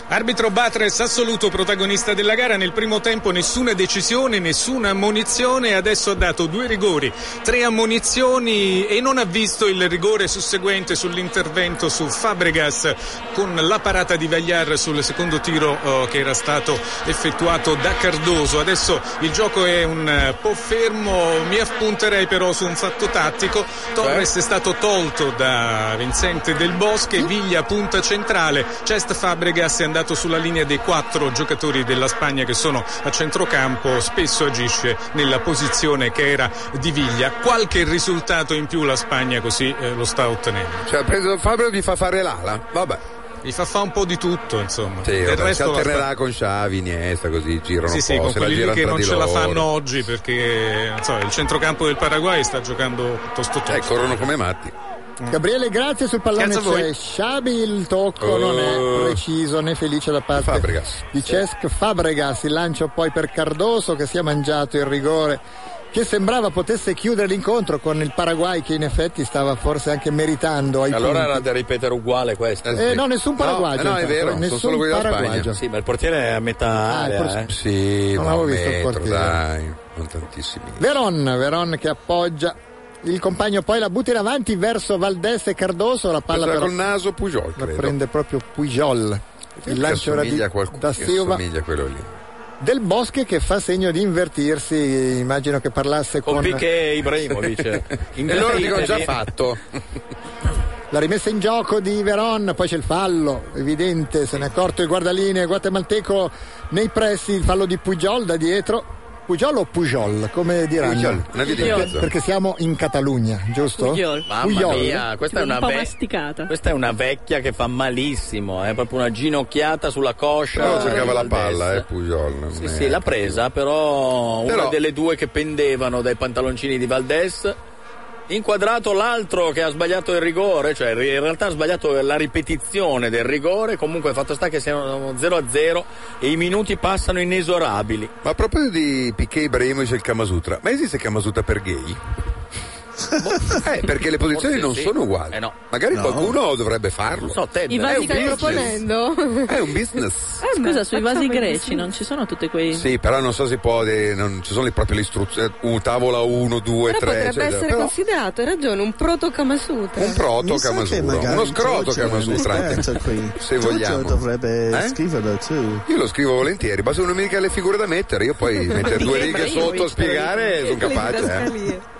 Arbitro Batres assoluto protagonista della gara, nel primo tempo nessuna decisione, nessuna ammonizione, adesso ha dato due rigori, tre ammonizioni e non ha visto il rigore susseguente sull'intervento su Fabregas con la parata di Vagliar sul secondo tiro eh, che era stato effettuato da Cardoso. Adesso il gioco è un eh, po' fermo, mi appunterei però su un fatto tattico,
Cioè?
Torres è stato tolto da Vincente del Bosque,
Mm.
Viglia punta centrale, Cest Fabregas è andato sulla linea dei quattro giocatori della Spagna che sono a centrocampo, spesso agisce nella posizione che era di Viglia. Qualche risultato in più la Spagna così eh, lo sta ottenendo.
Cioè, ha preso Fabio gli fa fare l'ala. Vabbè.
Gli fa fa un po' di tutto, insomma.
Sì,
Del
vabbè, si
resto la Spagna-
alternerà con Xavi, Iniesta, così girano
Sì,
un
sì,
po',
con
se la
quelli lì
girano
che
tra
non
di
ce la
loro.
fanno oggi perché non so, il centrocampo del Paraguay sta giocando piuttosto tosto.
Eh, corrono come matti.
Gabriele, grazie sul pallone.
Grazie a voi.
c'è Sciabi, il tocco
Oh.
non è preciso né felice da parte
Fabregas.
di Cesc Fabregas. Il lancio poi per Cardoso che si è mangiato il rigore che sembrava potesse chiudere l'incontro con il Paraguay che in effetti stava forse anche meritando ai
Allora era
punti.
da ripetere uguale questo.
Eh, no, nessun paraguaggio.
No, no, è
intanto,
vero,
eh,
sono
nessun
solo quelli della
paraguaggio.
Spagna.
Ah, Sì, ma il portiere è a metà
Ah,
area,
il portiere-
eh.
Sì,
Non
ma
avevo
un
visto il
metro,
portiere.
dai, non tantissimi.
Veron, Veron che appoggia il compagno poi la butta in avanti verso Valdes e Cardoso, la palla
Palla
però
Cioè, col naso Pujol,
la
credo.
prende proprio Pujol. Il lancio era di,
assomiglia a qualcuno
da
che
Silva Eh,
assomiglia a quello lì.
del Bosche che fa segno di invertirsi, immagino che parlasse
Con
con
Piqué e Ibrahimovic.
E loro dicono già
Invertitevi.
fatto.
la rimessa in gioco di Veron, poi c'è il fallo, evidente, se ne è accorto il guardaline guatemalteco nei pressi, il fallo di Pujol da dietro Pujol o Pujol, come diranno?
Pujol, una via di
Perché-
mezzo.
Perché siamo in Catalogna, giusto?
Mamma
Pujol.
mia, questa è, una ve- questa è una vecchia che fa malissimo, è proprio una ginocchiata sulla coscia.
Però cercava la
Al
palla,
destra.
eh, Pujol. non
Sì,
è-
sì, l'ha presa, però una
Però-
delle due che pendevano dai pantaloncini di Valdes. Inquadrato l'altro che ha sbagliato il rigore, cioè in realtà ha sbagliato la ripetizione del rigore, comunque fatto sta che siamo 0-0 e i minuti passano inesorabili.
Ma a proposito di Piquet Ibrahimovic e il Kamasutra, ma esiste Kamasutra per gay? eh, perché le posizioni
Boh. Forse
non
sì.
sono uguali.
Eh no.
Magari
No.
qualcuno dovrebbe farlo.
So, te,
I
è
vasi
un
stai
business.
proponendo?
È un business.
Eh, Scusa, sui vasi
facciamo il
greci
business.
non ci sono tutti quei...
Sì, però non so se può, de- non ci sono le, proprio le istruzioni, uh, tavola 1, 2, 3,
Però potrebbe
eccetera.
essere
Però
considerato, hai ragione, un proto Kamasutra.
un proto
Mi sa che
Kamasutra,
magari
uno scroto
Giorgio è un
Kamasutra
esperto
anche,
qui.
se
Giorgio
vogliamo.
dovrebbe
Eh?
scriverlo tu.
Io lo scrivo volentieri, basta non mi dica le figure da mettere, io poi mettere due righe sotto a spiegare sono capace. eh.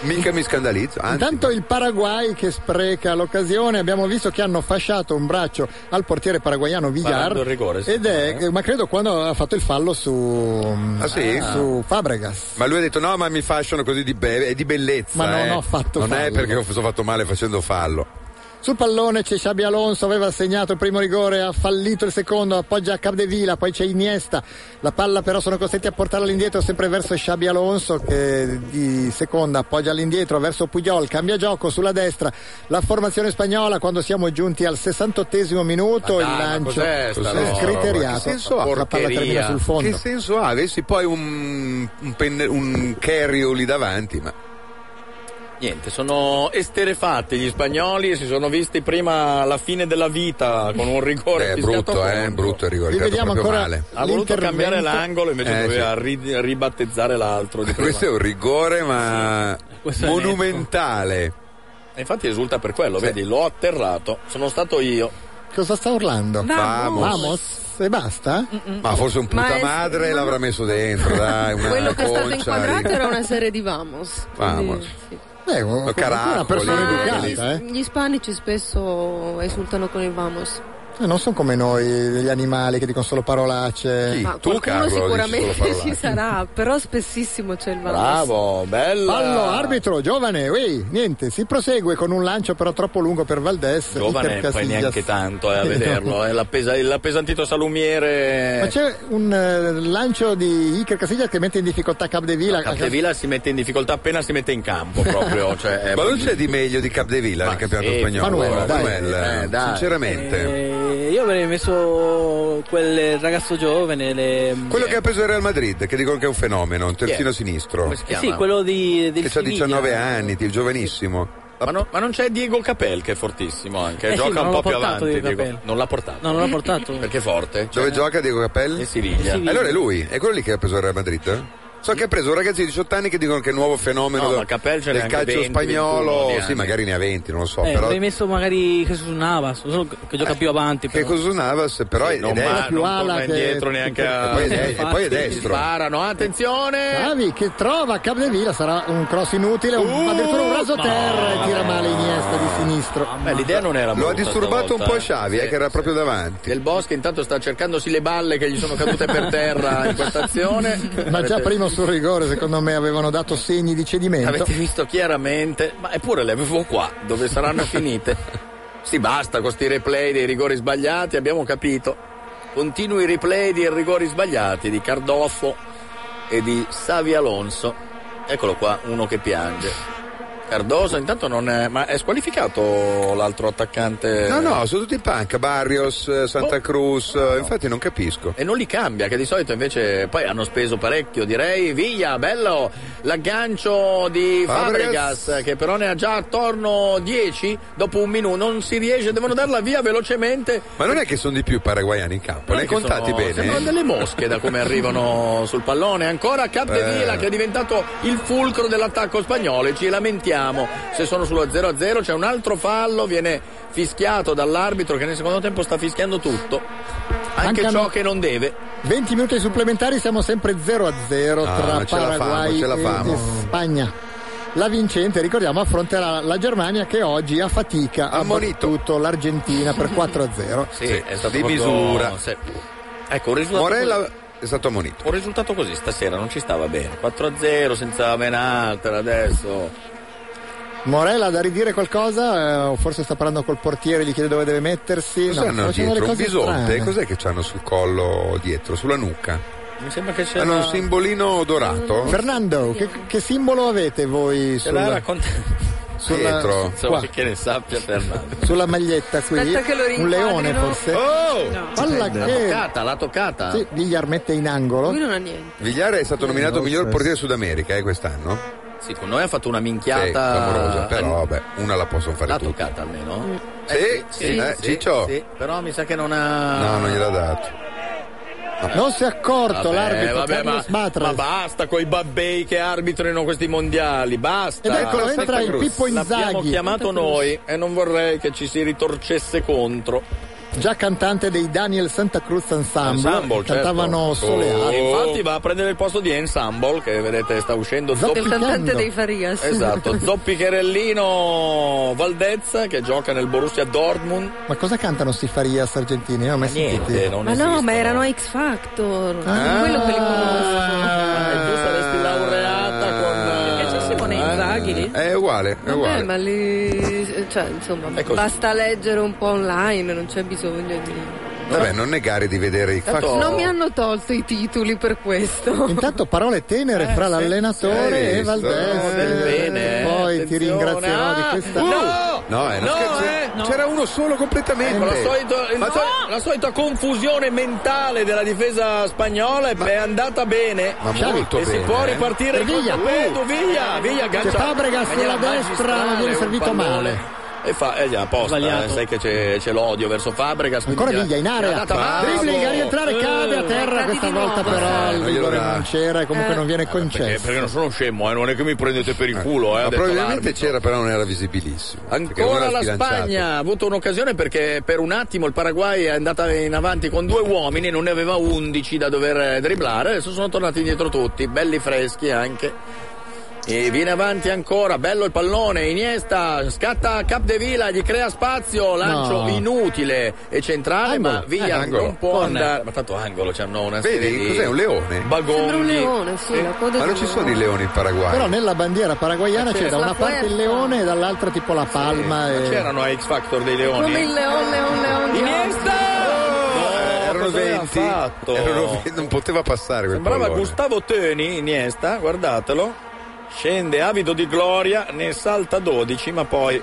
Mica mi scandalizzo, anzi.
Intanto il Paraguay che spreca l'occasione, abbiamo visto che hanno fasciato un braccio al portiere paraguayano Villar
Parando il rigore, sì.
ed è, ma credo quando ha fatto il fallo su,
Ah, sì?
su Fabregas.
Ma lui ha detto no, ma mi fasciano così di, be- è di bellezza.
Ma non
eh.
ho fatto
Non è
fallo.
perché ho sono fatto male facendo fallo.
Sul pallone c'è Xabi Alonso, aveva segnato il primo rigore, ha fallito il secondo, appoggia a Capdevila, poi c'è Iniesta. La palla però sono costretti a portarla all'indietro sempre verso Xabi Alonso che di seconda appoggia all'indietro verso Puyol, cambia gioco sulla destra. La formazione spagnola quando siamo giunti al 68 minuto, il lancio
cos'è sta
è
roba?
scriteriato.
Che senso ha?
La palla termina sul fondo.
Che senso ha? Avessi poi un, un, penne- un Carrio lì davanti, ma
Niente, sono esterefatti gli spagnoli e si sono visti prima la fine della vita con un rigore
Beh, è
fischiato
brutto, eh,
contro.
brutto il rigore,
Li
è
vediamo
proprio
ancora-
male.
Ha voluto
L'intervento-
cambiare l'angolo invece
Eh,
doveva ri- ribattezzare l'altro. di prima.
Questo è un rigore, ma
Questo è netto.
monumentale.
E Infatti risulta per quello, vedi, l'ho atterrato, sono stato io.
Cosa sta urlando?
Vamos.
Vamos? E basta?
Ma forse un
Mm. Ma
puta
è-
madre l'avrà messo dentro, dai, una
Quello che è stato
concia,
inquadrato
lì.
era una serie di Vamos.
Vamos.
Beh, comunque una
Caracoli,
persona
eh,
educata, eh.
Gli ispanici spesso esultano con il Vamos.
Eh, Non sono come noi, degli animali che dicono solo parolacce.
Ma qualcuno sicuramente ci sarà, però spessissimo c'è il Vamos.
Bravo, bello.
Pallo, arbitro, giovane, ui, niente, si prosegue con un lancio però troppo lungo per Valdes.
Giovane,
Iker
poi
Casillas.
neanche tanto eh, a vederlo, eh, l'appesa- l'appesantito salumiere.
Ma c'è un eh, lancio di Iker Casillas che mette in difficoltà Capdevila.
Capdevila si mette in difficoltà appena si mette in campo proprio. Cioè, è
Ma non c'è di meglio di Capdevila nel campionato
sì,
spagnolo.
Manuel, dai.
Manuel,
Eh, dai.
sinceramente.
Eh, io avrei messo quel ragazzo giovane, le-
Quello che ha preso il Real Madrid, che dicono che è un fenomeno, un terzino
Chi è?
sinistro.
Come si
Eh
chiama?
sì, quello di, del
Che ha
Siviglia.
19 anni, tipo, giovanissimo.
ma, no- ma non c'è Diego Capel che è fortissimo anche,
Eh sì,
gioca
ma
un
non
po'
l'ha
più
portato
avanti.
Diego
Diego.
Capel.
Non l'ha portato.
No, non l'ha
Eh,
portato.
Perché è forte. Cioè,
Dove gioca Diego Capelli?
in Siviglia.
Siviglia.
Allora è lui, è quello lì che ha preso il Real Madrid. eh? So che ha preso un ragazzino di 18 anni che dicono che è il nuovo fenomeno
No,
del-
ma Capel ce n'è
del
anche
calcio
20, 21 di
spagnolo.
anni.
Sì, magari ne ha 20, non lo so.
Eh,
però Eh,
avrei messo magari Jesus Navas, solo che gioca più avanti.
che
Però.
cosa Navas, però è,
non,
ed è-
va-
è più
non
ala
torna
che-
indietro neanche
e
a...
poi è, de- e
infatti.
Eh, poi è destro.
Sparano, attenzione!
Bravi, che trova Capdevila, sarà un cross inutile, un,
Uh,
addirittura un raso
ma-
terra e tira male Iniesta di sinistro.
Beh, l'idea non era
Lo
brutta
ha disturbato un
stavolta,
po'
eh.
Xavi, eh,
Sì,
che era
sì.
proprio davanti.
Del Bosco intanto sta cercandosi le balle che gli sono cadute per terra in questa azione.
Ma già
Avete-
prima sul rigore, secondo me, avevano dato segni di cedimento.
Avete visto chiaramente, ma eppure le avevo qua, dove saranno finite. Sì, basta con sti replay dei rigori sbagliati, abbiamo capito. Continui replay dei rigori sbagliati di Cardoffo e di Savi Alonso. Eccolo qua, uno che piange. Cardoso intanto non è. Ma è squalificato l'altro attaccante?
No, no, sono tutti in panca, Barrios, eh, Santa
Oh.
Cruz, eh, infatti non capisco.
E non li cambia, che di solito invece poi hanno speso parecchio, direi. Via, bello l'aggancio di
Fabregas.
Fabregas, che però ne ha già attorno 10 dopo un minuto. Non si riesce, devono darla via velocemente.
Ma non è che sono di più i paraguayani in campo, ne hai
Perché
contati
sono- Sembrano
bene? eh?
delle mosche da come arrivano sul pallone. Ancora Capdevila
Eh.
che è diventato il fulcro dell'attacco spagnolo. E ci lamentiamo se sono sullo 0-0. C'è un altro fallo, viene fischiato dall'arbitro che nel secondo tempo sta fischiando tutto. Anche
Mancano-
ciò che non deve.
20 minuti supplementari, siamo sempre 0 a 0
Ah,
tra
ma ce la famo,
Paraguay
ce la
e,
famo.
e Spagna. La vincente, ricordiamo, affronterà la Germania che oggi a fatica ha
Ammonito.
battuto l'Argentina per 4 a 0.
Sì,
Sì,
è stato
di
proprio-
misura.
sì. Ecco, un risultato
Morella,
così.
è stato ammonito.
Un risultato così stasera non ci stava bene. 4-0 senza Benalter adesso.
Morella ha da ridire qualcosa? Eh, o forse sta parlando col portiere, gli chiede dove deve mettersi.
Cos'hanno
sta facendo
dietro?
delle
Un
cose
bisonte?
strane.
Cos'è che c'hanno sul collo dietro? Sulla nuca?
Mi sembra che c'era.
Hanno un simbolino dorato?
Fernando, che, che simbolo avete voi
Ce l'ha
sulla,
raccontato.
Sulla-
Dietro.
Insomma,
qua.
che ne sappia Fernando.
sulla maglietta qui?
Aspetta che lo
un
rinquadrino.
leone forse?
Oh!
Palla
L'ha
che...
toccata, l'ha toccata.
Sì, Villar mette in
Lui
angolo.
non ha niente.
Vigliare è stato nominato miglior portiere Sud America eh, quest'anno.
Sì, con noi ha fatto una
Sì, clamorosa,
minchiata.
però vabbè, una la possono
l'ha
fare tutti.
toccata
Mm.
almeno.
Sì, sì, eh, Ciccio.
sì, però mi sa che non ha.
No, non gliel'ha dato.
Non si è accorto
Vabbè,
l'arbitro
vabbè, ma,
Carlos Batres.
ma basta con i babbei che arbitrano questi mondiali, basta.
Ed eccolo,
Santa
entra il
Cruz.
Pippo
L'abbiamo
Inzaghi,
chiamato noi e non vorrei che ci si ritorcesse contro.
già cantante dei Daniel Santa Cruz Ensemble.
Ensemble, certo.
Cantavano sole
Oh.
E
ali.
infatti va a prendere il posto di Ensemble che vedete sta uscendo
Zoppi-
Il
zoppi-
cantante
Piccando.
dei Farias.
Esatto, Zoppicherellino Valdez che gioca nel Borussia Dortmund.
Ma cosa cantano sti farias argentini? Io Non ho mai
Niente,
sentiti.
non
Ma no, ma
esistono.
erano X Factor.
Ah.
Quello
Eh,
che li
Ah,
conosco.
E tu saresti laureata con. eh,
Perché c'è Simone Inzaghi lì?
È uguale, è
Vabbè,
uguale.
ma lì. Cioè, insomma,
È così.
basta leggere un po' online, non c'è bisogno di.
Vabbè, non negare di vedere i
Tanto-
fax.
Non mi hanno tolto i titoli per questo.
Intanto parole tenere
Eh,
fra l'allenatore
sì,
e Valdez.
sì, del
bene, eh.
Poi ti
Attenzione.
ringrazierò di questa.
No!
No, Eh. è una
No,
scherzo.
eh, no.
C'era uno solo completamente.
Ecco, la, solito- il-
Ma to-
la solita confusione mentale della difesa spagnola è- è andata bene.
Ma
Xavi,
molto
e si
bene,
può
eh.
ripartire
Per
il
Villa.
contrappeto, Villa, Villa
C'è
gancia.
Fabregas
maniera
sulla destra,
magistrale,
ma viene
un
servito
pallone.
male.
E fa, e gli ha apposta,
Sbagliato.
eh, sai che c'è, c'è l'odio verso Fabregas. quindi
Ancora
gliela-
Viglia in
gliela
area.
ha data male.
Dribbling a rientrare,
Eh.
cade a terra.
Guardati
Questa
di
volta
nuovo.
però
Eh,
il
non glielo
rigore
dà.
non c'era e comunque
Eh.
non viene
Perché,
concesso.
perché non sono scemo, eh, non è che mi prendete per il culo. Eh, ha
ma
detto
probabilmente
l'arbitro.
c'era, però non era visibilissimo. Perché uno
Ancora
era
la
sbilanciato.
Spagna ha avuto un'occasione perché per un attimo il Paraguay è andata in avanti con due uomini, non ne aveva 11 da dover eh, dribblare, adesso sono tornati indietro tutti, belli freschi anche. E viene avanti ancora, bello il pallone, Iniesta scatta Capdevila, gli crea spazio, lancio
No.
inutile e centrale,
Angolo.
ma Villa
Eh, angolo.
non può andare. Ma tanto angolo, c'hanno una serie
Vedi,
di
cos'è un leone?
bagogni.
Sembra un leone,
Eh,
sì, la coda
Ma
di
non
un
ci sono
leone.
i leoni in Paraguay.
Però nella bandiera
Eh,
paraguayana c'è da
La
una parte il
Puerta.
leone e dall'altra tipo la palma.
Ma
e-
c'erano a X Factor dei leoni?
Come il leone, leone, leone.
Iniesta!
Eh, erano
cosa aveva
20,
fatto?
erano 20, non poteva passare quel
Sembrava
pallone.
Gustavo Töni, Iniesta, guardatelo. Scende avido di gloria, ne salta 12, ma poi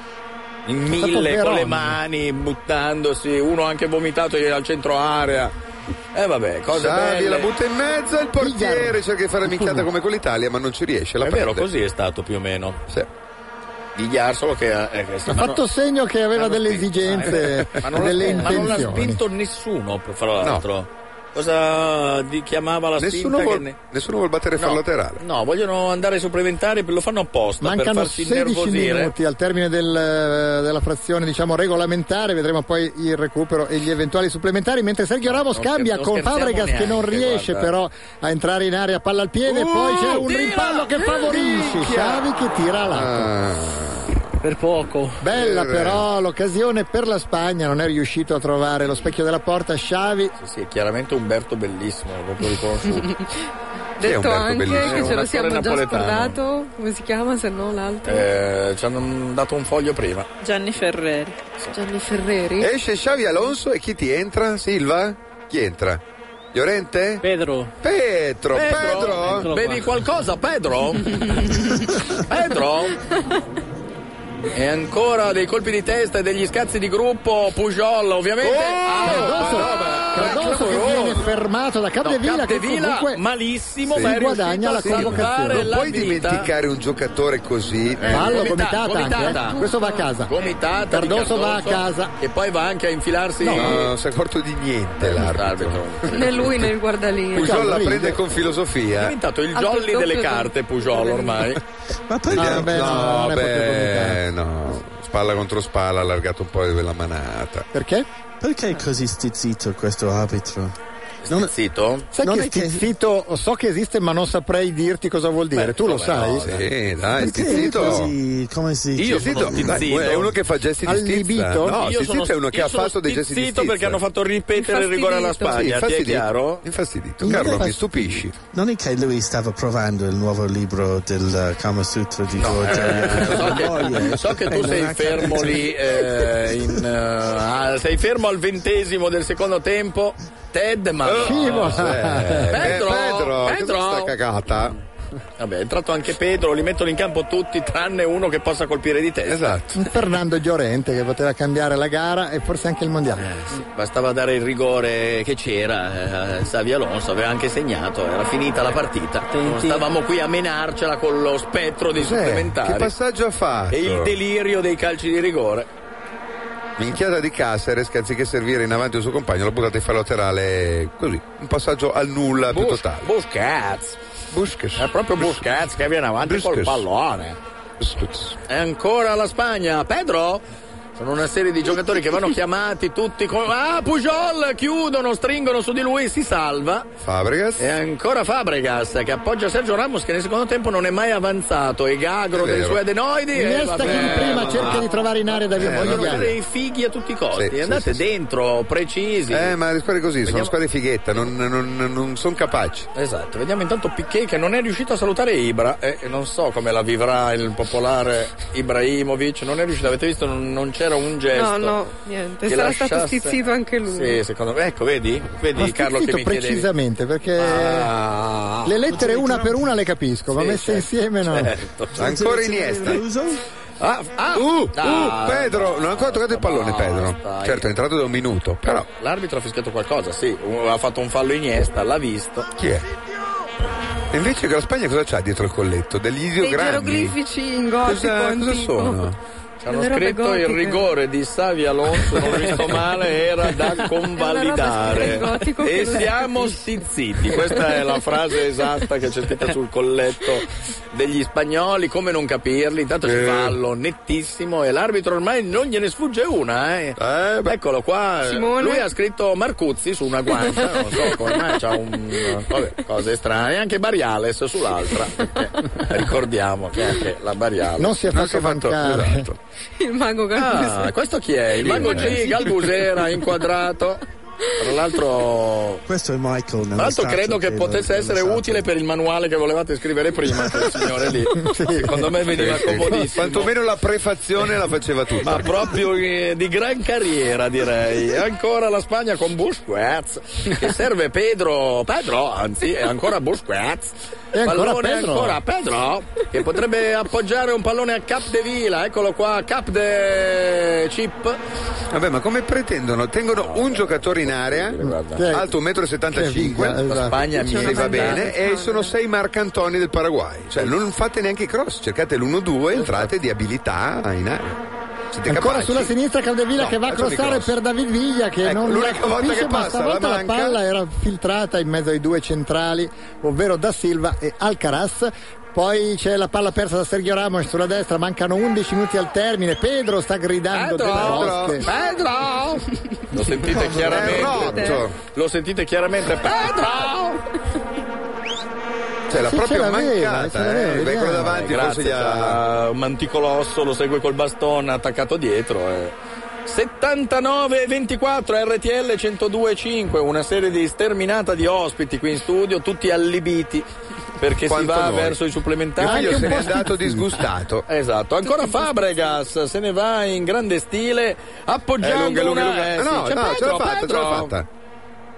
in
stato
mille con
Verón.
le mani, buttandosi, uno ha anche vomitato al centro area. E vabbè, cose
Xavi
belle.
la butta in mezzo il portiere
Vigliano.
cerca di fare minchiata come con l'Italia ma non ci riesce la
È vero,
prende.
così è stato più o meno.
Sì.
Vigliar solo che eh, che-
Ha
ma
fatto
no-
segno che aveva
l'hanno
delle
spinto,
esigenze,
eh, ma non l'ha
delle
spinto, Ma non l'ha
intenzioni.
spinto nessuno, fra l'altro. Cosa di- chiamava la spinta?
nessuno,
che
vuol,
ne-
nessuno vuol battere far laterale
No, vogliono andare ai supplementari, lo fanno apposta per
Mancano
farsi
16
innervosire.
minuti al termine del, eh, della frazione diciamo regolamentare, vedremo poi il recupero e gli eventuali supplementari, mentre Sergio Ramos
non
cambia
scher- non
con
scherziamo
Fabregas che non
neanche,
riesce
guarda.
però a entrare in area palla al piede,
Uh,
poi c'è un
tira!
rimpallo che favorisce Xavi che tira a lato.
Per poco.
Bella
Eh,
però l'occasione per la Spagna, non è riuscito a trovare lo specchio della porta Xavi.
Sì, sì, chiaramente Umberto bellissimo, proprio riconosciuto.
Sì, è un
Detto
verbo
anche
bellissimo.
che
È
ce
un
lo
attore
siamo già
napoletano.
scordato. Come si chiama se no l'altro?
Eh, ci hanno dato un foglio prima.
Gianni Ferreri.
Gianni
Eh.
Ferreri.
esce Xavi Alonso e chi ti entra? Silva? chi entra? Llorente?
Pedro.
Petro Pedro,
Eccolo
vedi
qua.
qualcosa, Pedro? Pedro? E ancora dei colpi di testa e degli scazzi di gruppo. Pujol, ovviamente. Ah,
Oh,
Cardoso,
parola,
Cardoso che
clamoroso.
viene fermato da Capdevila
No,
che
Capdevila
comunque
malissimo,
si
ma è
guadagna la Eh,
riuscito a
convocazione.
salvare
non
la
puoi
vita.
dimenticare un giocatore così eh,
Fallo,
Gomitata,
gomitata,
eh, gomitata.
anche, eh. Questo va a casa.
Gomitata.
Cardoso
di
va a casa.
E poi va anche a infilarsi.
No, non si è accorto di niente l'arbitro
Né
l'arbitro.
lui Cioè, né il guardalino.
Pujol la
Ride.
prende con
È
filosofia
diventato il
Ha
jolly
doppio
delle
doppio.
carte Pujol ormai.
Ma poi
Ah, beh, no, non è proprio
beh, no. Spalla contro spalla, allargato un po' della manata.
Perché?
perché è così stizzito questo arbitro?
Stizzito?
Sai che stizzito so che esiste, ma non saprei dirti cosa vuol dire. tu lo sai?
Sì, dai,
Perché
stizzito.
così?
Come si
Io sono
dai,
stizzito.
È uno che fa gesti di stizza.
Allibito?
No,
Io sono-
stizzito è uno che
io
ha
sono
fatto dei gesti di
stizzito
stizza.
perché hanno fatto ripetere il rigore alla Spagna, ti è
infastidito.
chiaro?
Infastidito.
Non
Carlo,
è
mi
fastidito.
stupisci.
Non è che lui stava provando il nuovo libro del eh, Kama Sutra di Guru
Eh,
eh, so,
Tayari.
che, so che tu sei fermo lì, eh, in, eh, ah, sei fermo al ventesimo del secondo tempo. Ted, ma.
Scivola.
Eh, Pedro,
Eh, Pedro, che
Pedro.
sta cagata.
Vabbè, è entrato anche Pedro, li mettono in campo tutti tranne uno che possa colpire di testa.
Esatto.
Un Fernando Llorente che poteva cambiare la gara e forse anche il mondiale.
Bastava dare il rigore che c'era, eh, Savi Alonso aveva anche segnato, era finita la partita. Non stavamo qui a menarcela con lo spettro dei
Cos'è?
supplementari.
Cioè, Che passaggio ha fatto?
E il delirio dei calci di rigore.
Minchiata di Caceres che anziché servire in avanti il suo compagno l'ha buttata in fallo laterale così, un passaggio al nulla più
Bus-
totale. Eh,
Busquets.
Busquets.
È proprio Busquets che viene avanti col
Busquets.
pallone. E ancora la Spagna. Pedro? Sono una serie di giocatori che vanno chiamati tutti con... Ah, Pujol! Chiudono, stringono su di lui, si salva.
Fabregas.
E ancora Fabregas che appoggia Sergio Ramos che nel secondo tempo non è mai avanzato. E Gagro
È vero.
dei suoi adenoidi. e
Iniesta
Eh, vabbè,
che in prima
ma Eh,
cerca
va.
di trovare in area David
Vogliono
Mondiale.
vedere i fighi a tutti i costi.
Sì, sì,
Andate
sì, sì.
dentro, precisi.
Eh, ma le squadre così sono
Vediamo-
squadre fighetta, non, sono capaci.
Esatto, vediamo intanto Piquet che non è riuscito a salutare Ibra e e non so come la vivrà il popolare Ibrahimovic, non è riuscito, avete visto non, non c'era un gesto.
No, no, niente.
Che
Sarà stato
lasciasse-
stizzito anche lui.
Sì, secondo me, ecco, vedi? Vedi
Ma
Carlo che
stizzito
mi chiedevi.
precisamente perché
Ah.
le lettere una per una le capisco, ma
Sì,
messe
certo,
insieme no.
certo.
Ancora Iniesta.
Ah, ah,
Uh,
ah,
uh, Pedro, non ha ancora toccato il pallone
basta,
Pedro.
dai.
Certo, è entrato da un minuto, però
L'arbitro ha fischiato qualcosa, sì, un- ha fatto un fallo Iniesta, l'ha visto.
chi è? E invece che la Spagna cosa c'ha dietro il colletto? Degli
Dei
ideogrammi?
geroglifici in gotico
Cosa, cosa
antico.
sono?
Ci hanno
Delle robe
scritto il
gotiche.
rigore di Savi Alonso, non ho visto male, era da convalidare.
Una roba scritta in gotico
E
che non si
siamo stizziti. Questa è la frase esatta che c'è scritta sul colletto degli spagnoli. Come non capirli? Intanto c'è
Eh.
fallo nettissimo e l'arbitro ormai non gliene sfugge una. eh. Eccolo qua.
Simone.
Lui ha scritto Marcuzzi su una guancia, non so come mai c'ha un. Vabbè, cose strane. E anche Bariales sull'altra. perché Ricordiamo che anche la Bariales.
Non si è
Non
fatto
si è fatto-
mancare.
esatto.
Il mago
Ah,
Garbus.
questo chi è? Il Mago G, Galbusera, inquadrato. Tra l'altro,
Questo è Michael.
tra l'altro credo che potesse essere utile per il manuale che volevate scrivere prima, quel signore lì. Secondo me veniva
Sì, sì.
comodissimo.
Quantomeno la prefazione la faceva tutta.
Ma proprio eh, di gran carriera direi. E Ancora la Spagna con Busquets, che serve Pedro, Pedro, anzi, è ancora Busquets.
E ancora
pallone
Pedro.
ancora Pedro, che potrebbe appoggiare un pallone a Cap de Vila, eccolo qua, Cap de Chip.
Vabbè, ma come pretendono? Tengono un giocatore in area,
Che-
alto 1,75
che vita,
m,
esatto.
Spagna mi
se va bene, e sono sei Marcantoni del Paraguay. Cioè, non fate neanche i cross, cercate l'1-2, entrate di abilità in area. Siete
Ancora
capaci?
sulla sinistra Caldevila
No,
che va a
facciamo i
crossare
cross.
per David Viglia che
Ecco,
non la
l'unica volta
capisce,
che
ma
passa,
stavolta
la
la,
manca.
palla era filtrata in mezzo ai due centrali, ovvero Da Silva e Alcaraz. Poi c'è la palla persa da Sergio Ramos sulla destra, mancano 11 minuti al termine. Pedro sta gridando
Pedro,
delle rosche.
Pedro! Lo sentite
È
chiaramente.
rotto. Eh,
Lo sentite chiaramente. Pedro!
Cioè, l'ha
Sì,
proprio
ce l'aveva, ce
mancata.
l'aveva,
eh. Beh, quello
vediamo.
davanti forse
Grazie,
gli ha-
c'ha un manticolosso, lo segue col bastone attaccato dietro. eh. 79-24 RTL 102-5, una serie di sterminata di ospiti qui in studio, tutti allibiti perché
Quanto
si va
noi.
verso i
Mio
supplementari.
un
figlio se n'è
po'
andato disgustato.
Esatto, ancora Fabregas se ne va in grande stile
È
appoggiando
Eh, lunga, lunga,
una...
lunga.
eh,
Ah,
sì,
no,
c'è
no, ce l'ha
Pedro,
fatta, ce l'ha
Pedro.
fatta.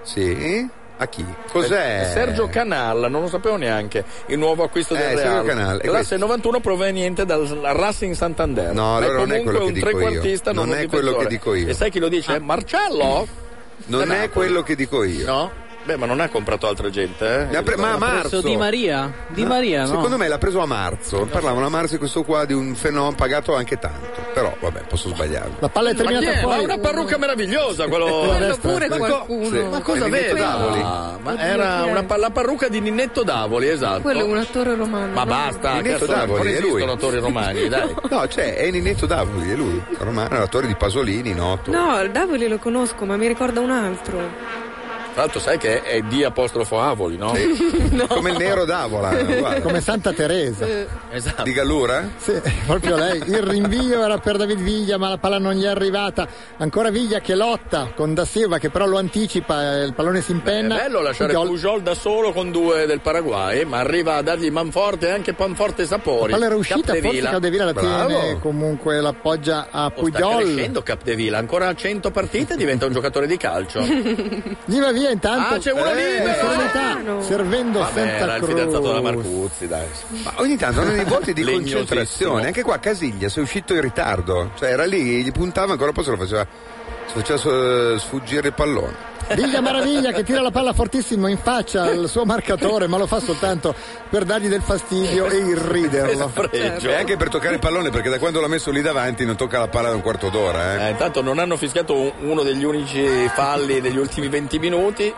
Sì? A chi? Cos'è?
Sergio Canal, non lo sapevo neanche, il nuovo acquisto del
Eh,
Real.
Sergio Canal, e
Classe
questo?
91 proveniente dal Racing Santander.
No, allora
è
non
comunque
è quello che
un
dico io.
trequartista, non,
Non
un
è quello
difensore.
che dico io. Ah.
E sai chi lo dice? Marcello?
Non è
Napoli.
quello che dico io.
No? Beh, ma non ha comprato altra gente, eh?
Ne ha pre- ma a marzo.
Preso Di Maria, Di Maria, no?
Secondo me l'ha preso a marzo. Parlavano a marzo di questo qua di un fenomeno pagato anche tanto. Però vabbè, posso sbagliarmi.
La palla è
Ma chi
terminata
è? Ma ha
fuori.
una parrucca meravigliosa
Quello
quello.
Quello pure
Ma co-
qualcuno.
sì.
Oh, Ma cosa
È Ninnetto Davoli.
aveva? Ma era una pa- la parrucca di Ninnetto Davoli, esatto.
Quello è un attore romano.
Ma
no?
basta, cazzo,
Ninnetto Davoli,
non
è lui.
esistono attori romani, dai.
No, cioè, è Ninetto Davoli, è lui. Romano, l'attore di Pasolini, noto.
No, il Davoli lo conosco, ma mi ricorda un altro. Eh,
Tra l'altro sai che è di apostrofo Avoli, no?
Come il nero d'Avola. eh, guarda.
Come Santa Teresa.
Esatto.
Di Gallura?
Sì, proprio lei. Il rinvio era per David Viglia, ma la palla non gli è arrivata. Ancora Viglia che lotta con Da Silva, che però lo anticipa, eh, il pallone si
È
impenna.
bello lasciare
Gol.
Pujol da solo con due del Paraguay, ma arriva a dargli Manforte e anche Panforte e Sapori.
La palla era uscita, forse
Capdevila.
Capdevila la tiene,
Bravo.
comunque l'appoggia a
Oh, sta
Pujol.
crescendo Capdevila, ancora 100 partite e diventa un giocatore di calcio.
Gli va via intanto.
Ah, c'è uno libero!
Serenità, servendo
Vabbè,
Santa
era il
Cruz.
fidanzato della Marcuzzi, dai.
Ma ogni tanto hanno dei voti di
Legnosissimo.
concentrazione. Anche qua Casiglia è uscito in ritardo. Cioè era lì, gli puntava ancora, poi se lo faceva, se faceva su- eh, sfuggire il pallone.
Viglia Maraviglia che tira la palla fortissimo in faccia al suo marcatore, ma lo fa soltanto per dargli del fastidio e irriderlo.
Esatto. Eh,
E
Ecco.
anche per toccare il pallone, perché da quando l'ha messo lì davanti non tocca la palla da un quarto d'ora. eh.
Eh, intanto non hanno fischiato un- uno degli unici falli degli ultimi 20 minuti.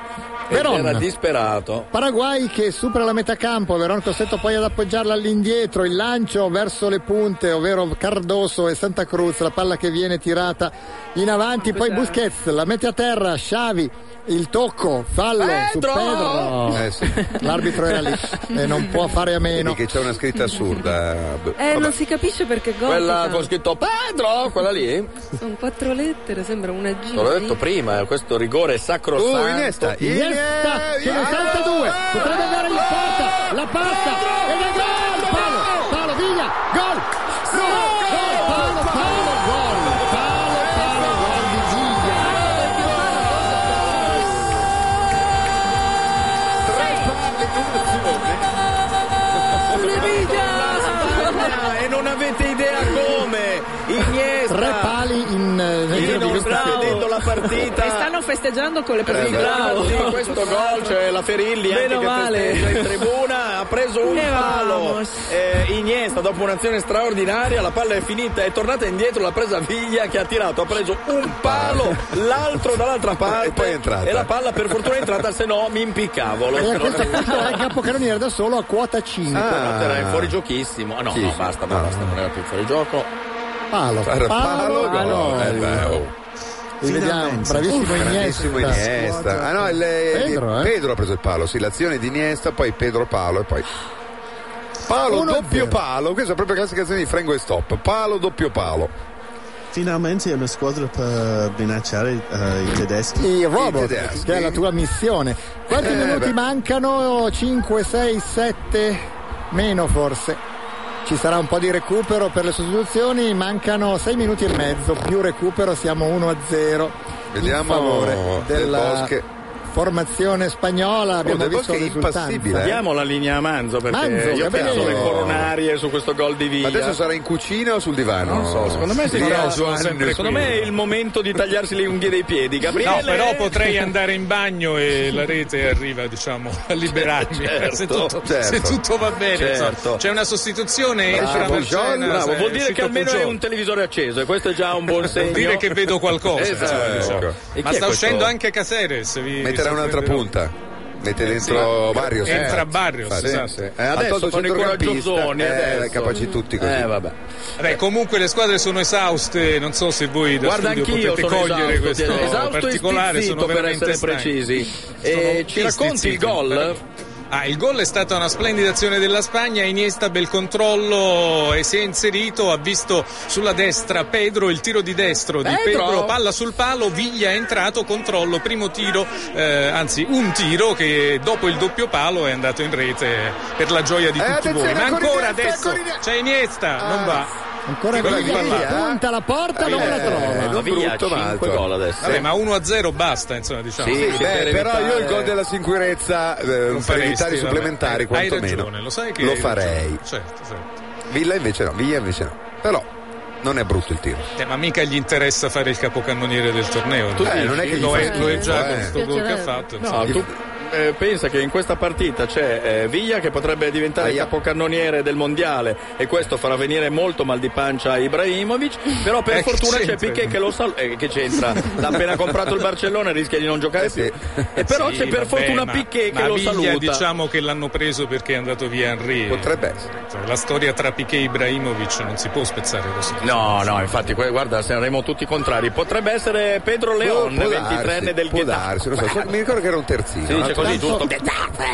Però
Veron.
era disperato.
Paraguay che supera la metà campo, Veron costretto poi ad appoggiarla all'indietro, il lancio verso le punte, ovvero Cardoso e Santa Cruz, la palla che viene tirata in avanti, poi Busquets la mette a terra, Xavi, il tocco, fallo
Pedro!
su Pedro.
Eh, sì.
L'arbitro era lì e non può fare a meno.
Vedi che c'è una scritta assurda. Beh,
Eh,
vabbè.
non si capisce perché gol.
Quella con scritto Pedro, quella lì.
Sono quattro lettere, sembra una G.
Te l'ho detto prima, eh, questo rigore è sacrosanto.
Uh, Iniesta,
Ah, Iniesta che
Ah!
ne salta due, potrebbe andare in porta, la passa ed è gol! Palo, palo, via, gol! Gol, gol, palo, palo, gol! Palo, palo, gol di Giglia!
Ah, E non avete idea come Iniesta
Ah.
Tre pali in eh,
Io
venti
non
minuti.
sta vedendo la partita
E stanno festeggiando con le
Sì,
persone.
bravo.
davanti.
Sì, questo gol cioè la Ferilli anche
Meno
che
male.
festeggia in tribuna ha preso un
E
palo
vamos.
Eh, Iniesta dopo un'azione straordinaria la palla è finita è tornata indietro l'ha presa Viglia che ha tirato ha preso un palo l'altro dall'altra parte
E poi è entrata.
e la palla per fortuna è entrata se no mi impiccavo lo
E a questo punto è capocannoniere da solo a quota 5.
Ah, era in fuorigiochissimo ah no
Sì,
no
sì.
basta ma basta non era più fuori gioco
Palo,
Era
palo,
palo, gol. Eh, beh,
gol.
oh.
E vediamo,
Finalmente.
bravissimo
Grandissimo
Iniesta.
Iniesta. Ah, no, il-
Pedro, eh?
Pedro ha preso il palo, sì, l'azione di Iniesta, poi Pedro palo e poi. Palo,
Uno
doppio
zero.
palo, questa è proprio la classica azione di Frengo e Stop. Palo, doppio palo.
Finalmente una squadra per minacciare eh, i tedeschi.
i
I
robot,
tedeschi.
che è la tua missione. Quanti
Eh,
minuti
beh.
mancano? 5, 6, 7, meno forse. Ci sarà un po' di recupero per le sostituzioni, mancano 6 minuti e mezzo, più recupero siamo 1 a 0.
Vediamo
in favore
Del
della
Bosque.
formazione spagnola, abbiamo
Del
visto
Bosque è
il risultato.
impassibile. Eh?
diamo la linea a Manzo perché
Manzo,
io
Gabriele.
penso le coronarie su questo gol di Viglia
Ma adesso sarà in cucina o sul divano?
Non so, secondo me, si
Sì,
farà-
Giovanni,
secondo me è il momento di tagliarsi le unghie dei piedi. Gabriele,
No, però potrei andare in bagno e la rete arriva, diciamo, a liberarmi.
Certo,
se, tutto,
certo.
se tutto va bene.
Certo.
insomma. C'è una sostituzione,
Bravo,
entra
Pujol,
Marcena,
bravo,
se-
vuol dire
uscito
che almeno
Pujol.
è un televisore acceso e questo è già un buon segno. Eh,
Vuol dire che vedo qualcosa.
Esatto.
insomma, diciamo.
E
Ecco.
Ma
chi è
sta
questo?
uscendo anche Caseres. vi-
Metterà
vi
un'altra
sorprenderò.
punta. Mette dentro Barrios.
Entra
eh.
Barrios,
Sì,
esatto.
sì.
Eh, adesso
Ha tolto il
sono i
centrocampista,
coraggiozzoni,
eh,
adesso.
capaci tutti così.
Eh, vabbè.
Beh, comunque le squadre sono esauste, non so se voi da
Guarda
studio
anch'io
potete
sono
cogliere
esausto,
questo
Piero. esausto e
particolare,
stizzito,
sono
per
veramente
essere
stanchi.
precisi.
Sono
E ci racconti il
stizziti,
gol?
veramente. Ah, il gol è stata una splendida azione della Spagna, Iniesta bel controllo e si è inserito, ha visto sulla destra Pedro, il tiro di destro di
Pedro!
Pedro, palla sul palo, Viglia è entrato, controllo, primo tiro, eh, anzi un tiro che dopo il doppio palo è andato in rete per la gioia di
Eh,
tutti voi,
attenzione,
ma
ancora
ancora
Iniesta,
adesso
ancora Iniesta.
c'è Iniesta, non va.
Ancora
Quella
Viglia che
di Pavia, eh?
punta la porta, non la
Eh,
trova.
non
Via,
brutto, ma
cinque
alto.
gol adesso.
Vabbè, ma 1-0 basta, insomma, diciamo.
Sì,
Sì,
sì,
beh,
per
però io
evitare-
il gol della sicurezza eh,
Non
per
faresti,
evitare i
vabbè.
supplementari
Hai
quantomeno
ragione, lo sai che
lo farei
Certo, certo.
Villa invece no Villa invece no però non è brutto il tiro
Eh, ma mica gli interessa fare il capocannoniere del torneo.
Eh, non è che gli
lo,
fa
è, lo è
schifo,
già
eh.
con sto gol che ha fatto.
No,
insomma.
tu eh, pensa che in questa partita c'è eh, Villa che potrebbe diventare il capocannoniere del mondiale e questo farà venire molto mal di pancia a Ibrahimovic, però per
Eh, che
fortuna c'è
c'entra?
Piquet che lo sa eh, che c'entra, l'ha appena comprato il Barcellona e rischia di non giocare più. E Eh, però c'è per fortuna Piquet che lo saluta.
diciamo che l'hanno preso perché è andato via Henry. Cioè,
Potrebbe
La storia tra Piquet e Ibrahimovic non si può spezzare così.
No, no, infatti, que- guarda, saremo tutti contrari. Potrebbe essere Pedro Leon,
Può- può
23enne
darsi,
del
può
Getafe.
darsi, non so, so- mi ricordo che era un terzino.
Si
un
dice
altro-
così,
Tanto- eh,
giusto?
Getafe,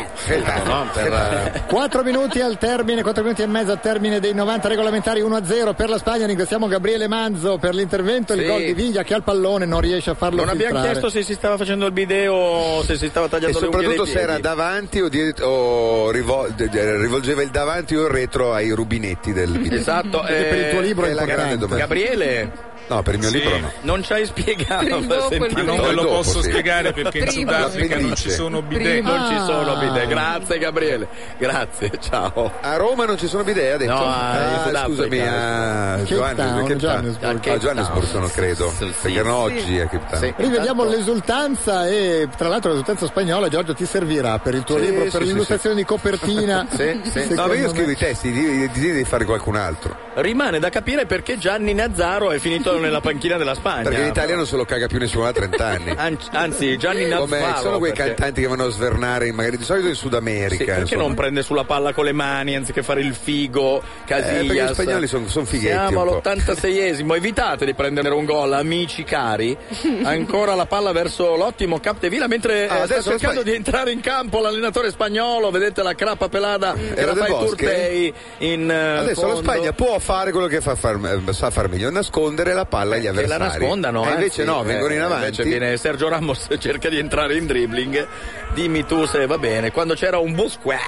No, per,
eh,
Getafe.
4 minuti al termine, 4 minuti e mezzo al termine dei 90 regolamentari 1-0 per la Spagna. Ringraziamo Gabriele Manzo per l'intervento. Il
Sì.
gol di Viglia che al pallone non riesce a farlo
Non abbiamo
filtrare.
chiesto se si stava facendo il bideo o se si stava
E
tagliando le unghie
soprattutto
dei
se era
piedi.
davanti o, dietro, o rivol- de- de- rivolgeva il davanti o il retro ai rubinetti del video.
Esatto, eh,
è la grande domanda.
Gabriele,
No, per il mio
Sì.
libro no.
non ci hai spiegato.
Per il dopo e il
senti,
Ma non ve lo
dopo,
posso
sì.
spiegare perché in
Prima.
Sudafrica non
L'appendice.
ci sono bidet.
Prima. Ah.
Non ci sono bidet. Grazie Gabriele. Grazie, ciao.
A Roma non ci sono bidet, ha detto.
No,
Ah,
in Sudafrica.
scusami, a
Cape Town,
Johannes- Cape Town.
Johannesburg.
A Johannesburg, sono, credo. Perché erano oggi a Cape Town.
Rivediamo
Esatto.
l'esultanza e tra l'altro l'esultanza spagnola Giorgio ti servirà per il tuo
Sì,
libro,
sì,
per
sì,
l'illustrazione di copertina.
Sì, sì.
Secondo
No, ma io
me-
scrivo i testi, di- di- devi fare qualcun altro.
Rimane da capire perché Gianni Nazzaro è finito nella panchina della Spagna.
Perché in Italia non se lo caga più nessuno da 30 anni.
An- Anzi, Gianni
Come
Nazzaro.
sono quei
perché-
cantanti che vanno a svernare, in- magari di solito in Sud America.
Sì, perché
insomma.
non prende sulla palla con le mani anziché fare il figo? Casillas.
Eh, perché gli spagnoli son- son fighetti
Siamo
un po'.
all'86esimo, evitate di prendere un gol, amici cari. Ancora la palla verso l'ottimo Capdevila mentre
Ah,
eh, sta
adesso
cercando
la Spagna-
di entrare in campo l'allenatore spagnolo, vedete la crappa pelata che
Era
la
del
fa il
Bosque?
Turtei in eh,
Adesso
fondo.
la Spagna può fare quello che fa far- eh, sa far meglio, nascondere la palla agli
Eh, Che la
avversari.
nascondano,
E
anzi,
invece no,
eh,
vengono in avanti.
Invece viene Sergio Ramos cerca di entrare in dribbling. Dimmi tu se va bene. Quando c'era un Busquets.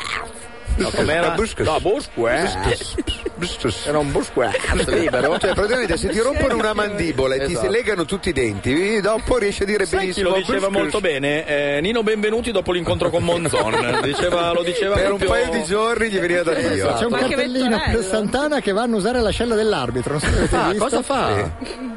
No, com'era?
Busquets.
No, Busquets. Era un Busquets libero.
Cioè, praticamente se ti rompono una mandibola e ti
Esatto.
si legano tutti i denti, dopo riesci a dire
Sai chi
benissimo.
lo diceva molto bene? Eh, Nino Benvenuti dopo l'incontro con Monzon. Diceva- lo diceva
per
proprio-
un paio di giorni gli veniva da
Esatto.
Dio.
C'è un
Qualche
cartellino per Santana che vanno a usare la scella dell'arbitro. Non so se avete
Ah,
visto.
cosa fa?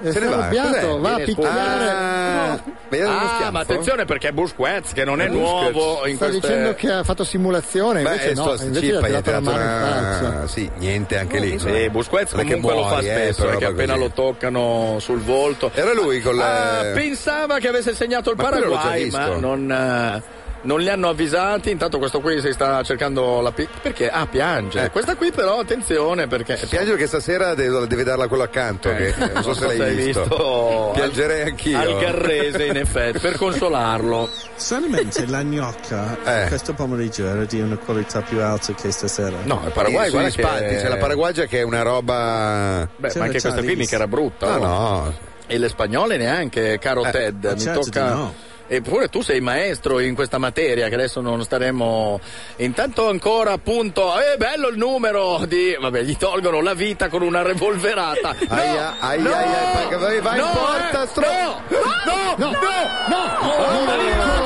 È
Se ne va.
arrabbiato,
Cos'è?
va a
Viene
picchiare.
Ah, vedi uno
Ah,
schiaffo?
ma attenzione perché è Busquets che non è
È Busquets.
nuovo in
Sta
queste...
dicendo che ha fatto simulazione,
Beh,
invece no,
sto-
invece
sì,
gli ha
poi gli ha
tirato la mano in
tirato una-
faccia.
Sì, niente anche lì.
Sì, Busquets
Non è che
comunque lo fa
muori, eh,
spesso
però
perché
roba
appena
così.
lo toccano sul volto.
Era lui con la...
Ah, pensava che avesse segnato il
Eh, Ma quello l'ho già
Paraguay, ma
visto.
non, eh, non li hanno avvisati. Intanto questo qui si sta cercando la pi- perché ah, piange.
Eh.
Questa qui però attenzione perché
Piangere che stasera deve, deve darla quello
Eh,
accanto, che non so se l'hai visto. Piangerei anch'io.
Al Garrese in effetti per consolarlo.
Stranamente la gnocca
Eh.
questo pomeriggio era di una qualità più alta che stasera.
No, il Paraguay
Sì, sugli
guarda che-
spalti, c'è la Paraguagia che è una roba...
Beh,
C'è
ma
la
anche questa qui
Charlize.
mica era brutta.
No,
oh.
no.
E le spagnole neanche, caro
Eh,
Ted.
ma
Mi
certo
tocca.
di no.
Eppure tu sei maestro in questa materia, che adesso non staremo. Intanto ancora appunto. È bello il numero di. Vabbè, gli tolgono la vita con una revolverata. No!
Aia, aia,
No!
aia, vai- vai, vai in
No,
porta,
eh!
stro-
No!
No, no, no,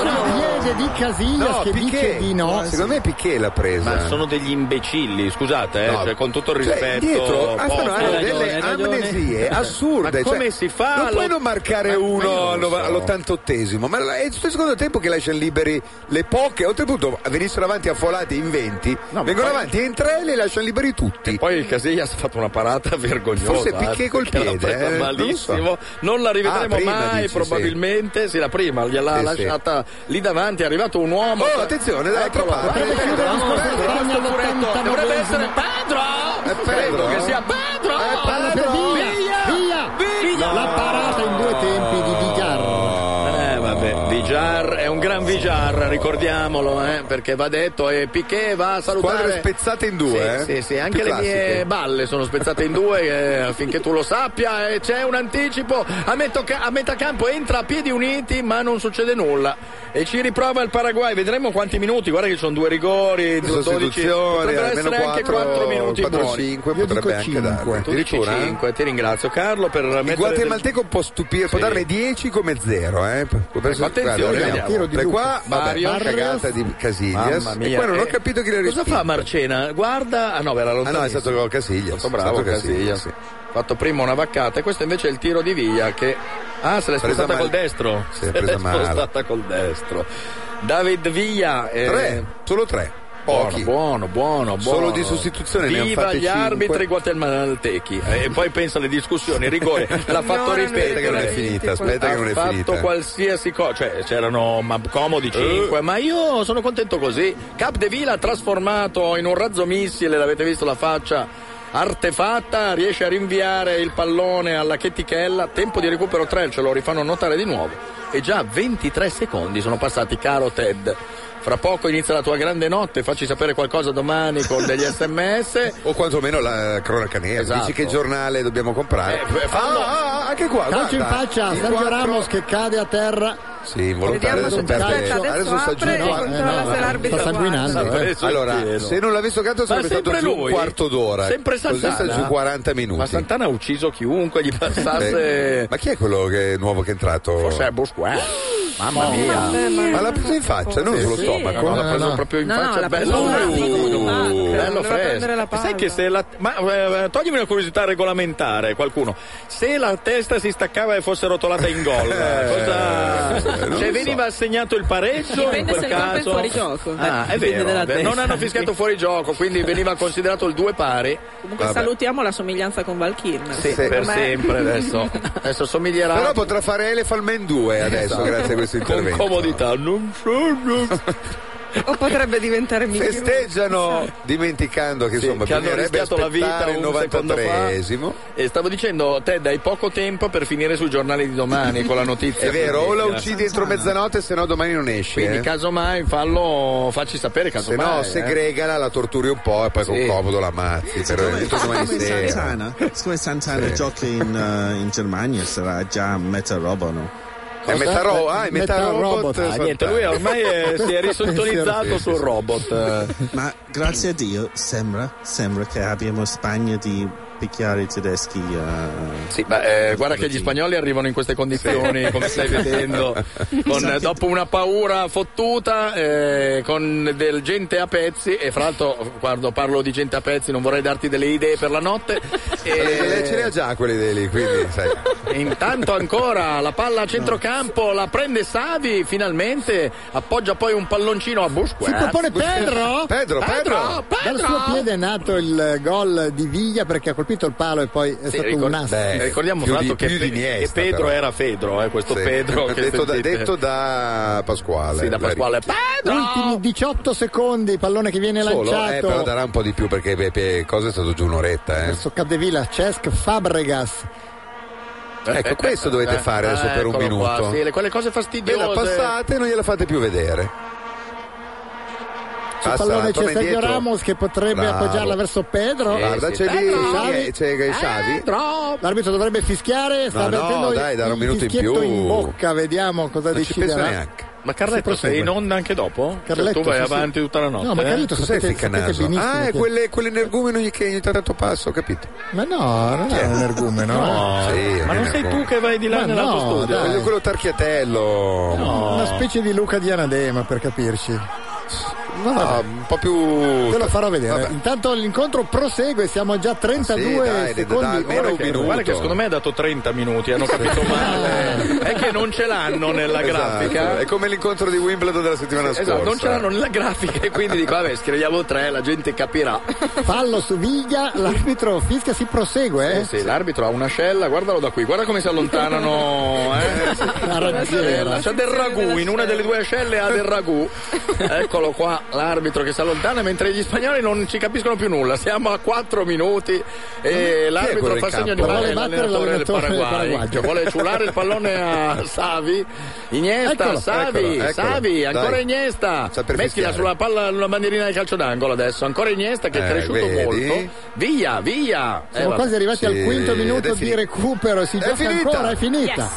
no, piede di Casillas
No,
che dice
Piquet.
di no.
Secondo me Piquet l'ha presa.
Ma sono degli imbecilli, scusate, eh,
No.
cioè, con tutto il
Cioè,
rispetto.
dietro ah,
poco.
stanno- hanno
Hai ragione,
delle
hai ragione.
amnesie assurde.
Ma come
cioè,
si fa
Non
allo-
puoi non marcare
Ma- ma io
uno
non lo so.
all'88esimo, ma la- è tutto il secondo tempo che lasciano liberi le poche. Oltretutto venissero avanti affolati in 20,
No, ma
vengono
poi-
avanti in 3 e li lasciano liberi tutti.
Poi il Casillas ha fatto una parata vergognosa.
Forse Piquet
eh,
col
perché l'ha
piede,
presa
eh, non lo
malissimo. Non,
so.
la rivedremo
Ah, prima
mai,
dici,
probabilmente. Sì. la prima gliel'ha
Sì, sì.
lasciata lì davanti. È arrivato un uomo.
Oh, attenzione, dall'altra
Eccolo,
parte.
guarda,
Potrebbe chiudere
guarda,
lo scorso
guarda,
anno
questo furetto.
all'89esimo.
Dovrebbe essere Pedro!
È Pedro? Eh,
Credo che sia Pedro!
È
Palla Eh, per via, via,
Via!
La parata in due tempi di Vigar.
Ah,
Eh vabbè, Vigar è un gran Vigar, ricordiamolo, eh, perché va detto e Piquet va a salutare.
Squadre spezzate in due,
Sì,
eh?
sì, sì,
Più
anche le mie
classiche.
balle sono spezzate in due eh, affinché tu lo sappia e c'è un anticipo a, metto- a metà campo, entra a piedi uniti ma non succede nulla e ci riprova il Paraguay, vedremo quanti minuti, guarda che ci sono due rigori, due- 12,
Sostituzioni,
potrebbero
almeno
essere anche 4 minuti
4
buoni.
5
Io
potrebbe
dico
anche
cinque.
dare.
Tu dici
Addirittura, eh?
5, ti ringrazio Carlo per
Il
mettere...
guatemalteco può stupire, può
Sì.
darne 10 come 0, eh. Può
Ecco,
guarda,
attenzione,
vediamo. Tiro di
Per
Luca.
qua,
Mario.
Mario, cagata di Casillas.
Mamma
E
mia,
qua non ho
eh,
capito chi l'ha
Cosa
respinto.
fa Marcena? Guarda, ah no, beh, era
Ah no, è stato
lontanissimo.
gol Casillas.
Molto bravo
È stato
Casillas.
sì.
Fatto prima una vaccata e questo invece è il tiro di via che ah, se l'è
Presa
spostata
male.
col destro.
Sì,
se l'è
presa male.
spostata col destro. David Villa. eh,
Tre, solo tre. Pochi.
Buono, buono, buono.
Solo di sostituzione ne
Viva
hanno fatte
gli
cinque.
arbitri guatemaltechi. Eh, E poi pensa alle discussioni, il rigore. L'ha fatto
No,
ripetere.
aspetta che non è finita, aspetta
ha
che non è
fatto
finita. Eh?
qualsiasi cosa. Cioè, c'erano ma- comodi 5, ma io sono contento così. Cap de Villa trasformato in un razzo missile, l'avete visto la faccia. Artefatta, riesce a rinviare il pallone alla chetichella, tempo di recupero 3, ce lo rifanno notare di nuovo. E già 23 secondi sono passati, caro Ted. Fra poco inizia la tua grande notte, facci sapere qualcosa domani con degli sms.
O quantomeno la cronaca nera. Dici che giornale dobbiamo comprare?
Esatto. Eh, fanno-
Ah, ah, anche qua.
Calcio in
guarda.
faccia a
In
Sergio
quattro-
Ramos che cade a terra.
Sì, involontario.
Vediamo
Adesso,
se- aspetta,
perde-
adesso
sta
apre
giù.
e controlla se l'arbitro sta sanguinando, guarda. eh.
Allora, se non l'avesse toccato sarebbe
Ma sempre
stato giù un
lui.
quarto d'ora.
Sempre
Così sta
Santana.
giù 40 minuti.
Ma Santana ha ucciso chiunque gli
Eh,
passasse.
Ma chi è quello che è nuovo che è entrato?
Forse è Busquets. Mamma
Mamma
mia.
mia. Ma l'ha preso in faccia,
Eh,
non sullo stomaco.
No,
No,
l'ha
no,
preso
no.
proprio in
No, no,
faccia.
l'ha
bello
preso in faccia,
fresco.
come Marco,
bello
doveva prendere
fresco.
la palla.
Sai che se la. Ma eh, toglimi una curiosità regolamentare, qualcuno. Se la testa si staccava e fosse rotolata in gol, cosa. Cioè, veniva assegnato il pareggio in
Dipende
quel
se il
caso.
campo è fuori gioco.
Ah, è
Dipende
vero.
dalla
Beh,
testa.
Non hanno fischiato fuori gioco, quindi veniva considerato il due pari.
Comunque salutiamo la somiglianza con Val Kilmer.
Sì, per sempre adesso. Adesso somiglierà.
Però potrà fare Elephant Man 2 adesso,
Esatto.
grazie a questo intervento.
Con comodità, non sono.
O potrebbe diventare migliore.
Festeggiano dimenticando che
Esatto. Sì,
insomma
che hanno
bisognerebbe
rischiato la vita
aspettare il
un secondo fa.
93esimo.
E stavo dicendo, Ted, hai poco tempo per finire sui giornali di domani con la notizia.
È vero, o la
politica.
uccidi entro mezzanotte, se no domani non esce.
Quindi
eh.
casomai fallo, facci sapere
se
casomai.
no,
eh.
segregala, la torturi un po' e poi
Sì.
con comodo la ammazzi. Per entro domani
Come
sera.
Santana, siccome Santana gioca in, eh, in Germania sarà già metà roba, no?
È metà ro- ah, è metà Metà robot, robot.
Ah, niente, lui ormai è- si è risintonizzato sul robot.
Ma grazie a Dio sembra, sembra che abbiamo Spagna di picchiare i tedeschi.
sì, ma eh, guarda che gli spagnoli arrivano in queste condizioni, come stai vedendo,
Esatto.
con, dopo una paura fottuta, eh, con del gente a pezzi, e fra l'altro quando parlo di gente a pezzi non vorrei darti delle idee per la notte.
Eh,
e...
lei ce le ha già quelle idee lì, quindi sai.
Intanto ancora la palla a centrocampo, la prende Savi finalmente, appoggia poi un palloncino a Busquets.
Si propone Pedro?
Pedro, Pedro.
Dal suo piede è nato il gol di Viglia perché ha colpito il palo e poi è
Sì,
stato
ricor-
un assist.
Beh, ricordiamo
più
fra l'altro
di-
che,
più di
Pe-
Iniesta,
che Pedro
però.
era Fedro, eh, questo
Sì.
Pedro che
detto, da,
sentite.
detto da Pasquale.
Sì, da Pasquale. Pedro!
Ultimi 18 secondi, pallone che viene
Solo, eh, però
lanciato.
darà un po' di più perché Pepe Cosa è stato giù un'oretta. Eh.
Adesso Capdevila, Cesc, Fabregas.
Ecco, questo dovete fare adesso
Ah,
per un
Eh, eccolo qua,
minuto.
sì, le- quelle cose
Ve la
fastidiose.
passate e non gliela fate più vedere.
Sul
Passa,
pallone c'è
torna
Sergio
indietro.
Ramos che potrebbe
Bravo.
appoggiarla verso Pedro.
Sì, Guarda,
Eh,
sì. c'è lì,
Xavi.
c'è- c'è Xavi.
Pedro! L'arbitro dovrebbe fischiare, sta
No, no,
avvertendo il-
dai, darà un
il
minuto in
fischietto
più.
in bocca, vediamo cosa
Non ci
deciderà.
penso neanche.
Ma Carletto
Si prosegue.
sei in onda anche dopo? Cioè,
Carletto,
tu vai
sì, sì.
avanti tutta la notte.
No, ma
eh?
Carletto,
Cos'è
sapete,
il
sapete
ficcanaso?
benissimo
Ah, è
che-
quelle- quell'energumeno che ogni tanto passa, ho capito.
Ma no, non è un ergume, no?
Sì,
Ma non sei
energumeno.
tu che vai di là
Ma
nell'altro
no,
studio?
dai.
Quello- Quello tarchiatello.
Una specie di Luca di Anadema, per capirci.
Ah,
Vabbè,
un po' più.
Te lo farò vedere.
Vabbè. Ah,
Intanto l'incontro prosegue, siamo già a 32
Sì, dai,
secondi.
dai, almeno
Guarda
un
che,
minuto.
guarda che secondo me ha dato 30 minuti, hanno capito male. È che non ce l'hanno nella
Esatto,
grafica.
È come l'incontro di Wimbledon della settimana scorsa.
Esatto, non ce l'hanno nella grafica e quindi dico, vabbè, scriviamo tre, la gente capirà.
Fallo su Viglia, l'arbitro fischia, si prosegue.
Eh
Eh?
sì, l'arbitro ha una scella, guardalo da qui, guarda come si allontanano. Eh?
La raggiera.
C'ha del ragù, in una delle due ascelle ha del ragù. Eccolo qua l'arbitro che si allontana mentre gli spagnoli non ci capiscono più nulla. Siamo a 4 minuti e
quello
l'arbitro
in
fa segno di
campo?
palla
Vuole battere
all'allenatore del
l'allenatore del
Paraguay
Paraguay.
che vuole ciulare il pallone a Savi. Iniesta,
Eccolo,
Savi,
eccolo, eccolo.
Savi, ancora
Dai.
Iniesta.
Sta per
Meschila
fischiare.
sulla palla una bandierina di calcio d'angolo adesso. Ancora Iniesta che è
Eh,
cresciuto
vedi?
molto. Via, via. Eh,
Siamo
vabbè.
quasi arrivati
Sì,
al quinto
ed
minuto
è
di
finita.
recupero, si
È
gioca
finita.
ancora, è finita.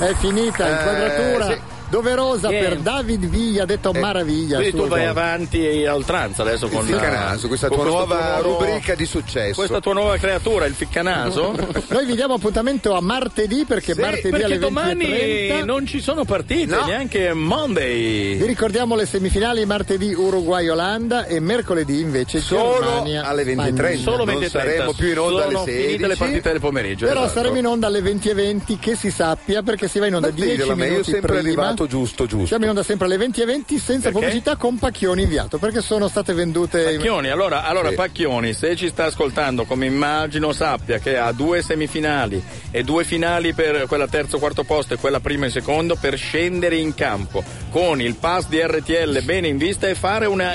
È finita,
Eh,
inquadratura
sì. Eh,
doverosa
Game.
per David Viglia, detto maraviglia.
Quindi
sul
tu vai
gol.
avanti a oltranza adesso con
Il ficcanaso, questa
con
tua
questo
nuova
tuo nuovo-
rubrica di successo.
Questa tua nuova creatura, il ficcanaso?
Noi vi diamo appuntamento a martedì perché
Sì,
martedì
perché
alle
domani
20.30
non ci sono partite,
No.
neanche
vi
Monday.
ricordiamo le semifinali martedì Uruguay-Olanda e mercoledì invece
Solo
Germania.
alle 23.
Spagna.
Solo
Non
20.30.
saremo più in onda alle
sono
16.
finite le partite del pomeriggio.
Però
esatto.
saremo in onda alle 20.20 che si sappia perché si va in onda
Ma
10
diglielo a me,
minuti
io sempre
prima.
arrivato giusto, giusto, giusto.
Siamo in onda sempre alle 20.20 senza
Perché?
pubblicità con Pacchioni inviato perché sono state vendute.
Pacchioni, allora, allora
Sì.
Pacchioni, se ci sta ascoltando, come immagino sappia che ha due semifinali e due finali per quella terzo quarto posto e quella prima e secondo per scendere in campo con il pass di RTL bene in vista e fare una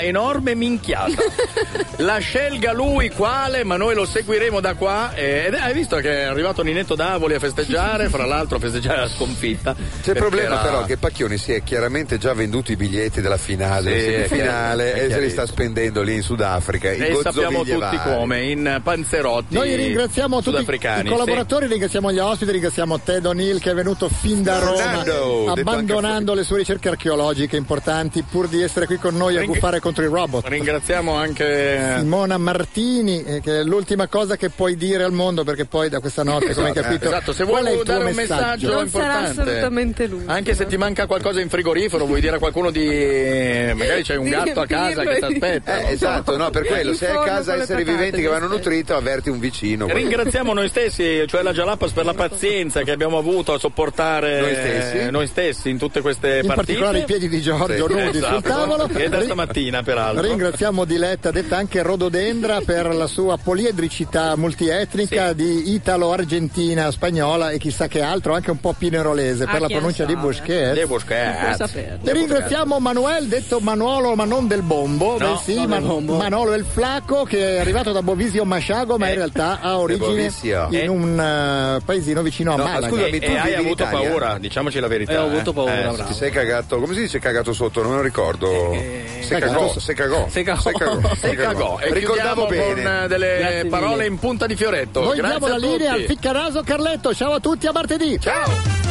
enorme minchiata. La scelga lui quale, ma noi lo seguiremo da qua. Ed hai visto che è arrivato Ninetto Davoli a festeggiare, fra l'altro a festeggiare la sconfitta.
C'è il problema però
che
che Pacchioni si è chiaramente già venduto i biglietti della finale,
Sì,
della
è chiaro, è
semifinale e se li
chiarissimo.
sta spendendo lì in Sudafrica. in
e sappiamo
gozzoviglie
tutti
varie.
come, in panzerotti
eh. Noi ringraziamo tutti i
sudafricani.
collaboratori, ringraziamo gli ospiti, ringraziamo Ted O'Neill che è venuto fin da Roma,
Fernando, detto anche
abbandonando le sue ricerche archeologiche importanti pur di essere qui con noi a
Ring-
guffare contro i robot.
Sì. Ringraziamo anche...
Simona Martini, eh, che è l'ultima cosa che puoi dire al mondo perché poi da questa notte, come hai
Esatto,
capito,
eh, esatto, se
qual è
vuoi
il tuo
dare un messaggio,
messaggio?
Non sarà importante. assolutamente
lui.
Anche se ti manca qualcosa in frigorifero, vuoi dire a qualcuno di... magari c'è un gatto a casa che ti aspetta.
Eh, esatto, no, per quello, se è a casa esseri viventi che vanno
nutriti
nutrito, avverti un
Eh,
vicino.
Ringraziamo noi stessi, cioè la Jalapas, per la pazienza che abbiamo avuto a sopportare eh,
Noi stessi.
noi stessi in tutte queste
In
partite.
particolare i piedi di Giorgio
Sì,
nudi
esatto.
sul tavolo.
E da
Ri-
stamattina, peraltro.
Ringraziamo Diletta, detta anche Rododendra, per la sua poliedricità multietnica di italo-argentina, spagnola e chissà che altro, anche un po' pinerolese,
Ah,
per la
chi
pronuncia
lo
di
sa?
Busquets.
Di Busquets. Non puoi saperlo.
E ringraziamo Manuel, detto Manuolo, ma non del bombo,
No,
bensì
non del
Ma-
bombo. Eh,
Manolo il Flacco, che è arrivato da Bovisio Masciago, ma in realtà ha origine
Bovisio.
in un eh, paesino vicino a Malaga.
scusami,
e,
tu
e hai
vivi in
avuto
Italia?
paura, diciamoci la verità. eh. Eh, sì,
ti
sì.
sei cagato, come si dice cagato sotto? Non me lo ricordo. Se
Eh, Cagato
cagò,
so-
se cagò.
Se cagò.
Se cagò.
Se cagò. E
Ricordavo
chiudiamo
bene.
con eh, delle
Grazie
parole
mille.
in punta di fioretto.
Noi
Grazie
diamo la
a
linea al
tutti.
ficcaraso Carletto. Ciao a tutti, a martedì.
Ciao.